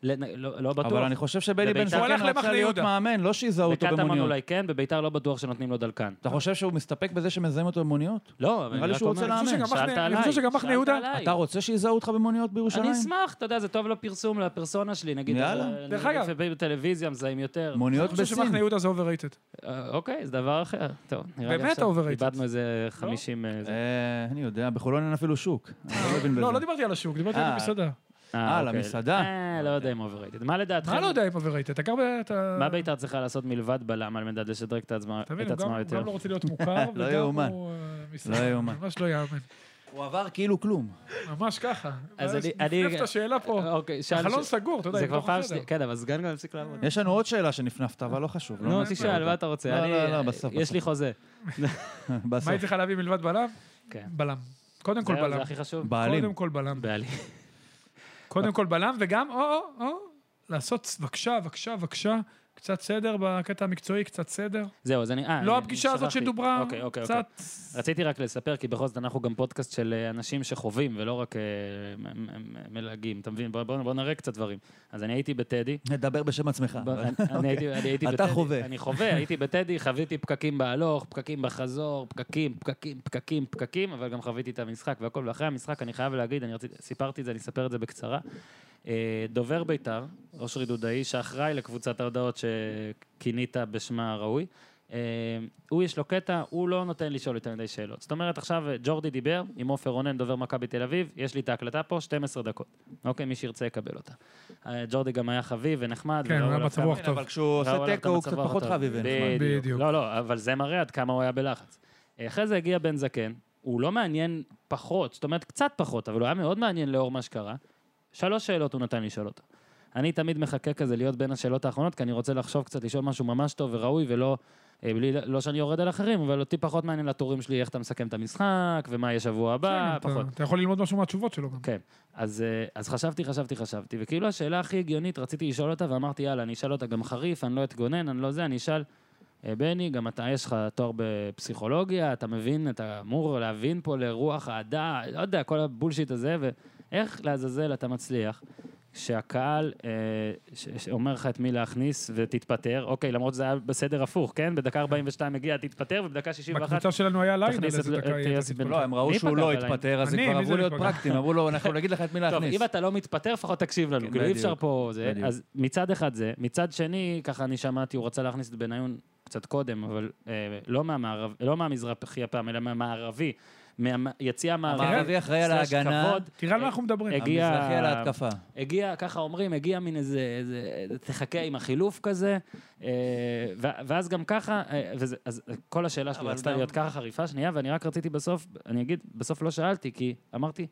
Speaker 1: ל- לא לא בטוח.
Speaker 3: אבל אני חושב שבני בן
Speaker 1: בביתר-
Speaker 3: זקן
Speaker 1: הוא
Speaker 2: הלך למחנה
Speaker 3: רצה להיות
Speaker 2: יהודה.
Speaker 3: מאמן, לא שיזהו אותו
Speaker 1: בקטמון
Speaker 3: במוניות.
Speaker 1: אולי כן, בביתר לא בטוח שנותנים לו דלקן.
Speaker 3: אתה חושב שהוא מסתפק בזה שמזהים אותו במוניות?
Speaker 1: לא, אבל
Speaker 3: נראה
Speaker 1: אני
Speaker 3: לי
Speaker 1: רק
Speaker 3: שהוא רוצה
Speaker 1: אומר-
Speaker 3: לאמן.
Speaker 2: אני חושב שגם
Speaker 1: שאלת
Speaker 2: מחנה- אני
Speaker 1: עליי,
Speaker 2: חושב שגם
Speaker 1: שאלת
Speaker 2: מחנה יהודה-
Speaker 1: עליי.
Speaker 3: אתה רוצה שיזהו אותך במוניות בירושלים?
Speaker 1: אני אשמח, אתה יודע, זה טוב לפרסום, לפרסונה שלי, נגיד.
Speaker 3: יאללה.
Speaker 1: אה,
Speaker 2: דרך
Speaker 1: אני-
Speaker 2: אגב.
Speaker 1: בטלוויזיה מזהים יותר.
Speaker 3: מוניות
Speaker 2: אני חושב
Speaker 3: בסין.
Speaker 2: שמחנה יהודה זה overrated.
Speaker 1: אה, אוקיי, זה דבר אחר. טוב, נראה לי
Speaker 2: באמת
Speaker 1: עכשיו
Speaker 2: overrated.
Speaker 1: איבדנו איזה 50... אה, זה.
Speaker 3: אה, אני יודע, בחולון אין אפילו שוק. אני לא מבין
Speaker 2: לא, לא
Speaker 3: בזה.
Speaker 2: דיברתי על השוק, דיברתי על
Speaker 3: אה.
Speaker 2: המסעדה.
Speaker 1: אה,
Speaker 3: על
Speaker 1: אוקיי.
Speaker 3: המסעדה?
Speaker 1: אה, לא יודע אם overrated. מה לדעתכם?
Speaker 2: מה לא יודע אם overrated? אתה גר ב... אתה-
Speaker 1: מה בית"ר צריכה לעשות מלבד בלם על מנת לשדרג את עצמה
Speaker 2: אתה מבין,
Speaker 1: את
Speaker 2: הוא
Speaker 1: עצמה
Speaker 2: גם-
Speaker 1: יותר?
Speaker 2: גם לא רוצה להיות מוכר,
Speaker 3: לא
Speaker 2: וגם
Speaker 3: יאומן.
Speaker 2: הוא... אה,
Speaker 3: לא
Speaker 2: מסתדר.
Speaker 3: יאומן.
Speaker 2: ממש לא יאמן.
Speaker 3: הוא עבר כאילו כלום.
Speaker 2: ממש ככה. אה,
Speaker 1: אז
Speaker 2: אז
Speaker 1: אני-
Speaker 2: אני...
Speaker 1: אני-
Speaker 2: נפנף את השאלה פה.
Speaker 1: אוקיי, שאל-
Speaker 2: החלון
Speaker 1: ש-
Speaker 2: סגור, אתה יודע,
Speaker 1: זה
Speaker 2: אם
Speaker 1: כבר
Speaker 2: בתוך
Speaker 1: פעם
Speaker 2: החדר.
Speaker 1: שנייה, כן, אבל סגן גם הפסיק לעבוד.
Speaker 3: יש לנו עוד שאלה שנפנפת, אבל לא חשוב. אה, לא
Speaker 1: נו,
Speaker 3: נעשה
Speaker 1: תשאל,
Speaker 3: אותה.
Speaker 1: מה אתה רוצה?
Speaker 3: לא,
Speaker 1: אני-
Speaker 3: לא, לא, בסוף,
Speaker 1: יש
Speaker 3: בסוף.
Speaker 1: לי חוזה.
Speaker 2: מה היא
Speaker 3: בסוף.
Speaker 2: צריכה להביא מלבד בלם?
Speaker 1: כן.
Speaker 2: בלם. קודם כל
Speaker 1: זהו,
Speaker 2: בלם.
Speaker 1: זה הכי חשוב.
Speaker 3: בעלים.
Speaker 2: קודם כל בלם.
Speaker 1: בעלים.
Speaker 2: קודם כל בלם, וגם, או, או, או, לעשות בבקשה, בבקשה, בבקשה, קצת סדר בקטע המקצועי, קצת סדר.
Speaker 1: זהו, אז אני... אה,
Speaker 2: לא
Speaker 1: אני-
Speaker 2: הפגישה הזאת
Speaker 1: שכחתי.
Speaker 2: שדוברה,
Speaker 1: אוקיי, אוקיי, אוקיי.
Speaker 2: קצת...
Speaker 1: רציתי רק לספר, כי בכל זאת אנחנו גם פודקאסט של אה, אנשים שחווים, ולא רק אה, מ- מ- מ- מלהגים, אתה מבין? בוא- בוא בוא נראה קצת דברים. אז אני הייתי בטדי.
Speaker 3: נדבר בשם עצמך.
Speaker 1: ב- אני- אני הייתי- אני הייתי
Speaker 3: אוקיי. אתה
Speaker 1: בטדי.
Speaker 3: חווה.
Speaker 1: אני חווה, הייתי בטדי, חוויתי פקקים בהלוך, פקקים בחזור, פקקים, פקקים, פקקים, פקקים, אבל גם חוויתי את המשחק והכל. ואחרי המשחק, אני חייב להגיד, אני רציתי, סיפרתי את זה, אני אספר את זה בקצרה. אה, דובר בית"ר, אושרי דודאי, שאחראי לקבוצת ההודעות שכינית בשמה הראוי, אה, הוא יש לו קטע, הוא לא נותן לשאול יותר מדי שאלות. זאת אומרת, עכשיו אה, ג'ורדי דיבר עם עופר רונן, דובר מכבי תל אביב, יש לי את ההקלטה פה, 12 דקות. אוקיי, מי שירצה יקבל אותה. אה, ג'ורדי גם היה חביב ונחמד.
Speaker 2: כן, הוא
Speaker 1: והוא
Speaker 2: היה
Speaker 1: לקח-
Speaker 2: מצב רוח
Speaker 3: כן,
Speaker 2: טוב.
Speaker 3: אבל כשהוא עושה
Speaker 1: והוא הלך
Speaker 3: תיקו הוא
Speaker 1: למצב
Speaker 3: קצת
Speaker 1: רוח
Speaker 3: פחות
Speaker 1: הטוב.
Speaker 3: חביב ונחמד.
Speaker 2: בדיוק.
Speaker 1: לא, לא, אבל זה מראה עד כמה הוא היה בלחץ. אחרי זה הגיע בן זקן, הוא לא מעניין פחות, זאת אומרת קצת פחות, אבל הוא היה מאוד מעניין לאור מה שקרה. שלוש שאלות הוא נתן לי לשאול אותו. אני תמיד מחכה כזה להיות בין השאלות האחרונות, כי אני רוצה לחשוב קצת, לשאול משהו ממש טוב וראוי, ולא אה, בלי, לא שאני יורד על אחרים, אבל אותי פחות מעניין לתורים שלי, איך אתה מסכם את המשחק, ומה יהיה שבוע הבא,
Speaker 2: אתה-
Speaker 1: פחות.
Speaker 2: אתה יכול ללמוד משהו מהתשובות שלו גם.
Speaker 1: כן. אז, אה, אז חשבתי, חשבתי, חשבתי, וכאילו השאלה הכי הגיונית, רציתי לשאול אותה, ואמרתי, יאללה, אני אשאל אותה גם חריף, אני לא אתגונן, אני לא זה, אני אשאל, "אה, בני, גם אתה, יש לך תואר בפסיכולוגיה, אתה מבין, אתה אמור להבין פה לרוח האהדה, לא יודע, כל הבולשיט הזה, ואיך לעזאזל אתה מצליח שהקהל אה, ש- ש- אומר לך את מי להכניס ותתפטר, אוקיי, למרות שזה היה בסדר הפוך, כן? בדקה 42 הגיע, תתפטר, ובדקה 61
Speaker 2: בקבוצה שלנו היה לילה
Speaker 1: תכניס
Speaker 2: לאיזה
Speaker 1: את-
Speaker 2: דקה.
Speaker 1: את
Speaker 2: יהיה.
Speaker 1: יוסי בן-
Speaker 3: לא, הם ראו
Speaker 1: מי
Speaker 3: שהוא
Speaker 1: פתח
Speaker 3: לא
Speaker 1: עליי?
Speaker 3: התפטר, אז הם
Speaker 2: אני,
Speaker 3: כבר
Speaker 2: מי
Speaker 3: עברו
Speaker 2: זה
Speaker 3: להיות
Speaker 2: פגע?
Speaker 3: פרקטיים, אמרו לו, אנחנו נגיד לך את מי
Speaker 1: טוב,
Speaker 3: להכניס.
Speaker 1: אם אתה לא מתפטר, לפחות תקשיב לנו.
Speaker 3: כן,
Speaker 1: כאילו, אי אפשר
Speaker 3: בדיוק.
Speaker 1: פה... זה.
Speaker 3: בדיוק.
Speaker 1: אז מצד אחד זה. מצד שני, ככה אני שמעתי, הוא רצה להכניס את בניון קצת קודם, אבל אה, לא מהמערב- לא מהמזרחי הפעם, אלא מהמערבי. מהיציע המערבי.
Speaker 3: המערבי אחראי על
Speaker 1: סלש
Speaker 3: ההגנה,
Speaker 1: כבוד.
Speaker 2: תראה על מה אנחנו מדברים.
Speaker 1: הגיע-
Speaker 3: המזרחי על ההתקפה.
Speaker 1: הגיע, ככה אומרים, הגיע מין איזה, איזה, איזה תחכה עם החילוף כזה, אה, ו- ואז גם ככה, אה, וזה, אז כל השאלה שלי
Speaker 3: אבל
Speaker 1: רצתה
Speaker 3: גם-
Speaker 1: להיות ככה חריפה שנייה, ואני רק רציתי בסוף, אני אגיד, בסוף לא שאלתי, כי אמרתי,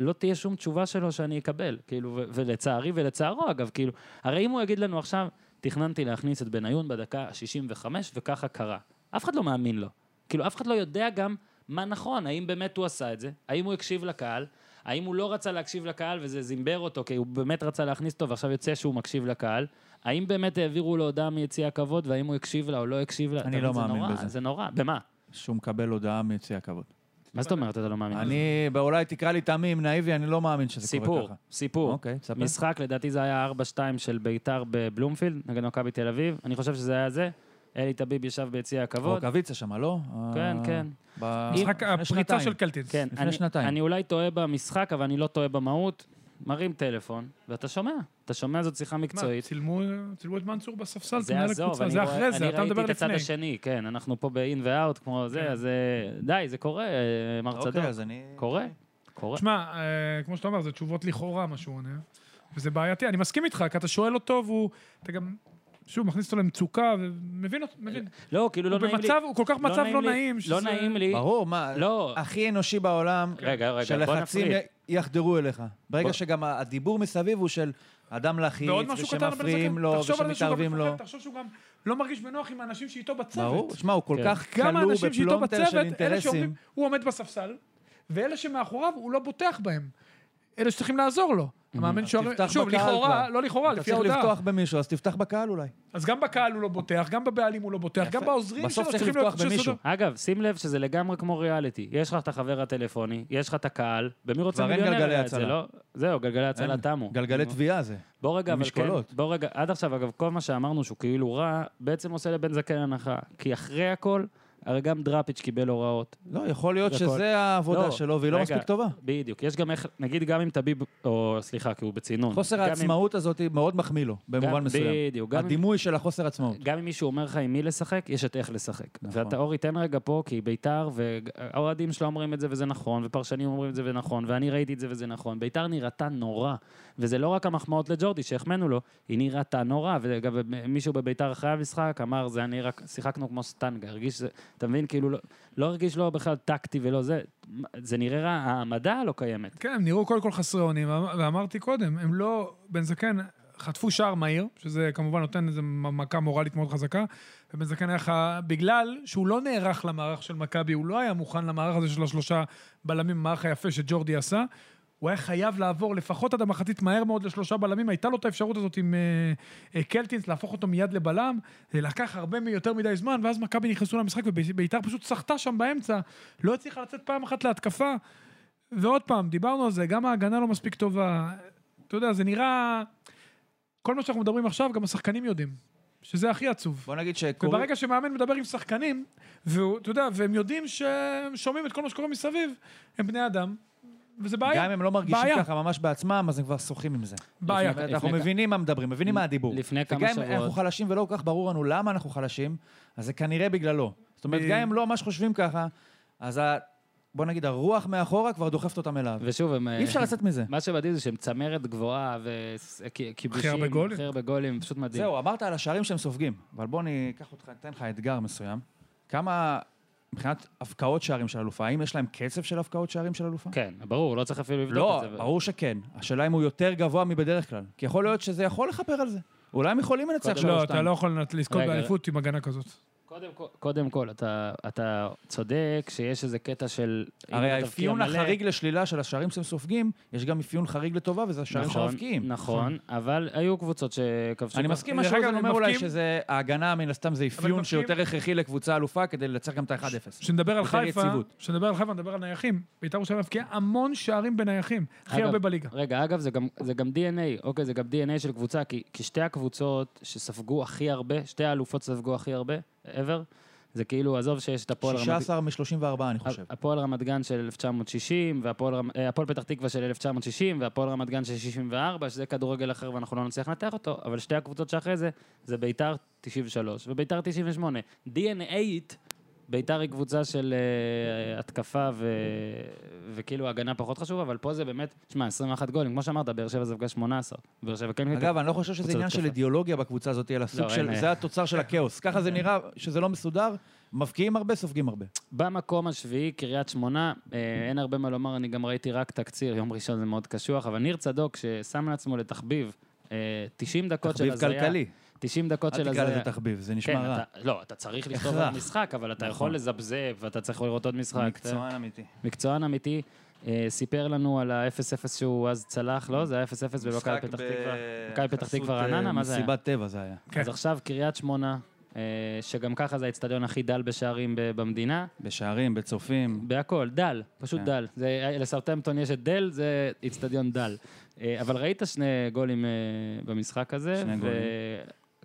Speaker 1: לא תהיה שום תשובה שלו שאני אקבל, כאילו, ו- ולצערי ולצערו אגב, כאילו, הרי אם הוא יגיד לנו עכשיו, תכננתי להכניס את בניון בדקה ה-65 וככה קרה, אף אחד לא מאמין לו. כאילו, אף אחד לא יודע גם מה נכון, האם באמת הוא עשה את זה, האם הוא הקשיב לקהל, האם הוא לא רצה להקשיב לקהל וזה זימבר אותו, כי הוא באמת רצה להכניס אותו ועכשיו יוצא שהוא מקשיב לקהל, האם באמת העבירו לו הודעה מיציע הכבוד, והאם הוא הקשיב לה או לא הקשיב לה?
Speaker 3: אני
Speaker 1: אתה
Speaker 3: לא
Speaker 1: מבין, זה
Speaker 3: מאמין
Speaker 1: נורא,
Speaker 3: בזה.
Speaker 1: זה נורא, במה?
Speaker 3: שהוא מקבל הודעה מיציע הכבוד.
Speaker 1: מה זאת אומרת אתה לא מאמין? בזה?
Speaker 3: אני, אולי תקרא לי תמים, נאיבי, אני לא מאמין שזה קורה
Speaker 1: סיפור,
Speaker 3: ככה.
Speaker 1: סיפור.
Speaker 3: אוקיי, תספר.
Speaker 1: משחק, לדעתי זה היה 4-2 של ביתר בבלומפילד, נגד מכבי תל אביב. אני חושב שזה היה זה. אלי טביב ישב ביציע הכבוד.
Speaker 3: רוקאביצה שם, לא?
Speaker 1: כן,
Speaker 3: אה,
Speaker 1: כן.
Speaker 3: ב-
Speaker 2: משחק
Speaker 3: לפני
Speaker 2: הפריצה
Speaker 3: שנתיים.
Speaker 2: של קלטינס.
Speaker 1: כן,
Speaker 3: לפני
Speaker 1: אני,
Speaker 3: שנתיים.
Speaker 1: אני אולי טועה במשחק, אבל אני לא טועה במהות. מרים טלפון, ואתה שומע. אתה שומע, זאת שיחה
Speaker 2: מה,
Speaker 1: מקצועית.
Speaker 2: צילמו צילמו את מנצור בספסל,
Speaker 1: זה
Speaker 2: מנהל
Speaker 1: יעזוב,
Speaker 2: הקבוצה.
Speaker 1: אני
Speaker 2: זה
Speaker 1: רואה-
Speaker 2: אחרי זה,
Speaker 1: אני
Speaker 2: אתה מדבר
Speaker 1: ראיתי את הצד
Speaker 2: לפני.
Speaker 1: השני, כן, אנחנו פה ב-in ו-out, כמו זה,
Speaker 2: כן.
Speaker 1: אז אה, די, זה קורה, אה, מר צדוק.
Speaker 3: אוקיי, אז אני...
Speaker 1: קורה, קורה.
Speaker 2: תשמע, אה, כמו שאתה אומר, זה תשובות לכאורה, מה שהוא עונה. וזה בעייתי, אני מסכים איתך, כי אתה שואל אותו, והוא... אתה גם, שוב, מכניס אותו למצוקה, ומבין אותו, מבין.
Speaker 1: לא, כאילו לא
Speaker 2: הוא
Speaker 1: נעים לי.
Speaker 2: במצב, הוא כל כך מצב לא
Speaker 1: לי-
Speaker 2: נעים,
Speaker 1: לא
Speaker 2: שזה-
Speaker 1: נעים לי.
Speaker 3: ברור, מה,
Speaker 1: לא. כן.
Speaker 3: הכי אנושי בעולם,
Speaker 1: רגע, רגע, בוא
Speaker 3: שלחצים
Speaker 1: נפריד.
Speaker 3: י- יחדרו אליך. ברגע
Speaker 1: בוא-
Speaker 3: שגם ה- הדיבור מסביב הוא של, אדם לחיץ,
Speaker 2: ועוד משהו קטן על בן
Speaker 3: ושמפריעים
Speaker 2: זקן,
Speaker 3: לו,
Speaker 2: תחשוב על זה שהוא גם
Speaker 3: ושמתערבים לו.
Speaker 2: מפחד, תחשוב שהוא גם לא מרגיש בנוח עם האנשים שאיתו בצוות.
Speaker 3: ברור, שמע, הוא כל
Speaker 1: כן.
Speaker 3: כך
Speaker 2: גם
Speaker 3: כלוא
Speaker 2: האנשים שאיתו
Speaker 3: בפלונטר של
Speaker 2: בצוות, אלה שאומרים,
Speaker 3: אינטרסים.
Speaker 2: הוא עומד בספסל, ואלה שמאחוריו, הוא לא בוטח בהם. אלה שצריכים לעזור לו. המאמן שוער...
Speaker 3: Mm-hmm. תפתח
Speaker 2: שוב,
Speaker 3: בקהל
Speaker 2: לכאורה,
Speaker 3: כבר.
Speaker 2: לא לכאורה,
Speaker 3: אתה
Speaker 2: לפי
Speaker 3: צריך
Speaker 2: ההודעה.
Speaker 3: לבטוח במישהו, אז תפתח בקהל אולי.
Speaker 2: אז גם בקהל הוא לא בוטח, גם בבעלים הוא לא בוטח, גם בעוזרים
Speaker 3: בסוף
Speaker 2: שלו
Speaker 3: צריך
Speaker 2: צריכים להיות...
Speaker 3: לבטוח במישהו.
Speaker 2: שסודר-
Speaker 1: אגב, שים לב שזה לגמרי כמו ריאליטי. יש לך את החבר הטלפוני, יש לך את הקהל, במי רוצה
Speaker 3: כבר אין
Speaker 1: מיליונר
Speaker 3: גלגלי
Speaker 1: היה את זה,
Speaker 3: הצלה.
Speaker 1: לא? זהו, גלגלי הצלה
Speaker 3: אין.
Speaker 1: תמו.
Speaker 3: גלגלי
Speaker 1: נו.
Speaker 3: תביעה זה.
Speaker 1: בוא רגע, אבל כן,
Speaker 3: משקולות.
Speaker 1: בוא רגע, עד עכשיו, אגב, כל מה שאמרנו שהוא כאילו רע, בעצם עושה לבן זקן הנחה. כי אחרי הכל, הרי גם דראפיץ' קיבל הוראות.
Speaker 3: לא, יכול להיות
Speaker 1: זה הכל.
Speaker 3: שזה העבודה
Speaker 1: לא,
Speaker 3: שלו, והיא לא
Speaker 1: רגע.
Speaker 3: מספיק טובה.
Speaker 1: בדיוק. יש גם איך, נגיד גם אם תביב, או סליחה, כי הוא בצינון.
Speaker 3: חוסר
Speaker 1: גם אם-
Speaker 3: העצמאות הזאת היא מאוד מחמיא לו, במובן מסוים.
Speaker 1: בדיוק. גם אם-
Speaker 3: הדימוי של החוסר עצמאות.
Speaker 1: גם אם מישהו אומר לך עם מי לשחק, יש את איך לשחק.
Speaker 3: נכון.
Speaker 1: ואתה, אורי, תן רגע פה, כי ביתר, והאוהדים שלו אומרים את זה וזה נכון, ופרשנים אומרים את זה ונכון, ואני ראיתי את זה וזה נכון. ביתר נראתה נורא, וזה לא רק המחמאות לג'ורדי שהחמאנו לו, היא נראתה נורא, וגם מישהו בביתר אחרי המשחק אמר, זה אני רק, שיחקנו כמו סטנגה, הרגיש, זה- אתה מבין, כאילו, לא- לא הרגיש לא בכלל טקטי ולא זה, זה נראה רע, העמדה לא קיימת.
Speaker 2: כן, הם נראו קודם כל חסרי אונים, ואמ- ואמרתי קודם, הם לא... בן זקן חטפו שער מהיר, שזה כמובן נותן איזו מכה מורלית מאוד חזקה, ובן זקן היה לך... בגלל שהוא לא נערך למערך של מכבי, הוא לא היה מוכן למערך הזה של השלושה בלמים, המערך היפה שג'ורדי עשה, הוא היה חייב לעבור לפחות עד המחצית מהר מאוד לשלושה בלמים, הייתה לו את האפשרות הזאת עם אה, אה, קלטינס, להפוך אותו מיד לבלם, זה לקח הרבה מ- יותר מדי זמן, ואז מכבי נכנסו למשחק וביתר פשוט סחטה שם באמצע, לא הצליחה לצאת פעם אחת להתקפה. ועוד פעם, דיברנו על זה, גם ההגנה לא מספיק טובה. אתה יודע, זה נראה... כל מה שאנחנו מדברים עכשיו, גם השחקנים יודעים. שזה הכי עצוב.
Speaker 3: בוא נגיד שקוראים...
Speaker 2: וברגע שמאמן מדבר עם שחקנים, והוא, אתה יודע, והם יודעים שהם שומעים את כל מה שקורה מסביב, הם בני אדם, וזה בעיה.
Speaker 3: גם אם הם לא מרגישים
Speaker 2: בעיה.
Speaker 3: ככה ממש בעצמם, אז הם כבר שוחים עם זה.
Speaker 2: בעיה.
Speaker 1: לפני-
Speaker 3: אנחנו
Speaker 1: לפני-
Speaker 3: מבינים מה מדברים, מבינים מה הדיבור.
Speaker 1: לפני כמה
Speaker 3: וגם אם
Speaker 1: שבועות.
Speaker 3: אנחנו חלשים ולא כל כך ברור לנו למה אנחנו חלשים, אז זה כנראה בגללו. זאת אומרת, גם אם לא ממש חושבים ככה, אז ה... בוא נגיד, הרוח מאחורה כבר דוחפת אותם אליו.
Speaker 1: ושוב, הם... אה,
Speaker 3: אי אפשר לצאת מזה.
Speaker 1: מה שמדהים זה שהם צמרת גבוהה וכיבושים.
Speaker 2: הכי הרבה גולים.
Speaker 1: הכי הרבה גולים, פשוט מדהים.
Speaker 3: זהו, אמרת על השערים שהם סופגים, אבל בוא אני אקח אותך, אתן לך אתגר מסוים. כמה, מבחינת הבקעות שערים של אלופה, האם יש להם קצב של הבקעות שערים של אלופה?
Speaker 1: כן, ברור, לא צריך אפילו לבדוק
Speaker 3: לא,
Speaker 1: את זה.
Speaker 3: ברור שכן. השאלה אם הוא יותר גבוה מבדרך כלל. כי יכול להיות שזה יכול לכפר על זה. אולי הם יכולים לנצח
Speaker 1: קודם-
Speaker 3: שלוש-שתיים.
Speaker 2: לא, אתה לא יכול לזכות
Speaker 1: רגע,
Speaker 2: באליפות עם הגנה כזאת.
Speaker 1: קודם כל, קודם כל אתה, אתה צודק שיש איזה קטע של... אם
Speaker 3: הרי
Speaker 1: אתה מבקיע
Speaker 3: האפיון
Speaker 1: מלא-
Speaker 3: החריג לשלילה של השערים שהם סופגים, יש גם אפיון חריג לטובה, וזה השערים
Speaker 1: נכון,
Speaker 3: שמבקיעים.
Speaker 1: נכון, אבל היו קבוצות שכבשו...
Speaker 3: אני
Speaker 1: כבר-
Speaker 3: מסכים מה
Speaker 2: דרך אגב,
Speaker 3: שאוזן
Speaker 2: הם
Speaker 3: אומר אולי
Speaker 2: מבקיעים-
Speaker 3: שזה, ההגנה מן הסתם זה אפיון
Speaker 2: מבקיעים-
Speaker 3: שיותר הכרחי לקבוצה אלופה כדי לנצח גם את ה-1-0.
Speaker 2: כשנדבר על
Speaker 3: יותר
Speaker 2: חיפה,
Speaker 3: יציבות.
Speaker 2: כשנדבר על חיפה, נדבר על נייחים. בית"ר ירושלים מבקיעה המון שערים בנייחים. הכי
Speaker 1: אגב,
Speaker 2: הרבה בליגה.
Speaker 1: רגע, אגב, זה גם, זה גם DNA, אוקיי, זה גם DNA של קבוצה, כי, כי שתי הקבוצות שספגו הכי הרבה, שתי האלופות ספגו הכי הרבה, ever, זה כאילו, עזוב שיש את הפועל רמת-
Speaker 3: 16 מ-34 אני חושב.
Speaker 1: הפועל רמת גן של 1960, והפועל רמ- אה, הפועל פתח תקווה של 1960, והפועל רמת גן של 64, שזה כדורגל אחר ואנחנו לא נצליח לנתח אותו, אבל שתי הקבוצות שאחרי זה, זה ביתר 93 וביתר 98. DNA, ביתר היא קבוצה של uh, התקפה ו... וכאילו הגנה פחות חשובה, אבל פה זה באמת, שמע, 21 גולים, כמו שאמרת, באר שבע ספגה 18. באר שבע כן...
Speaker 3: אגב, אני לא חושב שזה
Speaker 1: קבוצה
Speaker 3: עניין של
Speaker 1: התקפה.
Speaker 3: אידיאולוגיה בקבוצה הזאת, אלא סוג
Speaker 1: לא,
Speaker 3: של,
Speaker 1: אין- כן.
Speaker 3: זה התוצר של הכאוס. ככה זה נראה, שזה לא מסודר, מבקיעים הרבה, סופגים הרבה.
Speaker 1: במקום השביעי, קריית שמונה, אה, אין הרבה מה לומר, אני גם ראיתי רק תקציר, יום ראשון זה מאוד קשוח, אבל ניר צדוק, ששם לעצמו לתחביב, אה, 90 דקות של
Speaker 3: תחביב
Speaker 1: הזיה.
Speaker 3: כלכלי.
Speaker 1: 90 דקות
Speaker 3: אל
Speaker 1: של
Speaker 3: תקרא
Speaker 1: הזיה.
Speaker 3: לזה תחביב, זה
Speaker 1: כן,
Speaker 3: נשמע רע.
Speaker 1: אתה, לא, אתה צריך לכתוב על
Speaker 3: הכרח. נכון.
Speaker 1: המשחק, אבל אתה יכול לזבזב, ואתה צריך לראות עוד משחק.
Speaker 3: מקצוען אמיתי.
Speaker 1: אתה- מקצוען אמיתי. אה, סיפר לנו על ה-0-0 שהוא אז צלח, לא? זה היה 0-0 במכבי פתח תקווה. מכבי פתח תקווה רעננה, מה זה היה?
Speaker 3: אה, מסיבת טבע זה היה.
Speaker 2: כן.
Speaker 1: אז עכשיו קריית שמונה, אה, שגם ככה זה האצטדיון הכי דל בשערים ב- במדינה.
Speaker 3: בשערים, בצופים.
Speaker 1: בהכל, דל, פשוט
Speaker 3: כן.
Speaker 1: דל. זה- לסאוטהמפטון יש את דל, זה איצטדיון דל. אה, אבל ראית שני גולים אה, במשחק הזה,
Speaker 3: שני גולים.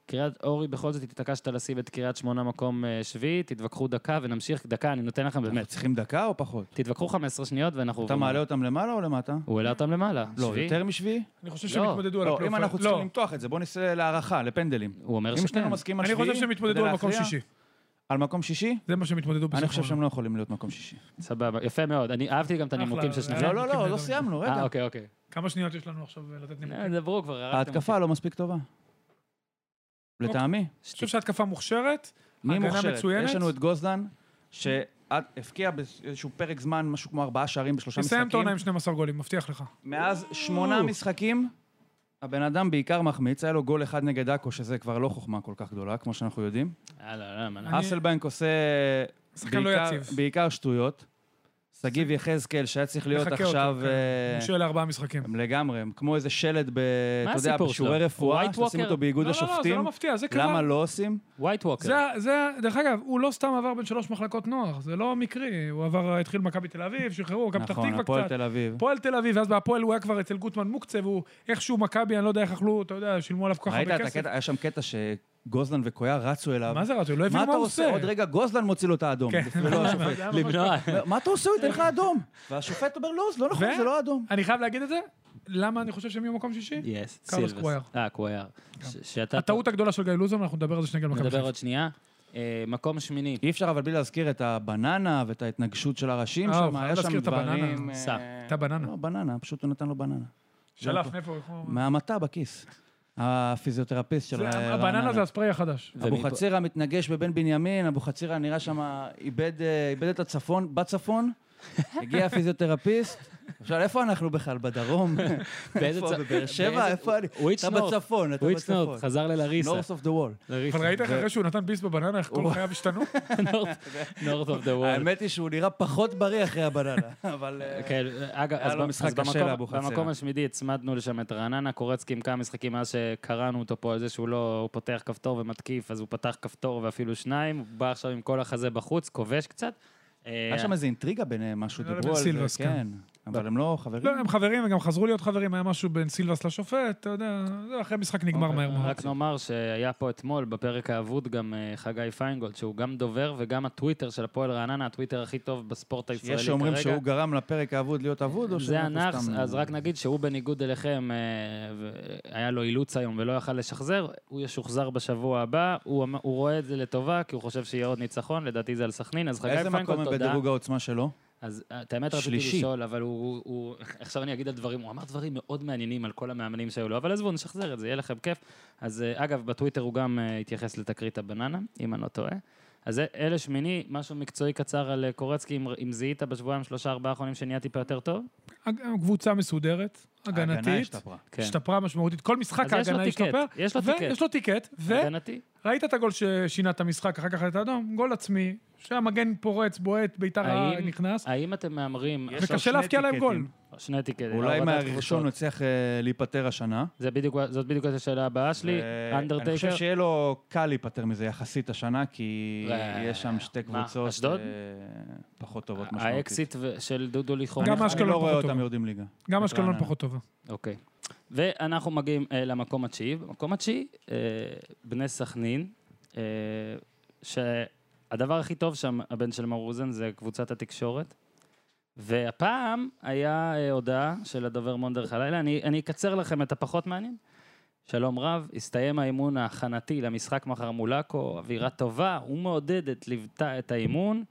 Speaker 1: קריית אורי, בכל זאת התעקשת לשים את קריית שמונה מקום אה, שביעי, תתווכחו דקה ונמשיך דקה, אני נותן לכם
Speaker 3: אנחנו
Speaker 1: באמת.
Speaker 3: צריכים דקה או פחות?
Speaker 1: תתווכחו 15 שניות ואנחנו...
Speaker 3: אתה
Speaker 1: עוברים.
Speaker 3: מעלה אותם למעלה או למטה?
Speaker 1: הוא העלה אותם למעלה.
Speaker 3: לא,
Speaker 1: שביעי.
Speaker 3: יותר משביעי?
Speaker 2: אני חושב
Speaker 1: לא.
Speaker 2: שהם התמודדו על
Speaker 3: לא,
Speaker 2: הפלייאוף.
Speaker 3: אם אנחנו צריכים למתוח את זה, בואו נעשה להערכה, לפנדלים.
Speaker 1: הוא אומר
Speaker 3: אם שנינו
Speaker 1: שכן.
Speaker 3: מסכימים על
Speaker 2: אני
Speaker 3: שביעי,
Speaker 2: חושב שהם התמודדו
Speaker 3: כדי
Speaker 2: על מקום
Speaker 3: להכריע?
Speaker 2: שישי.
Speaker 3: על מקום שישי?
Speaker 2: זה נכון. אה, מה שהם התמודדו בסוף.
Speaker 3: אני חושב
Speaker 2: העונה.
Speaker 3: שהם לא יכולים להיות מקום שישי.
Speaker 1: סבבה, יפה מאוד. אני אהבתי גם את
Speaker 2: אחלה,
Speaker 1: הנימוקים של
Speaker 2: זה היה
Speaker 1: שניכם.
Speaker 3: לא, לא, לא,
Speaker 2: נתחיל
Speaker 3: לא
Speaker 2: לדבר.
Speaker 3: סיימנו,
Speaker 1: אה,
Speaker 3: רגע.
Speaker 1: אוקיי, אוקיי.
Speaker 2: כמה שניות יש לנו עכשיו אה, לתת
Speaker 3: אה,
Speaker 2: נימוקים?
Speaker 1: דברו כבר,
Speaker 2: אה,
Speaker 1: הרגתם
Speaker 3: ההתקפה לא מספיק טובה. לטעמי.
Speaker 2: אני חושב שההתקפה מוכשרת,
Speaker 3: מי
Speaker 2: הגנה
Speaker 3: מוכשרת?
Speaker 2: אוקיי. מצוינת.
Speaker 3: יש לנו את גוזלן, שהבקיע באיזשהו פרק זמן משהו כמו ארבעה שערים בשלושה
Speaker 2: תסיים את
Speaker 3: משחקים.
Speaker 2: העונה עם 12 גולים, מבטיח לך.
Speaker 3: מאז שמונה משחקים, הבן אדם בעיקר מחמיץ, היה לו גול אחד נגד עכו, שזה כבר לא חוכמה כל כך גדולה, כמו שאנחנו יודעים.
Speaker 1: יאללה, למה לא?
Speaker 2: אני-
Speaker 3: אסלבנק עושה
Speaker 2: שחקן לא
Speaker 3: בעיקר,
Speaker 2: יציב.
Speaker 3: בעיקר שטויות. שגיב יחזקאל, שהיה צריך להיות
Speaker 2: מחקה אותו,
Speaker 3: עכשיו...
Speaker 2: כן.
Speaker 3: אה,
Speaker 2: הוא שואל לארבעה משחקים.
Speaker 3: הם לגמרי, הם כמו איזה שלד ב...
Speaker 1: מה
Speaker 3: אתה יודע,
Speaker 1: הסיפור שלו?
Speaker 3: בשיעורי
Speaker 1: הוא
Speaker 3: רפואה,
Speaker 1: White
Speaker 3: שעושים
Speaker 1: Walker?
Speaker 3: אותו
Speaker 2: לא,
Speaker 3: באיגוד
Speaker 2: לא, לא, זה
Speaker 3: השופטים.
Speaker 2: לא מפתיע, זה קרה.
Speaker 3: למה לא עושים?
Speaker 1: ווייט ווקר.
Speaker 2: זה, זה, דרך אגב, הוא לא סתם עבר בין שלוש מחלקות נוער, זה לא מקרי. הוא עבר, התחיל במכבי תל אביב, שחררו, גם פתח
Speaker 3: נכון,
Speaker 2: תקווה
Speaker 3: הפועל
Speaker 2: קצת.
Speaker 3: תל אביב.
Speaker 2: הפועל תל אביב, ואז בהפועל הוא היה כבר אצל גוטמן מוקצה, והוא איכשהו מכבי, אני לא יודע איך אכלו, אתה יודע, שילמו עליו כל כך
Speaker 3: ראית
Speaker 2: הרבה
Speaker 3: את
Speaker 2: כסף.
Speaker 3: הקטע? היה שם קטע שגוזלן וקויה רצו אליו.
Speaker 2: מה זה רצו? לא הבינו
Speaker 3: מה
Speaker 2: מה
Speaker 3: אתה
Speaker 2: הוא
Speaker 3: עושה?
Speaker 2: עושה.
Speaker 3: עוד רגע גוזלן מוציא לו את האדום.
Speaker 2: כן.
Speaker 3: אפילו לא השופט.
Speaker 1: למנוע.
Speaker 3: מה אתה עושה? הוא ייתן לך אדום. והשופט אומר, לא, זה לא נכון,
Speaker 2: ו-
Speaker 3: זה לא אדום.
Speaker 2: אני חייב להגיד את זה, למה אני חושב שהם יהיו מקום שישי?
Speaker 1: יס,
Speaker 2: קרלוס קוויאר.
Speaker 1: סילבס. אה, קוויאר. ש- שאתה...
Speaker 2: הטעות הגדולה של גיא לוזון, אנחנו נדבר על זה שנייה גם
Speaker 1: נדבר
Speaker 2: מכבי
Speaker 1: עוד שנייה. אה, מקום שמיני.
Speaker 3: אי אפשר אבל בלי להזכיר את הבננה ואת ההתנגשות של הראשים
Speaker 2: אה,
Speaker 3: שם,
Speaker 2: הוא חייב
Speaker 3: היה שם
Speaker 2: להזכיר את הבננה. אה.
Speaker 3: דברים... אה,
Speaker 1: סע.
Speaker 2: את הבננה.
Speaker 3: לא, בננה, פשוט הוא נתן לו בננה.
Speaker 2: שלף, מאיפה? איך הוא-
Speaker 3: מהמטע בכיס. הפיזיותרפיסט של אה,
Speaker 2: זה-
Speaker 3: רעננה.
Speaker 2: הבננה זה הספרי החדש.
Speaker 3: אבוחצירא מתנגש בבן בנימין, אבוחצירא נראה שם, איבד, אה, איבד את הצפון, בצפון, הגיע הפיזיותרפיסט. עכשיו, איפה אנחנו בכלל? בדרום?
Speaker 1: באיזה
Speaker 3: איפה?
Speaker 1: צ-
Speaker 3: בבאר שבע?
Speaker 1: באיזה-
Speaker 3: איפה אני?
Speaker 1: וויץ'
Speaker 3: אתה
Speaker 1: נורת.
Speaker 3: בצפון, אתה
Speaker 1: וויץ'
Speaker 3: בצפון.
Speaker 1: נורד, חזר ללאריסה.
Speaker 3: North of the wall.
Speaker 1: לריסה.
Speaker 2: אבל ראית איך אחרי שהוא נתן ביס בבננה, איך כל
Speaker 3: הוא-
Speaker 2: חייו השתנו?
Speaker 1: נורת אוף דה וול.
Speaker 3: האמת היא שהוא נראה פחות בריא אחרי הבננה, אבל... אה,
Speaker 1: כן, אגב,
Speaker 3: היה
Speaker 1: אז
Speaker 3: לו
Speaker 1: ב-
Speaker 3: משחק
Speaker 1: אז
Speaker 3: קשה
Speaker 1: במקום-
Speaker 3: לאבוחצירא.
Speaker 1: במקום השמידי הצמדנו לשם את רעננה, קורצקי עם כמה משחקים מאז שקראנו אותו פה על זה שהוא לא, הוא פותח כפתור ומתקיף, אז הוא פתח כפתור ואפילו שניים, הוא בא עכשיו עם כל החזה בחוץ, כובש קצת. אה,
Speaker 3: היה שם איזו אינטריגה ביניהם, משהו,
Speaker 2: לא,
Speaker 3: דיברו
Speaker 2: לבין
Speaker 3: על
Speaker 2: סילבס,
Speaker 3: זה, כן. אבל הם לא חברים.
Speaker 2: לא, הם חברים, הם גם חזרו להיות חברים, היה משהו בין סילבס לשופט, אתה יודע, זה אחרי משחק נגמר
Speaker 3: אוקיי,
Speaker 2: מהר מאוד.
Speaker 1: רק נאמר שהיה פה אתמול בפרק האבוד גם אה, חגי פיינגולד, שהוא גם דובר וגם הטוויטר של הפועל רעננה, הטוויטר הכי טוב בספורט הישראלי
Speaker 3: יש
Speaker 1: כרגע.
Speaker 3: שאומרים שהוא גרם לפרק האבוד להיות אבוד, או
Speaker 1: זה
Speaker 3: שאנחנו
Speaker 1: הנאחס,
Speaker 3: סתם- אה,
Speaker 1: אז רק נגיד שהוא בניגוד אליכם, אה, ו- היה לו אילוץ היום ולא יכל לשחזר, הוא ישוחזר בשבוע הבא, הוא אמ- הוא רואה את זה לטובה, כי הוא חושב שיהיה עוד ניצחון, לדעתי זה על סכנין, אז חגי
Speaker 3: איזה מקום
Speaker 1: פיינקולד,
Speaker 3: הם
Speaker 1: תודה.
Speaker 3: בדירוג העוצמה שלו?
Speaker 1: אז אה, את האמת רציתי
Speaker 3: שלישי.
Speaker 1: לשאול, אבל הוא- הוא, עכשיו אני אגיד על דברים, הוא אמר דברים מאוד מעניינים על כל המאמנים שהיו לו, אבל עזבו, נשחזר את זה, יהיה לכם כיף. אז אה, אגב, בטוויטר הוא גם אה, התייחס לתקרית הבננה, אם אני לא טועה. אז זה- אלה שמיני, משהו מקצועי קצר על אה, קורצקי, אם- אם זיהית בשבועיים, שלושה, ארבעה האחרונים שנהיה טיפה יותר טוב?
Speaker 2: הג- קבוצה מסודרת,
Speaker 3: ההגנה
Speaker 2: הגנתית,
Speaker 3: השתפרה.
Speaker 1: כן.
Speaker 2: השתפרה משמעותית, כל משחק
Speaker 1: אז יש לו
Speaker 2: ההגנה
Speaker 1: טיקט,
Speaker 2: השתפר.
Speaker 1: יש לו טיקט.
Speaker 2: ויש לו טיקט,
Speaker 1: הגנתי?
Speaker 2: וראית את הגול ששינה את המשחק, אחר כך את האדום, גול עצמי, שהמגן פורץ, בועט, ביתר
Speaker 1: האם-
Speaker 2: נכנס,
Speaker 1: האם אתם מהמרים...
Speaker 3: יש לו
Speaker 2: וקשה
Speaker 3: שני
Speaker 2: להבקיע להם גול.
Speaker 3: טיקטים.
Speaker 1: שני טיקטים. אה,
Speaker 3: אולי
Speaker 1: הורדת
Speaker 3: מהראשון הוא
Speaker 1: קבוצות.
Speaker 3: יצליח אה, להיפטר השנה.
Speaker 1: זה בדיוק- זאת בדיוק השאלה הבאה שלי,
Speaker 3: ו- אני
Speaker 1: אנדרטייקר.
Speaker 3: חושב שיהיה לו קל להיפטר מזה יחסית השנה, כי
Speaker 1: ו-
Speaker 3: יש שם שתי
Speaker 1: מה,
Speaker 3: קבוצות
Speaker 1: אשדוד?
Speaker 3: אה, פחות טובות משמעותית.
Speaker 1: האקסיט ו- של דודו ליחון.
Speaker 2: גם
Speaker 3: אני-
Speaker 2: אשקלון
Speaker 3: אני לא רואה
Speaker 2: פחות
Speaker 3: אותם
Speaker 2: טובה.
Speaker 3: יורדים ליגה.
Speaker 2: גם
Speaker 3: את
Speaker 2: אשקלון
Speaker 3: רעננה.
Speaker 2: פחות טובה.
Speaker 1: אוקיי. ואנחנו מגיעים אה, למקום התשיעי. במקום התשיעי, אה, בני סכנין, אה, שהדבר הכי טוב שם, הבן של מר רוזן, זה קבוצת התקשורת. והפעם היה אה, הודעה של הדובר מונדרך הלילה. אני, אני אקצר לכם את הפחות מעניין. שלום רב, הסתיים האימון ההכנתי למשחק מחר מול עכו, אווירה טובה ומעודדת ליוותה את האימון.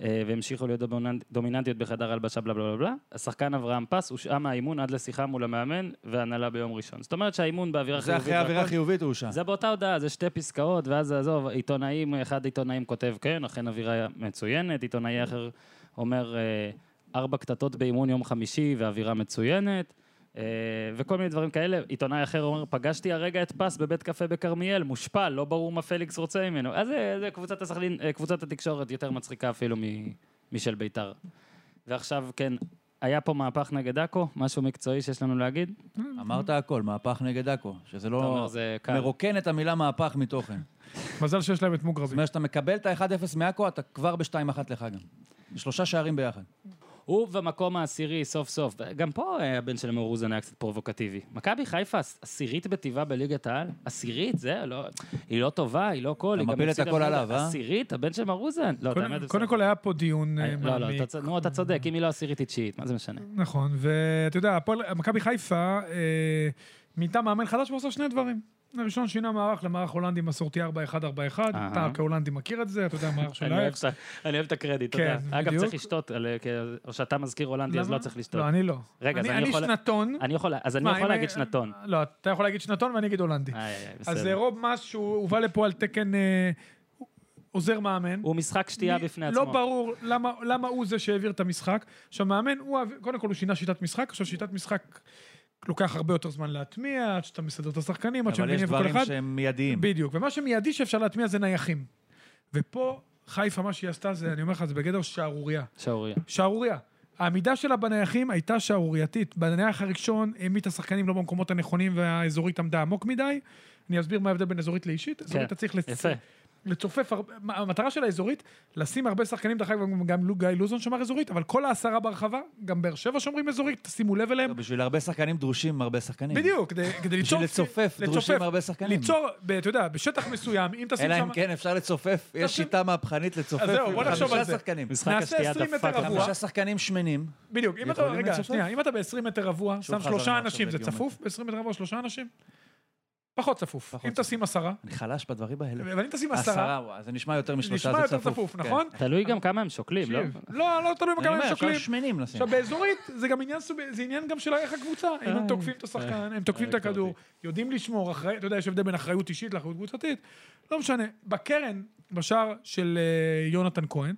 Speaker 1: אה, והמשיכו להיות דומיננט- דומיננטיות בחדר הלבשה בלה בלה בלה בלה. השחקן אברהם פס הושעה מהאימון עד לשיחה מול המאמן והנהלה ביום ראשון. זאת אומרת שהאימון באווירה
Speaker 3: זה
Speaker 1: חיובית.
Speaker 3: אחרי
Speaker 1: והכל-
Speaker 3: עבירה חיובית הוא שם.
Speaker 1: זה באותה הודעה, זה שתי פסקאות, ואז עזוב, עיתונאים, אחד עיתונאים כותב, כן, אכן אווירה מצוינת, עיתונאי אחר אומר, אה, ארבע קטטות באימון יום חמישי ואווירה מצוינת, אה, וכל מיני דברים כאלה. עיתונאי אחר אומר, פגשתי הרגע את פס בבית קפה בכרמיאל, מושפל, לא ברור מה פליקס רוצה ממנו. אז זה, זה קבוצת, הסכלין, אה, קבוצת התקשורת יותר מצחיקה אפילו מ- משל בית"ר. ועכשיו, כן, היה פה מהפך נגד עכו, משהו מקצועי שיש לנו להגיד?
Speaker 3: אמרת הכל, מהפך נגד עכו, שזה
Speaker 1: אתה
Speaker 3: לא...
Speaker 1: אומר, זה קל.
Speaker 3: מרוקן את המילה מהפך מתוכן. זאת
Speaker 2: מזל שיש להם את מוגרבי.
Speaker 3: אומרת, שאתה מקבל את ה-1-0 מעכו, אתה כבר ב-2-1 לך גם. שלושה שערים ביחד.
Speaker 1: הוא במקום העשירי סוף סוף. גם פה אה, הבן של אמיר רוזן היה קצת פרובוקטיבי. מכבי חיפה עש- עשירית בטבעה בליגת העל? עשירית, זה, לא... היא לא טובה, היא לא כל,
Speaker 3: אתה
Speaker 1: היא גם
Speaker 3: מפיל את
Speaker 1: הפסידה
Speaker 3: הכל
Speaker 1: בליגה.
Speaker 3: עליו, אה?
Speaker 1: עשירית, הבן של אמיר רוזן. לא, את
Speaker 2: קודם-
Speaker 1: האמת, זה
Speaker 2: קודם
Speaker 1: בסדר.
Speaker 2: כל היה פה דיון אה,
Speaker 1: אה, לא, לא,
Speaker 2: מעמיק.
Speaker 1: אתה צ- נו, אתה צודק, אם היא לא עשירית היא תשיעית, מה זה משנה?
Speaker 2: נכון, ואתה יודע, הפועל- מכבי חיפה אה, מינתה מאמן חדש ועושה שני דברים. הראשון, שינה מערך למערך הולנדי מסורתי 4-1-4-1,
Speaker 1: אהה.
Speaker 2: אתה כהולנדי מכיר את זה, אתה יודע, המערך של
Speaker 1: אני אוהב
Speaker 2: אייקס.
Speaker 1: את ה- אני אוהב את הקרדיט,
Speaker 2: כן,
Speaker 1: תודה. אגב,
Speaker 2: בדיוק.
Speaker 1: צריך לשתות, על, אה, כי- או שאתה מזכיר הולנדי, אז
Speaker 2: למה?
Speaker 1: לא צריך לשתות.
Speaker 2: לא, אני לא.
Speaker 1: רגע, אז אני יכול-
Speaker 2: אני שנתון.
Speaker 1: אני יכול, אז אני
Speaker 2: מה,
Speaker 1: יכול
Speaker 2: אם-
Speaker 1: להגיד שנתון.
Speaker 2: לא, אתה יכול להגיד שנתון ואני אגיד הולנדי.
Speaker 1: איי, איי,
Speaker 2: אז
Speaker 1: בסדר.
Speaker 2: רוב משהו הובא לפה על תקן אה, עוזר מאמן.
Speaker 1: הוא משחק שתייה בפני עצמו.
Speaker 2: לא ברור למה, למה הוא זה שהעביר את המשחק. עכשיו, מאמן, הוא, העביר- קודם כל הוא שינה שיטת משחק, עכשיו שיטת משחק לוקח הרבה יותר זמן להטמיע, עד שאתה מסדר את השחקנים, עד
Speaker 3: אבל יש
Speaker 2: שמבינים וכל
Speaker 3: דברים
Speaker 2: אחד.
Speaker 3: שהם מיידיים.
Speaker 2: בדיוק, ומה שמיידי שאפשר להטמיע זה נייחים. ופה חיפה, מה שהיא עשתה, זה, אני אומר לך, זה בגדר שערורייה.
Speaker 1: שערוריה.
Speaker 2: שערורייה. העמידה שלה בנייחים הייתה שערורייתית. בנייח הראשון העמיד את השחקנים לא במקומות הנכונים והאזורית עמדה עמוק מדי. אני אסביר מה ההבדל בין אזורית
Speaker 3: כן,
Speaker 2: לאישית. אזורית אתה צריך לצ-
Speaker 1: יפה.
Speaker 2: לצופף, הרבה- מה- המטרה של האזורית, לשים הרבה שחקנים, דרך אגב, גם- גם לו- גיא לוזון שמר אזורית, אבל כל העשרה ברחבה, גם באר שבע שומרים אזורית, תשימו לב אליהם.
Speaker 3: לא, בשביל הרבה שחקנים דרושים הרבה שחקנים.
Speaker 2: בדיוק, כדי, כדי ליצור...
Speaker 3: בשביל לצופף, דרושים הרבה שחקנים.
Speaker 2: ליצור, ב- אתה יודע, בשטח מסוים, אם תשים
Speaker 3: אלא
Speaker 2: שם...
Speaker 3: אם כן אפשר לצופף, יש
Speaker 2: תשים-
Speaker 3: שיטה מהפכנית לצופף.
Speaker 2: אז זהו,
Speaker 3: עם
Speaker 2: בוא נחשוב
Speaker 3: חמישה
Speaker 2: על זה.
Speaker 3: שחקנים.
Speaker 1: משחק
Speaker 2: נעשה
Speaker 1: השתייה
Speaker 2: 20 מטר
Speaker 1: דפק.
Speaker 2: רבוע.
Speaker 1: חמישה-
Speaker 3: חמישה שחקנים שמנים.
Speaker 2: בדיוק, אם אתה,
Speaker 3: יכולים
Speaker 2: רגע,
Speaker 3: לצופף?
Speaker 2: שנייה, אם אתה ב-20 מטר רבוע, שם
Speaker 3: שוב
Speaker 2: שלושה
Speaker 3: חזרנו
Speaker 2: אנשים, זה
Speaker 3: עכשיו
Speaker 2: צפוף? ב-20 מטר רבוע שלושה אנשים? פחות צפוף.
Speaker 3: פחות
Speaker 2: אם
Speaker 3: צפוף.
Speaker 2: תשים עשרה,
Speaker 3: אני חלש בדברים האלה.
Speaker 2: אבל אם תשים עשרה,
Speaker 3: עשרה, וואו, זה נשמע יותר משלושה,
Speaker 2: נשמע
Speaker 3: זה
Speaker 2: יותר
Speaker 3: צפוף.
Speaker 2: צפוף,
Speaker 3: כן.
Speaker 2: נכון?
Speaker 1: תלוי גם כמה הם שוקלים, לא?
Speaker 2: תקשיב, לא, לא תלוי
Speaker 3: אני
Speaker 2: בכמה
Speaker 3: אומר,
Speaker 2: הם
Speaker 3: אפשר
Speaker 2: שוקלים.
Speaker 3: שמנים לשים.
Speaker 2: עכשיו, באזורית, זה גם עניין סוג... זה עניין גם של איך הקבוצה.
Speaker 3: אה.
Speaker 2: אם הם תוקפים את השחקן, הם תוקפים את
Speaker 1: הרגת
Speaker 2: הכדור,
Speaker 1: אותי.
Speaker 2: יודעים לשמור, אחרי... אתה יודע, יש הבדל בין אחריות אישית לאחריות קבוצתית. לא משנה. בקרן, בשער של אה, יונתן כהן,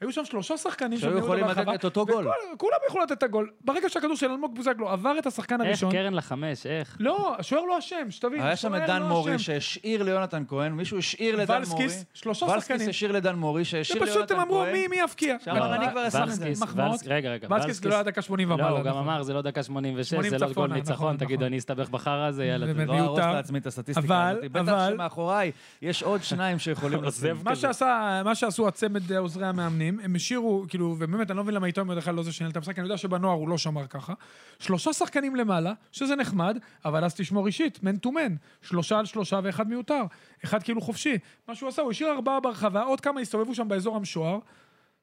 Speaker 2: היו שם שלושה שחקנים
Speaker 3: שהיו
Speaker 2: שניהלו
Speaker 3: יכולים
Speaker 2: ברחבה,
Speaker 3: לתת את אותו גול.
Speaker 2: וכולם- כולם יכלו לתת את הגול. ברגע שהכדור של אלמוג בוזגלו עבר את השחקן
Speaker 1: איך
Speaker 2: הראשון...
Speaker 1: קרן לחמש, איך?
Speaker 2: לא, השוער לא אשם, שתבין.
Speaker 3: היה שם את
Speaker 2: השוער
Speaker 3: דן
Speaker 2: לא
Speaker 3: מורי
Speaker 2: אשם.
Speaker 3: שהשאיר ליונתן כהן, מישהו השאיר לדן מורי.
Speaker 2: ולסקיס, שלושה
Speaker 3: ולסקיס
Speaker 2: שחקנים.
Speaker 3: השאיר לדן מורי, שהשאיר ליונתן כהן.
Speaker 2: ופשוט הם אמרו, מי מי יבקיע?
Speaker 3: שאמר,
Speaker 1: לא,
Speaker 3: אני כבר אשם את זה.
Speaker 1: ולסקיס,
Speaker 2: מחמאות.
Speaker 1: ולס- רגע, רגע.
Speaker 2: ולסקיס לא היה דקה 80
Speaker 1: לא,
Speaker 2: ומעלה.
Speaker 1: הוא גם
Speaker 2: נכון.
Speaker 1: אמר, זה לא דקה 86,
Speaker 2: 80
Speaker 1: זה לא גול
Speaker 2: צפונה, נכון,
Speaker 1: ניצחון, תגידו,
Speaker 2: נכון.
Speaker 1: אני אסתבך בחרא הזה, יאללה,
Speaker 2: באמת,
Speaker 1: זה
Speaker 3: לא
Speaker 1: לא...
Speaker 2: מיותר.
Speaker 3: ארוס לעצמי את הסטטיסטיקה
Speaker 2: אבל-
Speaker 3: הזאת. בטח
Speaker 2: אבל-
Speaker 3: שמאחוריי יש עוד שניים שיכולים...
Speaker 1: עוזב
Speaker 2: מה
Speaker 1: כזה.
Speaker 2: שעשה, מה שעשו הצמד אה, עוזרי המאמנים, הם השאירו, כאילו, ובאמת, אני לא מבין למה עיתון בדרך כלל לא זה שניהל את המשחק, אני יודע שבנוער הוא לא שמר ככה. שלושה שחקנים למעלה, שזה נחמד, אבל אז תשמור אישית, man to man. שלושה על שלושה ואחד מיותר. אחד כאילו חופשי. מה שהוא עשה, הוא השאיר ארבעה ברחבה, עוד כמה הסתובבו שם באזור המשוער.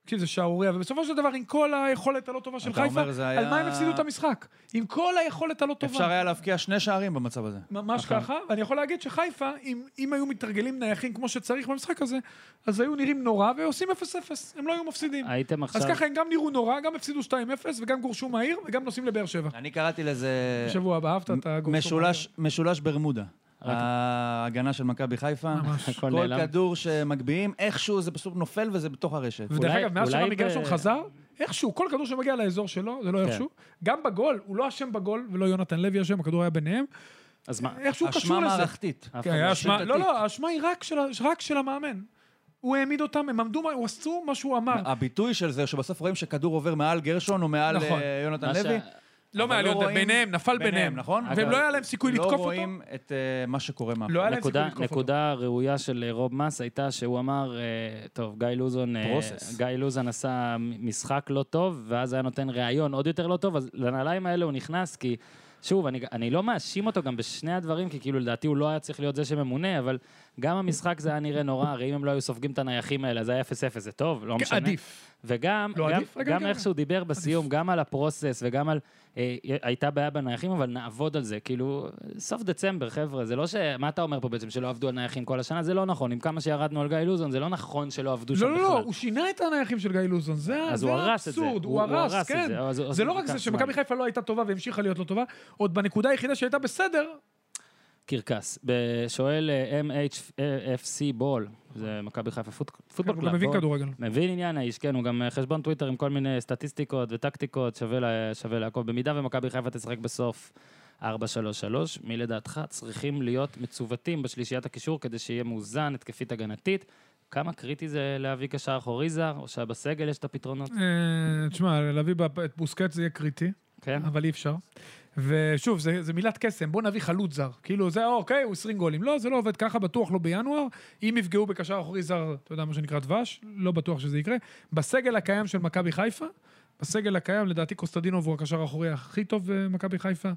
Speaker 2: תקשיב, זה שערוריה, ובסופו של דבר, עם כל היכולת הלא טובה של
Speaker 3: אתה
Speaker 2: חיפה,
Speaker 3: אומר, זה היה-
Speaker 2: על מה הם הפסידו את המשחק? עם כל היכולת הלא טובה.
Speaker 3: אפשר היה להבקיע שני שערים במצב הזה.
Speaker 2: ממש
Speaker 1: נכון.
Speaker 2: ככה, ואני יכול להגיד שחיפה, אם, אם היו מתרגלים נייחים כמו שצריך במשחק הזה, אז היו נראים נורא ועושים 0-0, הם לא היו מפסידים.
Speaker 1: הייתם
Speaker 2: אז
Speaker 1: אה, עכשיו...
Speaker 2: ככה הם גם נראו נורא, גם הפסידו 2-0 וגם גורשו מהעיר וגם נוסעים לבאר שבע.
Speaker 3: אני קראתי לזה...
Speaker 1: אה,
Speaker 2: בשבוע הבא אהבת את הגורשו
Speaker 3: משולש, משולש ברמודה.
Speaker 1: רק-
Speaker 3: ההגנה של מכבי חיפה.
Speaker 2: ממש.
Speaker 1: הכל
Speaker 3: כל
Speaker 1: נעלם.
Speaker 3: כדור שמגביהים, איכשהו זה פשוט נופל וזה בתוך הרשת.
Speaker 2: ודרך
Speaker 1: אולי-
Speaker 2: אגב, מאז
Speaker 1: אולי
Speaker 2: שרמי גרשון
Speaker 1: ב- כן.
Speaker 2: חזר, איכשהו, כל כדור שמגיע לאזור שלו, זה לא איכשהו. גם בגול, הוא לא אשם בגול, ולא יונתן לוי אשם, הכדור היה ביניהם.
Speaker 1: אז מה?
Speaker 2: איכשהו הוא
Speaker 3: אשמה
Speaker 2: קשור לזה.
Speaker 3: מערכתית.
Speaker 1: אף אחד
Speaker 2: כן, היה
Speaker 1: לא-
Speaker 2: אשמה,
Speaker 3: שיטתית.
Speaker 2: לא, לא, האשמה היא רק של ה- רק של המאמן. הוא העמיד אותם, הם עמדו, מה- הוא עשו מה שהוא אמר.
Speaker 3: הביטוי של זה, שבסוף רואים שכדור עובר מעל גרשון או מעל
Speaker 2: נכון.
Speaker 3: אה, יונתן
Speaker 1: מה ש-
Speaker 3: לוי.
Speaker 2: לא
Speaker 3: אבל
Speaker 2: מעל
Speaker 3: לא
Speaker 2: יונתן,
Speaker 3: רואים-
Speaker 2: ביניהם, נפל
Speaker 3: ביניהם,
Speaker 2: ביניהם.
Speaker 3: נכון?
Speaker 2: והם
Speaker 1: אגב,
Speaker 2: לא היה להם סיכוי
Speaker 3: לא
Speaker 2: לתקוף אותו.
Speaker 3: רואים את אה, מה שקורה מאחורי.
Speaker 2: לא היה להם סיכוי
Speaker 1: נקודה,
Speaker 2: לתקוף אותו.
Speaker 1: נקודה ראויה של אה, רוב מס הייתה שהוא אמר, אה, טוב, גיא לוזון, אה,
Speaker 3: Process.
Speaker 1: גיא לוזון עשה מ- משחק לא טוב, ואז היה נותן ראיון עוד יותר לא טוב, אז לנעליים האלה הוא נכנס, כי, שוב, אני, אני לא מאשים אותו גם בשני הדברים, כי כאילו לדעתי הוא לא היה צריך להיות זה שממונה, אבל גם המשחק זה היה נראה נורא, הרי אם הם לא היו סופגים את הנייחים האלה, אז היה 0-0, זה טוב, לא משנה.
Speaker 2: כן, עדיף.
Speaker 1: וגם,
Speaker 2: לא
Speaker 1: גם,
Speaker 2: עדיף? רגע,
Speaker 1: גם
Speaker 2: רגע,
Speaker 1: איך
Speaker 2: רגע.
Speaker 1: שהוא דיבר בסיום, גם על הפרוסס וגם על... אה, הייתה בעיה בנייחים, אבל נעבוד על זה. כאילו, סוף דצמבר, חבר'ה, זה לא ש... מה אתה אומר פה בעצם, שלא עבדו על נייחים כל השנה? זה לא נכון. עם כמה שירדנו על גיא לוזון, זה לא נכון שלא עבדו שם
Speaker 2: לא,
Speaker 1: בכלל.
Speaker 2: לא, לא, הוא שינה את הנייחים של גיא לוזון, זה
Speaker 1: אז
Speaker 2: זה
Speaker 1: הוא הרס את זה.
Speaker 2: האבסורד, הוא הרס,
Speaker 1: את
Speaker 2: כן.
Speaker 1: זה, אבל
Speaker 2: זה לא רק
Speaker 1: לקח
Speaker 2: זה
Speaker 1: זמן.
Speaker 2: שמכבי חיפה לא הייתה טובה והמשיכה להיות לא טובה, עוד בנקודה היחידה שהייתה בסדר,
Speaker 1: קרקס. ב- שואל אה, MHFC בול, זה מכבי חיפה פוט-
Speaker 2: כן,
Speaker 1: פוטבול
Speaker 2: הוא
Speaker 1: קלאב.
Speaker 2: גם מבין
Speaker 1: בול.
Speaker 2: כדורגל.
Speaker 1: מבין עניין האיש, כן, הוא גם אה, חשבון טוויטר עם כל מיני סטטיסטיקות וטקטיקות, שווה, לה, שווה לעקוב. במידה ומכבי חיפה תשחק בסוף 4-3-3, מי לדעתך צריכים להיות מצוותים בשלישיית הקישור כדי שיהיה מאוזן, התקפית הגנתית? כמה קריטי זה להביא קשר אחורי זר, או שבסגל יש את הפתרונות?
Speaker 2: אה, תשמע, להביא ב- את בוסקט זה יהיה קריטי,
Speaker 1: כן?
Speaker 2: אבל אי אפשר. ושוב, זה, זה מילת קסם, בוא נביא חלוץ זר. כאילו, זה אוקיי, הוא 20 גולים. לא, זה לא עובד ככה, בטוח לא בינואר. אם יפגעו בקשר אחורי זר, אתה יודע, מה שנקרא דבש, לא בטוח שזה יקרה. בסגל הקיים של מכבי חיפה, בסגל הקיים, לדעתי קוסטדינוב הוא הקשר האחורי הכי טוב במכבי חיפה.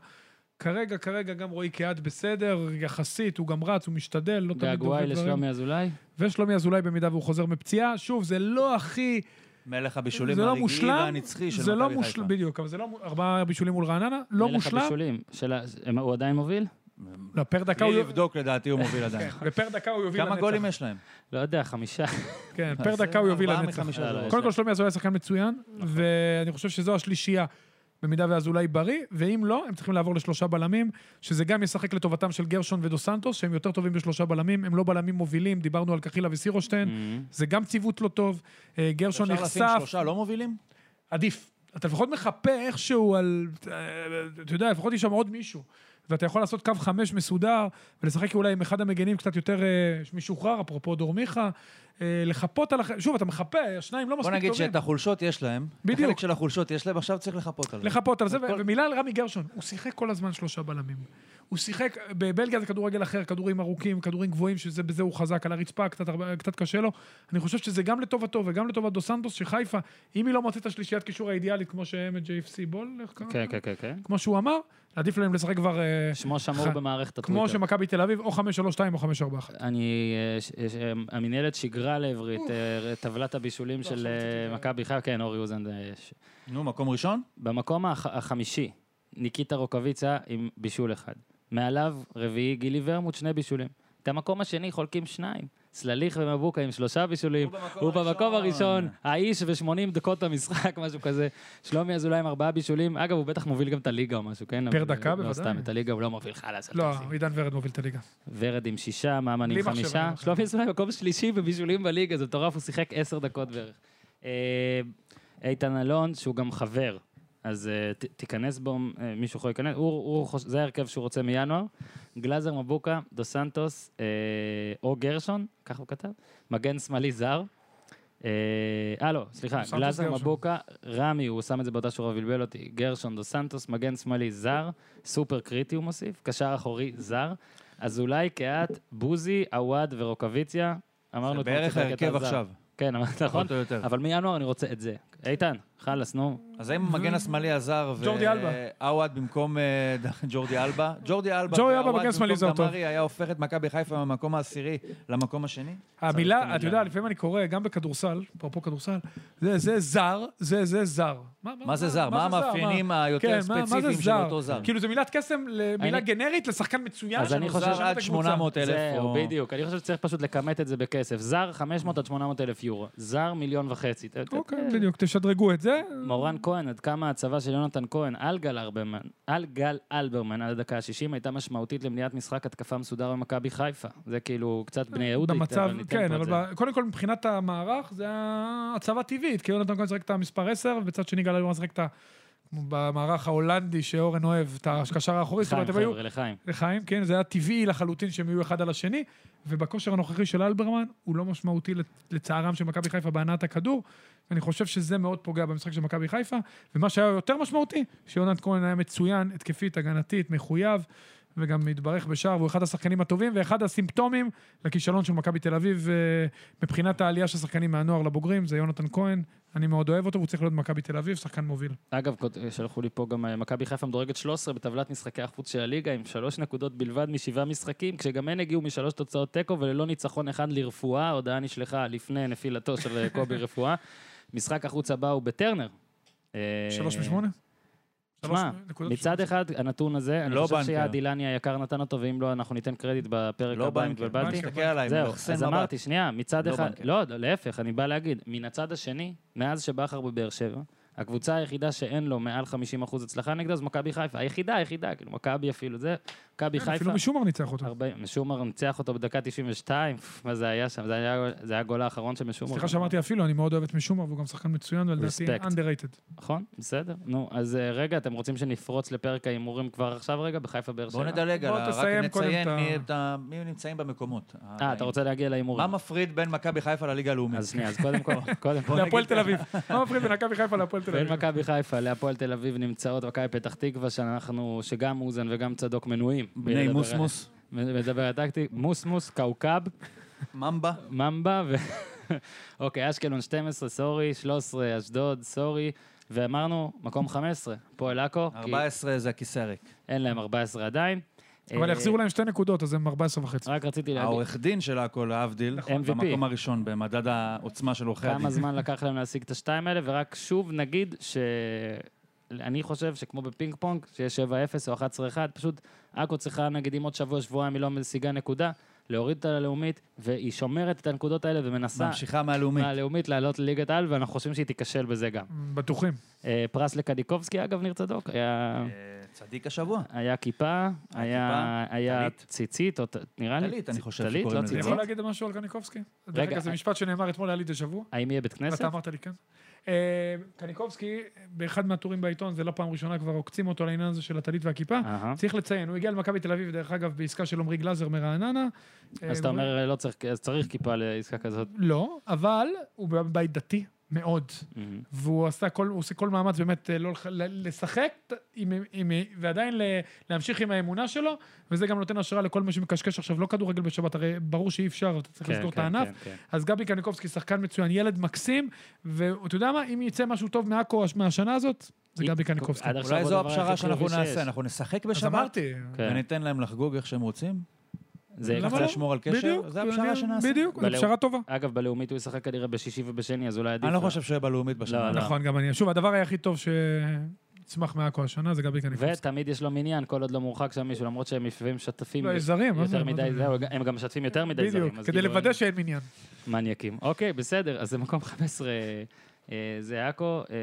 Speaker 2: כרגע, כרגע גם רועי קהת בסדר, יחסית, הוא גם רץ, הוא משתדל, לא תמיד
Speaker 1: געגועי
Speaker 2: דובר דברים.
Speaker 1: לשלומי אזולאי?
Speaker 2: ושלומי אזולאי במידה והוא חוזר מפציעה. שוב, זה לא הכי...
Speaker 3: מלך הבישולים
Speaker 2: זה לא
Speaker 3: הרגעי
Speaker 2: מושלם.
Speaker 3: והנצחי של
Speaker 2: זה לא
Speaker 3: מכבי
Speaker 2: מושלם,
Speaker 3: חיפה.
Speaker 2: בדיוק, אבל זה לא... מ- ארבעה בישולים מול רעננה, לא
Speaker 1: מלך
Speaker 2: מושלם.
Speaker 1: הבישולים. של ה- הם- הוא עדיין מוביל?
Speaker 2: לא, פר דקה הוא...
Speaker 3: בלי
Speaker 2: יו- כן,
Speaker 3: לבדוק לדעתי הוא מוביל עדיין.
Speaker 2: ופר דקה הוא יוביל לנצח.
Speaker 3: כמה גולים יש להם?
Speaker 1: לא יודע, חמישה.
Speaker 2: כן, פר דקה הוא יוביל
Speaker 3: ארבעה
Speaker 2: לנצח.
Speaker 3: מחמישה
Speaker 1: לא, לא,
Speaker 3: זרים.
Speaker 1: יש
Speaker 2: קודם כל שלומי אזולאי שחקן מצוין, ואני חושב שזו השלישייה, במידה ואזולאי בריא, ואם לא, הם צריכים לעבור לשלושה בלמים, שזה גם ישחק לטובתם של גרשון ודו סנטוס, שהם יותר טובים בשלושה בלמים, הם לא בלמים מובילים, דיברנו על קחילה כן. וסירושטיין, זה גם ציוות לא טוב, אה, גרשון
Speaker 3: Mm. אפשר לשים
Speaker 2: נחשף,
Speaker 3: שלושה לא מובילים?
Speaker 2: עדיף. אתה לפחות מחפה איכשהו על... אה, אתה יודע, לפחות יש שם עוד מישהו. ואתה יכול לעשות קו חמש מסודר, ולשחק אולי עם אחד המגנים קצת יותר אה, משוחרר, אפרופו דור מיכה, אה, לחפות על הח... שוב, אתה מחפה, השניים לא
Speaker 3: בוא
Speaker 2: מספיק
Speaker 3: נגיד
Speaker 2: טובים.
Speaker 3: שאת החולשות יש להם.
Speaker 2: בדיוק.
Speaker 3: חלק של החולשות יש להם, עכשיו צריך לחפות על זה.
Speaker 2: לחפות על זה, ו- ומילה על רמי גרשון, הוא שיחק כל הזמן שלושה בלמים. הוא שיחק, בבלגיה זה כדורגל אחר, כדורים ארוכים, כדורים גבוהים, שזה בזה הוא חזק, על הרצפה קצת, הרבה- קצת קשה לו. אני חושב שזה גם לטובתו וגם לטובת דו סנטוס, שחיפה, אם היא לא מוצאת את השלישיית קישור האידיאלית, כמו שהם את JFC בול, איך קראו
Speaker 1: כן,
Speaker 2: לו?
Speaker 1: כן, כן, כן.
Speaker 2: כמו שהוא אמר, עדיף להם לשחק כבר, אה,
Speaker 1: שמו שמור
Speaker 2: ח-
Speaker 1: במערכת
Speaker 2: כמו
Speaker 1: הטוויטר.
Speaker 2: שמכבי תל אביב, או 5-3-2 או 5-4-1.
Speaker 1: אני, אה, ש- ש- אה, המינהלת שיגרה לעברית אה, טבלת הבישולים של
Speaker 2: עכשיו
Speaker 1: אה,
Speaker 2: רציתי-
Speaker 1: מכבי חיפה, כן, אורי אוזן. אה, ש-
Speaker 3: נו, מקום ראשון?
Speaker 1: במקום הח- החמישי, ניקיטה רוקוויצה עם בישול אחד. מעליו, רביעי, גילי ורמוט, שני בישולים. את המקום השני חולקים שניים. סלליך ומבוקה עם שלושה בישולים.
Speaker 3: הוא במקום
Speaker 1: הוא במקום
Speaker 3: הראשון.
Speaker 1: הראשון, האיש ו-80 דקות המשחק, משהו כזה. שלומי אזולאי עם ארבעה בישולים. אגב, הוא בטח מוביל גם את הליגה או משהו, כן?
Speaker 2: פר
Speaker 1: אבל,
Speaker 2: דקה,
Speaker 1: לא,
Speaker 2: בוודאי.
Speaker 1: סתם, את הליגה הוא לא מוביל, חלאס. אל
Speaker 2: לא,
Speaker 1: תגזים.
Speaker 2: עידן ורד מוביל את הליגה.
Speaker 1: ורד עם שישה, ממן עם
Speaker 2: בלי מחשב, אני
Speaker 1: חמישה.
Speaker 2: אומר לך.
Speaker 1: שלומי אזולאי מקום שלישי בבישולים בליגה, זה מטורף, הוא שיחק עשר דקות בערך. אה, איתן אלון, שהוא גם חבר, אז אה, ת- תיכנס בו, אה, מישהו יכול להיכנס, הוא- הוא חוש- זה ההרכב שהוא רוצה מינואר. גלאזר מבוקה, דו סנטוס, אה, או גרשון, ככה הוא כתב, מגן שמאלי זר. אה, אה, לא, סליחה,
Speaker 2: דו סנטוס,
Speaker 1: גלאזר
Speaker 2: גרשון.
Speaker 1: מבוקה, רמי, הוא שם את זה באותה שורה, בלבל אותי, גרשון, דו סנטוס, מגן שמאלי זר, סופר קריטי הוא מוסיף, קשר אחורי זר, אזולאי, קהת, בוזי, עווד ורוקוויציה. אמרנו
Speaker 3: זה
Speaker 1: אתמול
Speaker 3: בערך
Speaker 1: צודק,
Speaker 3: ההרכב
Speaker 1: אתה זר.
Speaker 3: עכשיו.
Speaker 1: כן, אמרת נכון.
Speaker 3: פחות או יותר.
Speaker 1: אבל מינואר אני רוצה את זה. איתן, חלאס, נו.
Speaker 3: אז האם המגן השמאלי הזר ו-
Speaker 2: ג'ורדי אלבה.
Speaker 3: עווד במקום אה, ד- ג'ורדי אלבה? ג'ורדי אלבה
Speaker 2: ג'ורדי אלבה
Speaker 3: ועווד
Speaker 2: מגן שמאלי זר
Speaker 3: במקום
Speaker 2: טוב.
Speaker 3: דמרי היה הופך את מכבי חיפה מהמקום העשירי למקום השני?
Speaker 2: המילה,
Speaker 1: תמיד
Speaker 2: אתה יודע,
Speaker 1: להגיד.
Speaker 2: לפעמים אני קורא, גם בכדורסל, אפרופו כדורסל, זה זה זר, זה זה זר.
Speaker 3: מה זה זר? מה
Speaker 2: לא, זה
Speaker 3: המאפיינים
Speaker 2: כן,
Speaker 3: היותר
Speaker 2: מה- מה זה
Speaker 3: ספציפיים של
Speaker 2: זר?
Speaker 3: אותו זר?
Speaker 2: כאילו, זו מילת קסם, ל- מילה
Speaker 1: אני-
Speaker 2: גנרית לשחקן מצוין.
Speaker 1: אז אני
Speaker 2: שנוזר
Speaker 1: חושב
Speaker 2: שם
Speaker 3: זר
Speaker 2: את
Speaker 3: עד
Speaker 2: הקבוצה.
Speaker 3: 800 אלף.
Speaker 1: זהו,
Speaker 3: או-
Speaker 1: בדיוק. אני חושב שצריך פשוט לכמת את זה בכסף. זר, 500 עד 800 אלף יורו. זר, מיליון וחצי. אתה יודע,
Speaker 2: אוקיי, בדיוק, תשדרגו את זה.
Speaker 1: מורן כהן, עד כמה הצבה של יונתן כהן על גל אלברמן, על גל אלברמן עד הדקה ה-60 הייתה משמעותית למניעת משחק התקפה מסודר במכבי חיפה. זה כאילו קצת בני יהודית,
Speaker 2: במצב,
Speaker 1: אבל ניתן
Speaker 2: כן,
Speaker 1: פה את זה.
Speaker 2: אבל ב- קודם כל מבחינת המערך, זה הצבה טבעית, כי יונתן כהן שיחק את המספר 10, ובצד שני גל אלברמן שיחק את ה... כמו במערך ההולנדי שאורן אוהב, את הקשר האחורי, זאת
Speaker 1: לחיים,
Speaker 2: אומרת, הם היו...
Speaker 1: חבר'ה, לחיים.
Speaker 2: לחיים, כן, זה היה טבעי לחלוטין שהם יהיו אחד על השני, ובכושר הנוכחי של אלברמן, הוא לא משמעותי לצערם של מכבי חיפה בהנעת הכדור, ואני חושב שזה מאוד פוגע במשחק של מכבי חיפה, ומה שהיה יותר משמעותי, שיונתן כהן היה מצוין, התקפית, הגנתית, מחויב, וגם התברך בשער, והוא אחד השחקנים הטובים, ואחד הסימפטומים לכישלון של מכבי תל אביב, אה, מבחינת העלייה של שחקנים מהנוער לבוגרים, זה יונתן כהן, אני מאוד אוהב אותו, והוא צריך להיות במכבי תל אביב, שחקן מוביל.
Speaker 1: אגב, כות- שלחו לי פה גם, אה, מכבי חיפה מדורגת 13 בטבלת משחקי החוץ של הליגה, עם שלוש נקודות בלבד משבעה משחקים, כשגם הן הגיעו משלוש תוצאות תיקו וללא ניצחון אחד לרפואה, ההודעה נשלחה לפני נפילתו של אה, קובי רפואה. משחק החוץ הבא הוא בטרנר. אה,
Speaker 2: שלוש משמונה? שלוש
Speaker 1: שמע,
Speaker 2: נקודות כן,
Speaker 1: מצד אחד, הנתון הזה, אני
Speaker 3: לא
Speaker 1: חושב
Speaker 3: בנקר.
Speaker 1: שיעד אילני היקר נתן אותו, ואם לא, אנחנו ניתן קרדיט בפרק
Speaker 3: לא
Speaker 1: הבא, אם
Speaker 3: בנקר.
Speaker 1: התבלבלתי.
Speaker 2: בנקר.
Speaker 3: תסתכל עליי,
Speaker 1: זהו,
Speaker 3: מלחסן
Speaker 1: אז
Speaker 3: מבט.
Speaker 1: אמרתי, שנייה, מצד
Speaker 3: לא
Speaker 1: אחד,
Speaker 3: בנקר.
Speaker 1: לא, להפך, אני בא להגיד, מן הצד השני, מאז שבכר בבאר שבע, הקבוצה היחידה שאין לו מעל 50% הצלחה נגדה זו מכבי חיפה. היחידה, היחידה, כאילו, מכבי אפילו, זה, מכבי
Speaker 2: כן,
Speaker 1: חיפה.
Speaker 2: אפילו משומר ניצח אותו.
Speaker 1: 40, משומר ניצח אותו בדקה 92, מה זה היה שם? זה היה, זה היה הגול האחרון של משומר.
Speaker 2: סליחה שאמרתי אפילו, אני מאוד אוהב את משומר, והוא גם שחקן מצוין, ולדעתי
Speaker 1: לא Respect.
Speaker 2: underrated.
Speaker 1: נכון, בסדר. נו, אז אה, רגע, אתם רוצים שנפרוץ לפרק ההימורים כבר עכשיו רגע, בחיפה באר שבע?
Speaker 3: בואו נדלג,
Speaker 2: בוא
Speaker 3: על ה- רק
Speaker 2: תסיים קודם
Speaker 3: נציין
Speaker 2: את ה-
Speaker 3: מי- את ה- מי נמצאים במקומות.
Speaker 1: אה, אתה רוצה להגיע להימורים.
Speaker 3: מה מפריד בין מכבי חיפה לליגה הלאומית?
Speaker 1: אז שנייה, אז קודם כל, קודם כל,
Speaker 2: להפועל תל אביב. מה מפריד בין מכבי חיפה להפועל תל
Speaker 1: בין
Speaker 2: אביב?
Speaker 1: מכבי חיפה להפועל תל אביב נמצאות מכבי פתח תקווה, שאנחנו, שגם אוזן וגם צדוק מנויים.
Speaker 3: בני
Speaker 1: בלדבר-
Speaker 3: מוסמוס,
Speaker 1: מדבר על טקטי, מוסמוס, קאוקאב,
Speaker 3: ממבה.
Speaker 1: ממבה, ו... אוקיי, אשקלון 12, סורי, 13, אשדוד, סורי, ואמרנו, מקום 15, פועל עכו, כי
Speaker 3: 14 זה הכיסא הריק.
Speaker 1: אין להם 14 עדיין.
Speaker 2: אבל
Speaker 1: אה,
Speaker 2: יחזירו אה, להם שתי נקודות, אז הם 14 וחצי.
Speaker 1: רק רציתי להגיד,
Speaker 3: העורך דין של הכל, להבדיל,
Speaker 1: נכון.
Speaker 3: במקום הראשון במדד העוצמה של עורכי הדין.
Speaker 1: כמה זמן לקח להם להשיג את השתיים האלה, ורק שוב נגיד ש... אני חושב שכמו בפינג פונג, שיש 7-0 או 11-1, פשוט עכו צריכה נגיד אם עוד שבוע, שבועיים היא לא משיגה נקודה, להוריד אותה ללאומית, והיא שומרת את הנקודות האלה ומנסה
Speaker 3: ממשיכה מהלאומית.
Speaker 1: מהלאומית לעלות לליגת העל, ואנחנו חושבים שהיא תיכשל בזה גם.
Speaker 2: בטוחים.
Speaker 1: אה, פרס לקדיקובסקי, אגב, ניר צדוק, היה...
Speaker 3: אה, צדיק השבוע.
Speaker 1: היה כיפה, היה
Speaker 3: כיפה,
Speaker 1: היה
Speaker 3: טלית.
Speaker 1: ציצית, או ט- נראה לי.
Speaker 3: טלית, אני
Speaker 1: צ-
Speaker 3: חושב
Speaker 1: טלית,
Speaker 3: שקוראים
Speaker 1: לא
Speaker 3: לזה.
Speaker 2: אני
Speaker 1: ציצית.
Speaker 2: יכול להגיד משהו על קניקובסקי? דרך אגב, זה משפט שנאמר אתמול, היה לי דז'ה וו.
Speaker 1: האם יהיה בית אה. כנסת?
Speaker 2: ואתה אמרת לי כן. אה, קניקובסקי, באחד מהטורים בעיתון, זה לא פעם ראשונה, כבר עוקצים אותו על העניין הזה של הטלית והכיפה.
Speaker 1: אהה.
Speaker 2: צריך לציין, הוא הגיע למכבי תל אביב, דרך אגב, בעסקה של עמרי גלאזר מרעננה.
Speaker 1: אז
Speaker 2: אה,
Speaker 1: אתה אומר, אה, לא צריך, אז צריך כיפה לעסקה כזאת.
Speaker 2: לא, אבל הוא בבית דתי מאוד.
Speaker 1: אה.
Speaker 2: והוא עשה כל, הוא עושה כל מאמץ באמת אה, לא לח- ל- לשחק, עם, עם, ועדיין ל- להמשיך עם האמונה שלו, וזה גם נותן השראה לכל מי שמקשקש עכשיו, לא כדורגל בשבת, הרי ברור שאי אפשר, אתה צריך
Speaker 1: כן,
Speaker 2: לסגור את
Speaker 1: כן,
Speaker 2: הענף.
Speaker 1: כן, כן.
Speaker 2: אז גבי קניקובסקי שחקן מצוין, ילד מקסים, ואתה יודע מה, אם יצא משהו טוב מעכו הש- מהשנה הזאת, זה
Speaker 1: אי-
Speaker 2: גבי קניקובסקי.
Speaker 1: עד עכשיו
Speaker 3: אולי
Speaker 1: הוא
Speaker 3: זו
Speaker 1: הדבר
Speaker 3: הפשרה
Speaker 1: הכי
Speaker 3: שאנחנו
Speaker 1: חיובי שיש.
Speaker 3: נעשה, אנחנו נשחק
Speaker 2: אז
Speaker 3: בשבת,
Speaker 2: אמרתי,
Speaker 1: כן.
Speaker 3: וניתן להם לחגוג איך שהם רוצים.
Speaker 1: זה-
Speaker 2: למה
Speaker 3: צריך
Speaker 2: לא?
Speaker 3: לשמור על
Speaker 2: בדיוק,
Speaker 3: קשר, זה הפשרה
Speaker 2: אני-
Speaker 3: שנעשה.
Speaker 2: בדיוק, זו
Speaker 1: בלאו.
Speaker 2: פשרה טובה.
Speaker 1: אגב, בלאומית הוא ישחק כנראה בשישי ובשני, אז אולי עדיף.
Speaker 3: אני לא
Speaker 1: לו.
Speaker 3: חושב שהוא יהיה בלאומית בשנה.
Speaker 1: לא.
Speaker 2: נכון, גם אני. שוב, הדבר היחיד טוב שצמח מעכו השנה זה גבי קניקובסקי.
Speaker 1: ותמיד יש לו מניין, כל עוד לא מורחק שם מישהו, למרות שהם יושבים שותפים
Speaker 2: לא, יש זרים, מה זה?
Speaker 1: יותר
Speaker 2: מה
Speaker 1: מדי,
Speaker 2: זה?
Speaker 1: זהו, הם גם משתפים יותר מדי זרים.
Speaker 2: בדיוק,
Speaker 1: אז
Speaker 2: כדי
Speaker 1: כאילו,
Speaker 2: לוודא
Speaker 1: הם
Speaker 2: שאין מניין.
Speaker 1: מניאקים. אוקיי, בסדר, אז זה מקום 15, אה, זה עכו, אה,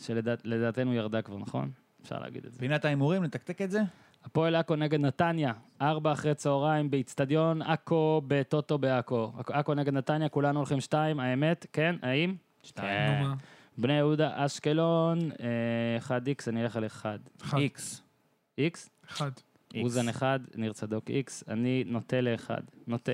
Speaker 1: שלדעתנו ירדה כבר, נכון? אפשר להגיד את זה.
Speaker 3: פינת ההימורים, נתקתק את זה?
Speaker 1: הפועל עכו נגד נתניה, ארבע אחרי צהריים באיצטדיון עכו בטוטו בעכו. עכו נגד נתניה, כולנו הולכים שתיים, האמת, כן, האם?
Speaker 2: נו
Speaker 1: שתיים.
Speaker 2: מה.
Speaker 1: בני יהודה, אשקלון, 1x, אני אלך על 1.
Speaker 2: אחד.
Speaker 3: איקס.
Speaker 1: אוקיי. x?
Speaker 2: אחד.
Speaker 1: אוזן 1, ניר צדוק x, אני נוטה לאחד. נוטה.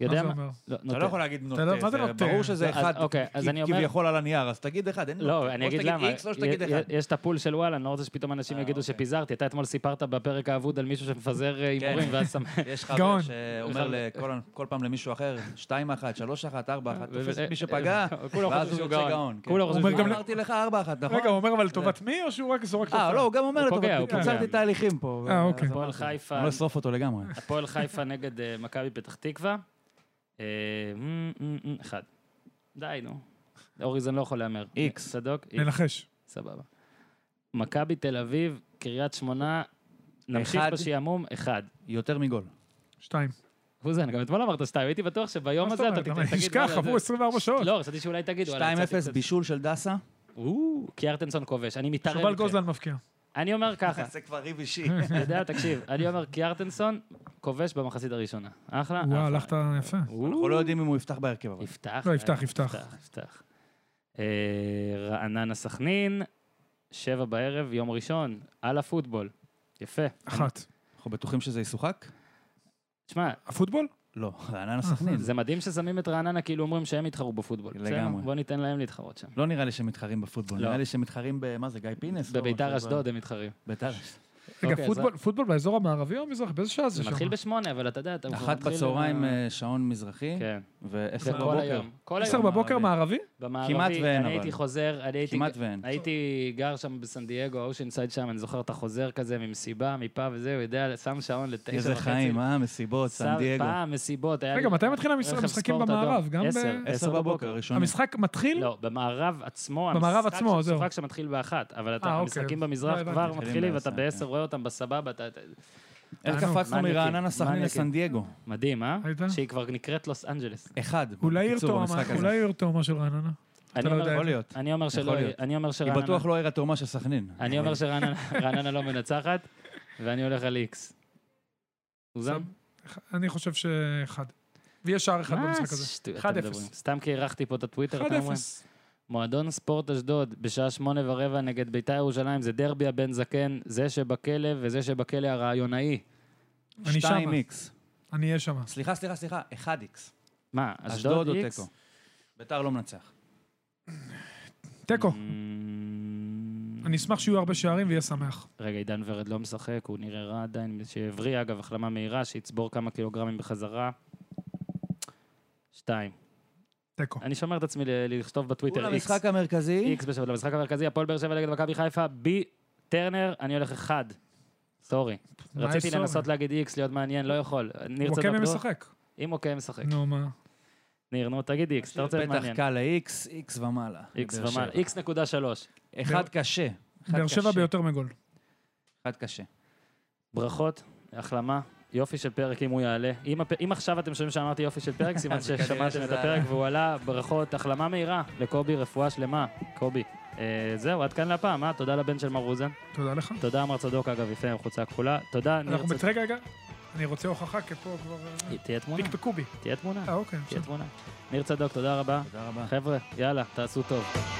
Speaker 2: מה
Speaker 1: יודע
Speaker 2: זה
Speaker 1: מה?
Speaker 2: אומר?
Speaker 1: לא,
Speaker 3: אתה לא
Speaker 1: נוטה.
Speaker 3: יכול להגיד נוטה,
Speaker 2: לא- מה זה
Speaker 3: זה
Speaker 2: נוטה?
Speaker 3: ברור שזה
Speaker 1: אז-
Speaker 3: אחד,
Speaker 1: אוקיי, אז
Speaker 3: כי-
Speaker 1: אני אומר-
Speaker 3: כביכול על הנייר, אז תגיד אחד, אין
Speaker 1: לא, אני
Speaker 3: או
Speaker 1: אגיד
Speaker 3: שתגיד
Speaker 1: למה.
Speaker 3: איקס, או שתגיד
Speaker 1: יש-
Speaker 3: אחד.
Speaker 1: יש את הפול של וואלה, אני לא רוצה שפתאום אנשים
Speaker 3: אה,
Speaker 1: יגידו
Speaker 3: אוקיי.
Speaker 1: שפיזרתי. אתה אתמול סיפרת בפרק האבוד על מישהו שמפזר אה,
Speaker 3: כן.
Speaker 1: הימורים ואז שם...
Speaker 3: יש
Speaker 2: גאון.
Speaker 3: חבר שאומר לכל- כל פעם למישהו אחר, 2-1, 3-1, 4-1, תופס את מי שפגע,
Speaker 1: כולו חושב
Speaker 3: ואז הוא
Speaker 1: אה, שהוא
Speaker 3: יוצא
Speaker 1: גאון.
Speaker 3: גאון.
Speaker 1: כולו
Speaker 3: כן.
Speaker 1: חושב
Speaker 2: אומר
Speaker 1: שהוא
Speaker 2: גם
Speaker 1: גאון.
Speaker 3: אמרתי לך 4-1, נכון?
Speaker 2: רגע, הוא אומר אבל לטובת מי, או שהוא רק זורק
Speaker 3: אה,
Speaker 2: אותך?
Speaker 3: לא, הוא גם אומר
Speaker 1: הוא
Speaker 3: לטובת
Speaker 1: פוגע,
Speaker 3: מי,
Speaker 1: הוא פוגע.
Speaker 3: קיצרתי תהליכים פה.
Speaker 2: אה,
Speaker 3: אז
Speaker 2: אוקיי.
Speaker 3: אמרתי.
Speaker 1: הפועל חיפה,
Speaker 3: אני לא אשרוף אותו לגמרי.
Speaker 1: הפועל חיפה נגד אה, מכבי פתח תקווה. אה, מ, מ, מ, אחד. די, נו. אוריזון לא יכול להמר.
Speaker 3: איקס.
Speaker 1: צדוק, איקס.
Speaker 2: ננחש.
Speaker 1: סבבה. מכבי תל אביב, קריית שמונה, נמשיך
Speaker 3: אחד.
Speaker 1: בשעמום, אחד.
Speaker 3: יותר מגול.
Speaker 1: כאילו,
Speaker 2: שתיים.
Speaker 1: אוזן, גם אתמול אמרת שתיים, הייתי בטוח שביום
Speaker 2: מה
Speaker 1: הזה
Speaker 2: זאת
Speaker 1: אתה
Speaker 2: אומרת?
Speaker 1: תגיד...
Speaker 2: למה?
Speaker 1: תגיד,
Speaker 2: תשכח,
Speaker 1: וואלה,
Speaker 2: עברו
Speaker 1: זה-
Speaker 2: 24 שעות.
Speaker 1: לא, חשבתי שאולי תגיד...
Speaker 3: 2-0
Speaker 1: וואלה, יצאתי קצת-
Speaker 3: בישול של דסה.
Speaker 1: או, כי ארטנסון כובש, אני מתערב.
Speaker 2: שובל
Speaker 1: איתכם.
Speaker 2: גוזלן מבקיע.
Speaker 1: אני אומר ככה,
Speaker 3: זה כבר ריב אישי.
Speaker 2: אה.
Speaker 1: אתה יודע, תקשיב, אני אומר קיארטנסון כובש במחצית הראשונה. אחלה,
Speaker 2: וואו,
Speaker 1: אחלה.
Speaker 2: הלכת יפה.
Speaker 1: או,
Speaker 3: אנחנו לא יודעים אם הוא יפתח בהרכב, אבל.
Speaker 1: יפתח. אה?
Speaker 2: לא, יפתח, יפתח.
Speaker 1: יפתח. אה, רעננה סכנין, שבע בערב, יום ראשון, על הפוטבול. יפה.
Speaker 2: אחת.
Speaker 3: אנחנו בטוחים שזה ישוחק?
Speaker 1: תשמע,
Speaker 2: הפוטבול?
Speaker 3: לא, רעננה
Speaker 2: אה.
Speaker 3: סכנין.
Speaker 1: זה מדהים ששמים את רעננה כאילו אומרים שהם יתחרו בפוטבול.
Speaker 3: לגמרי.
Speaker 1: בסדר? בוא ניתן להם להתחרות שם.
Speaker 3: לא נראה לי שהם מתחרים בפוטבול,
Speaker 1: לא.
Speaker 3: נראה לי שהם מתחרים ב... מה זה, גיא פינס? לא,
Speaker 1: בביתר
Speaker 3: משהו
Speaker 1: אשדוד הם מתחרים.
Speaker 3: ב- ביתר.
Speaker 2: רגע,
Speaker 1: אוקיי,
Speaker 2: פוטבול- פוטבול באזור המערבי או המזרחי? באיזה שעה זה
Speaker 1: זה
Speaker 2: שם?
Speaker 1: מתחיל בשמונה, אבל אתה יודע, אתה כבר
Speaker 3: אחת
Speaker 1: מתחיל עם
Speaker 3: בצהריים
Speaker 1: ה-
Speaker 3: אה, שעון מזרחי,
Speaker 1: כן,
Speaker 3: ועשר
Speaker 1: זה כל
Speaker 3: בבוקר.
Speaker 1: היום. כל
Speaker 2: עשר
Speaker 1: היום. אה,
Speaker 2: בבוקר מערבי?
Speaker 1: במערבי,
Speaker 3: כמעט ואין,
Speaker 1: אני הייתי
Speaker 3: אבל.
Speaker 1: חוזר, אני הייתי...
Speaker 3: כמעט ואין.
Speaker 1: הייתי גר שם בסן דייגו, אושנסייד שם, אני זוכר אתה חוזר כזה ממסיבה, מפה וזה, הוא יודע, שם שעון לתשע וחצי.
Speaker 3: איזה חיים, אה? מסיבות,
Speaker 1: שם-
Speaker 3: סן דייגו.
Speaker 1: פעם מסיבות. היה
Speaker 2: רגע,
Speaker 1: לי-
Speaker 2: מתי מתחיל המש-
Speaker 1: רכב
Speaker 2: המשחקים
Speaker 1: ספורט אדום.
Speaker 2: במערב? גם ב-
Speaker 1: עשר,
Speaker 3: עשר בבוקר, ראשונים.
Speaker 2: המשחק מתחיל?
Speaker 1: לא, במערב עצמו,
Speaker 2: במערב
Speaker 1: המשחק
Speaker 2: עצמו,
Speaker 1: של-
Speaker 2: זהו.
Speaker 1: משחק שמתחיל באחת, אבל אתה-
Speaker 2: אה, אוקיי.
Speaker 1: המשחקים במזרח
Speaker 2: לא הבנתי.
Speaker 1: כבר
Speaker 3: מתחילים
Speaker 1: מתחילים, ואתה
Speaker 3: בעשר,
Speaker 1: בעשר
Speaker 3: כן.
Speaker 1: רואה אותם בסבבה, אתה... אתה-
Speaker 3: איך
Speaker 2: תענוג.
Speaker 3: קפצנו
Speaker 1: מניאקים,
Speaker 3: מרעננה סכנין
Speaker 1: מניאקים.
Speaker 3: לסן דייגו?
Speaker 1: מדהים, אה?
Speaker 2: ראית?
Speaker 1: שהיא כבר נקראת לוס אנג'לס.
Speaker 3: אחד.
Speaker 2: אולי עיר
Speaker 3: בקיצור,
Speaker 2: תאומה,
Speaker 3: במשחק הזה.
Speaker 2: אולי עיר תאומה של רעננה.
Speaker 1: אני
Speaker 2: לא
Speaker 1: אומר-
Speaker 2: יודע.
Speaker 3: יכול להיות.
Speaker 1: אני אומר שלא...
Speaker 3: יכול להיות.
Speaker 1: אני אומר
Speaker 3: היא
Speaker 1: שרעננה...
Speaker 3: בטוח לא העיר התאומה של סכנין.
Speaker 1: אני אומר שרעננה לא מנצחת, ואני הולך על איקס. אוזן?
Speaker 2: אני חושב שאחד. ויש שער אחד
Speaker 1: מה
Speaker 2: במשחק הזה.
Speaker 1: שטויות אתם
Speaker 2: 1-0.
Speaker 1: מדברים? סתם כי אירחתי פה את הטוויטר, אתם אומרים?
Speaker 2: 1-0.
Speaker 1: מועדון ספורט אשדוד, בשעה שמונה ורבע נגד בית"ר ירושלים, זה דרבי הבן זקן, זה שבכלא וזה שבכלא הרעיונאי.
Speaker 2: אני שמה.
Speaker 3: שתיים איקס.
Speaker 2: אני אהיה שם.
Speaker 3: סליחה, סליחה, סליחה, אחד איקס.
Speaker 1: מה,
Speaker 3: אשדוד
Speaker 1: אשדוד
Speaker 3: או
Speaker 1: איקס?
Speaker 3: תיקו. ביתר לא מנצח.
Speaker 2: תיקו.
Speaker 1: Mm. אמ,
Speaker 2: אני אשמח שיהיו הרבה שערים ויהיה שמח.
Speaker 1: רגע, עידן ורד לא משחק, הוא נראה רע עדיין, שהבריא, אגב, החלמה מהירה, שיצבור כמה קילוגרמים בחזרה. שתיים.
Speaker 2: תיקו.
Speaker 1: אני שומר את עצמי ל- לכתוב בטוויטר
Speaker 3: הוא
Speaker 1: איקס.
Speaker 3: למשחק המרכזי.
Speaker 1: איקס בשבת למשחק המרכזי, הפועל באר שבע נגד מכבי חיפה, בי טרנר, אני הולך אחד. סורי.
Speaker 2: מה יש
Speaker 1: רציתי
Speaker 2: סורי?
Speaker 1: לנסות להגיד איקס, להיות מעניין, לא יכול. ניר
Speaker 2: הוא
Speaker 1: צדוק
Speaker 2: עוקב
Speaker 1: דוח.
Speaker 2: ומשחק.
Speaker 1: אם אוקיי משחק.
Speaker 2: נו, מה?
Speaker 1: ניר, נו, תגיד איקס, אתה רוצה להיות
Speaker 3: פתח
Speaker 1: מעניין.
Speaker 3: קל לאיקס, איקס ומעלה.
Speaker 1: איקס
Speaker 3: לבאר
Speaker 1: ומעלה,
Speaker 3: שבע.
Speaker 1: איקס נקודה שלוש.
Speaker 3: אחד קשה. אחד
Speaker 2: באר שבע
Speaker 3: קשה,
Speaker 2: ביותר מגול.
Speaker 3: אחד קשה.
Speaker 1: ברכות, החלמה, יופי של פרק אם הוא יעלה. אם הפ- אם עכשיו אתם שומעים שאמרתי יופי של פרק, סימן
Speaker 3: כנראה
Speaker 1: ששמעתם את
Speaker 3: שזה
Speaker 1: הפרק
Speaker 3: עלה.
Speaker 1: והוא עלה, ברכות, החלמה מהירה לקובי, רפואה שלמה, קובי. אה, זהו, עד כאן להפעם, אה? תודה לבן של מר רוזן.
Speaker 2: תודה לך.
Speaker 1: תודה, אמר צדוק, אגב, יפה עם חולצה כחולה. תודה, ניר
Speaker 2: אנחנו
Speaker 1: צדוק.
Speaker 2: בטרגע, רגע, אני רוצה הוכחה, כי פה כבר... אה,
Speaker 1: תהיה תמונה,
Speaker 2: פקפקו בי.
Speaker 1: תהיה תמונה,
Speaker 2: אה, אוקיי,
Speaker 1: תהיה
Speaker 2: בסדר.
Speaker 1: תמונה. ניר צדוק, תודה רבה.
Speaker 3: תודה רבה.
Speaker 1: חבר'ה, יאללה, תעשו טוב.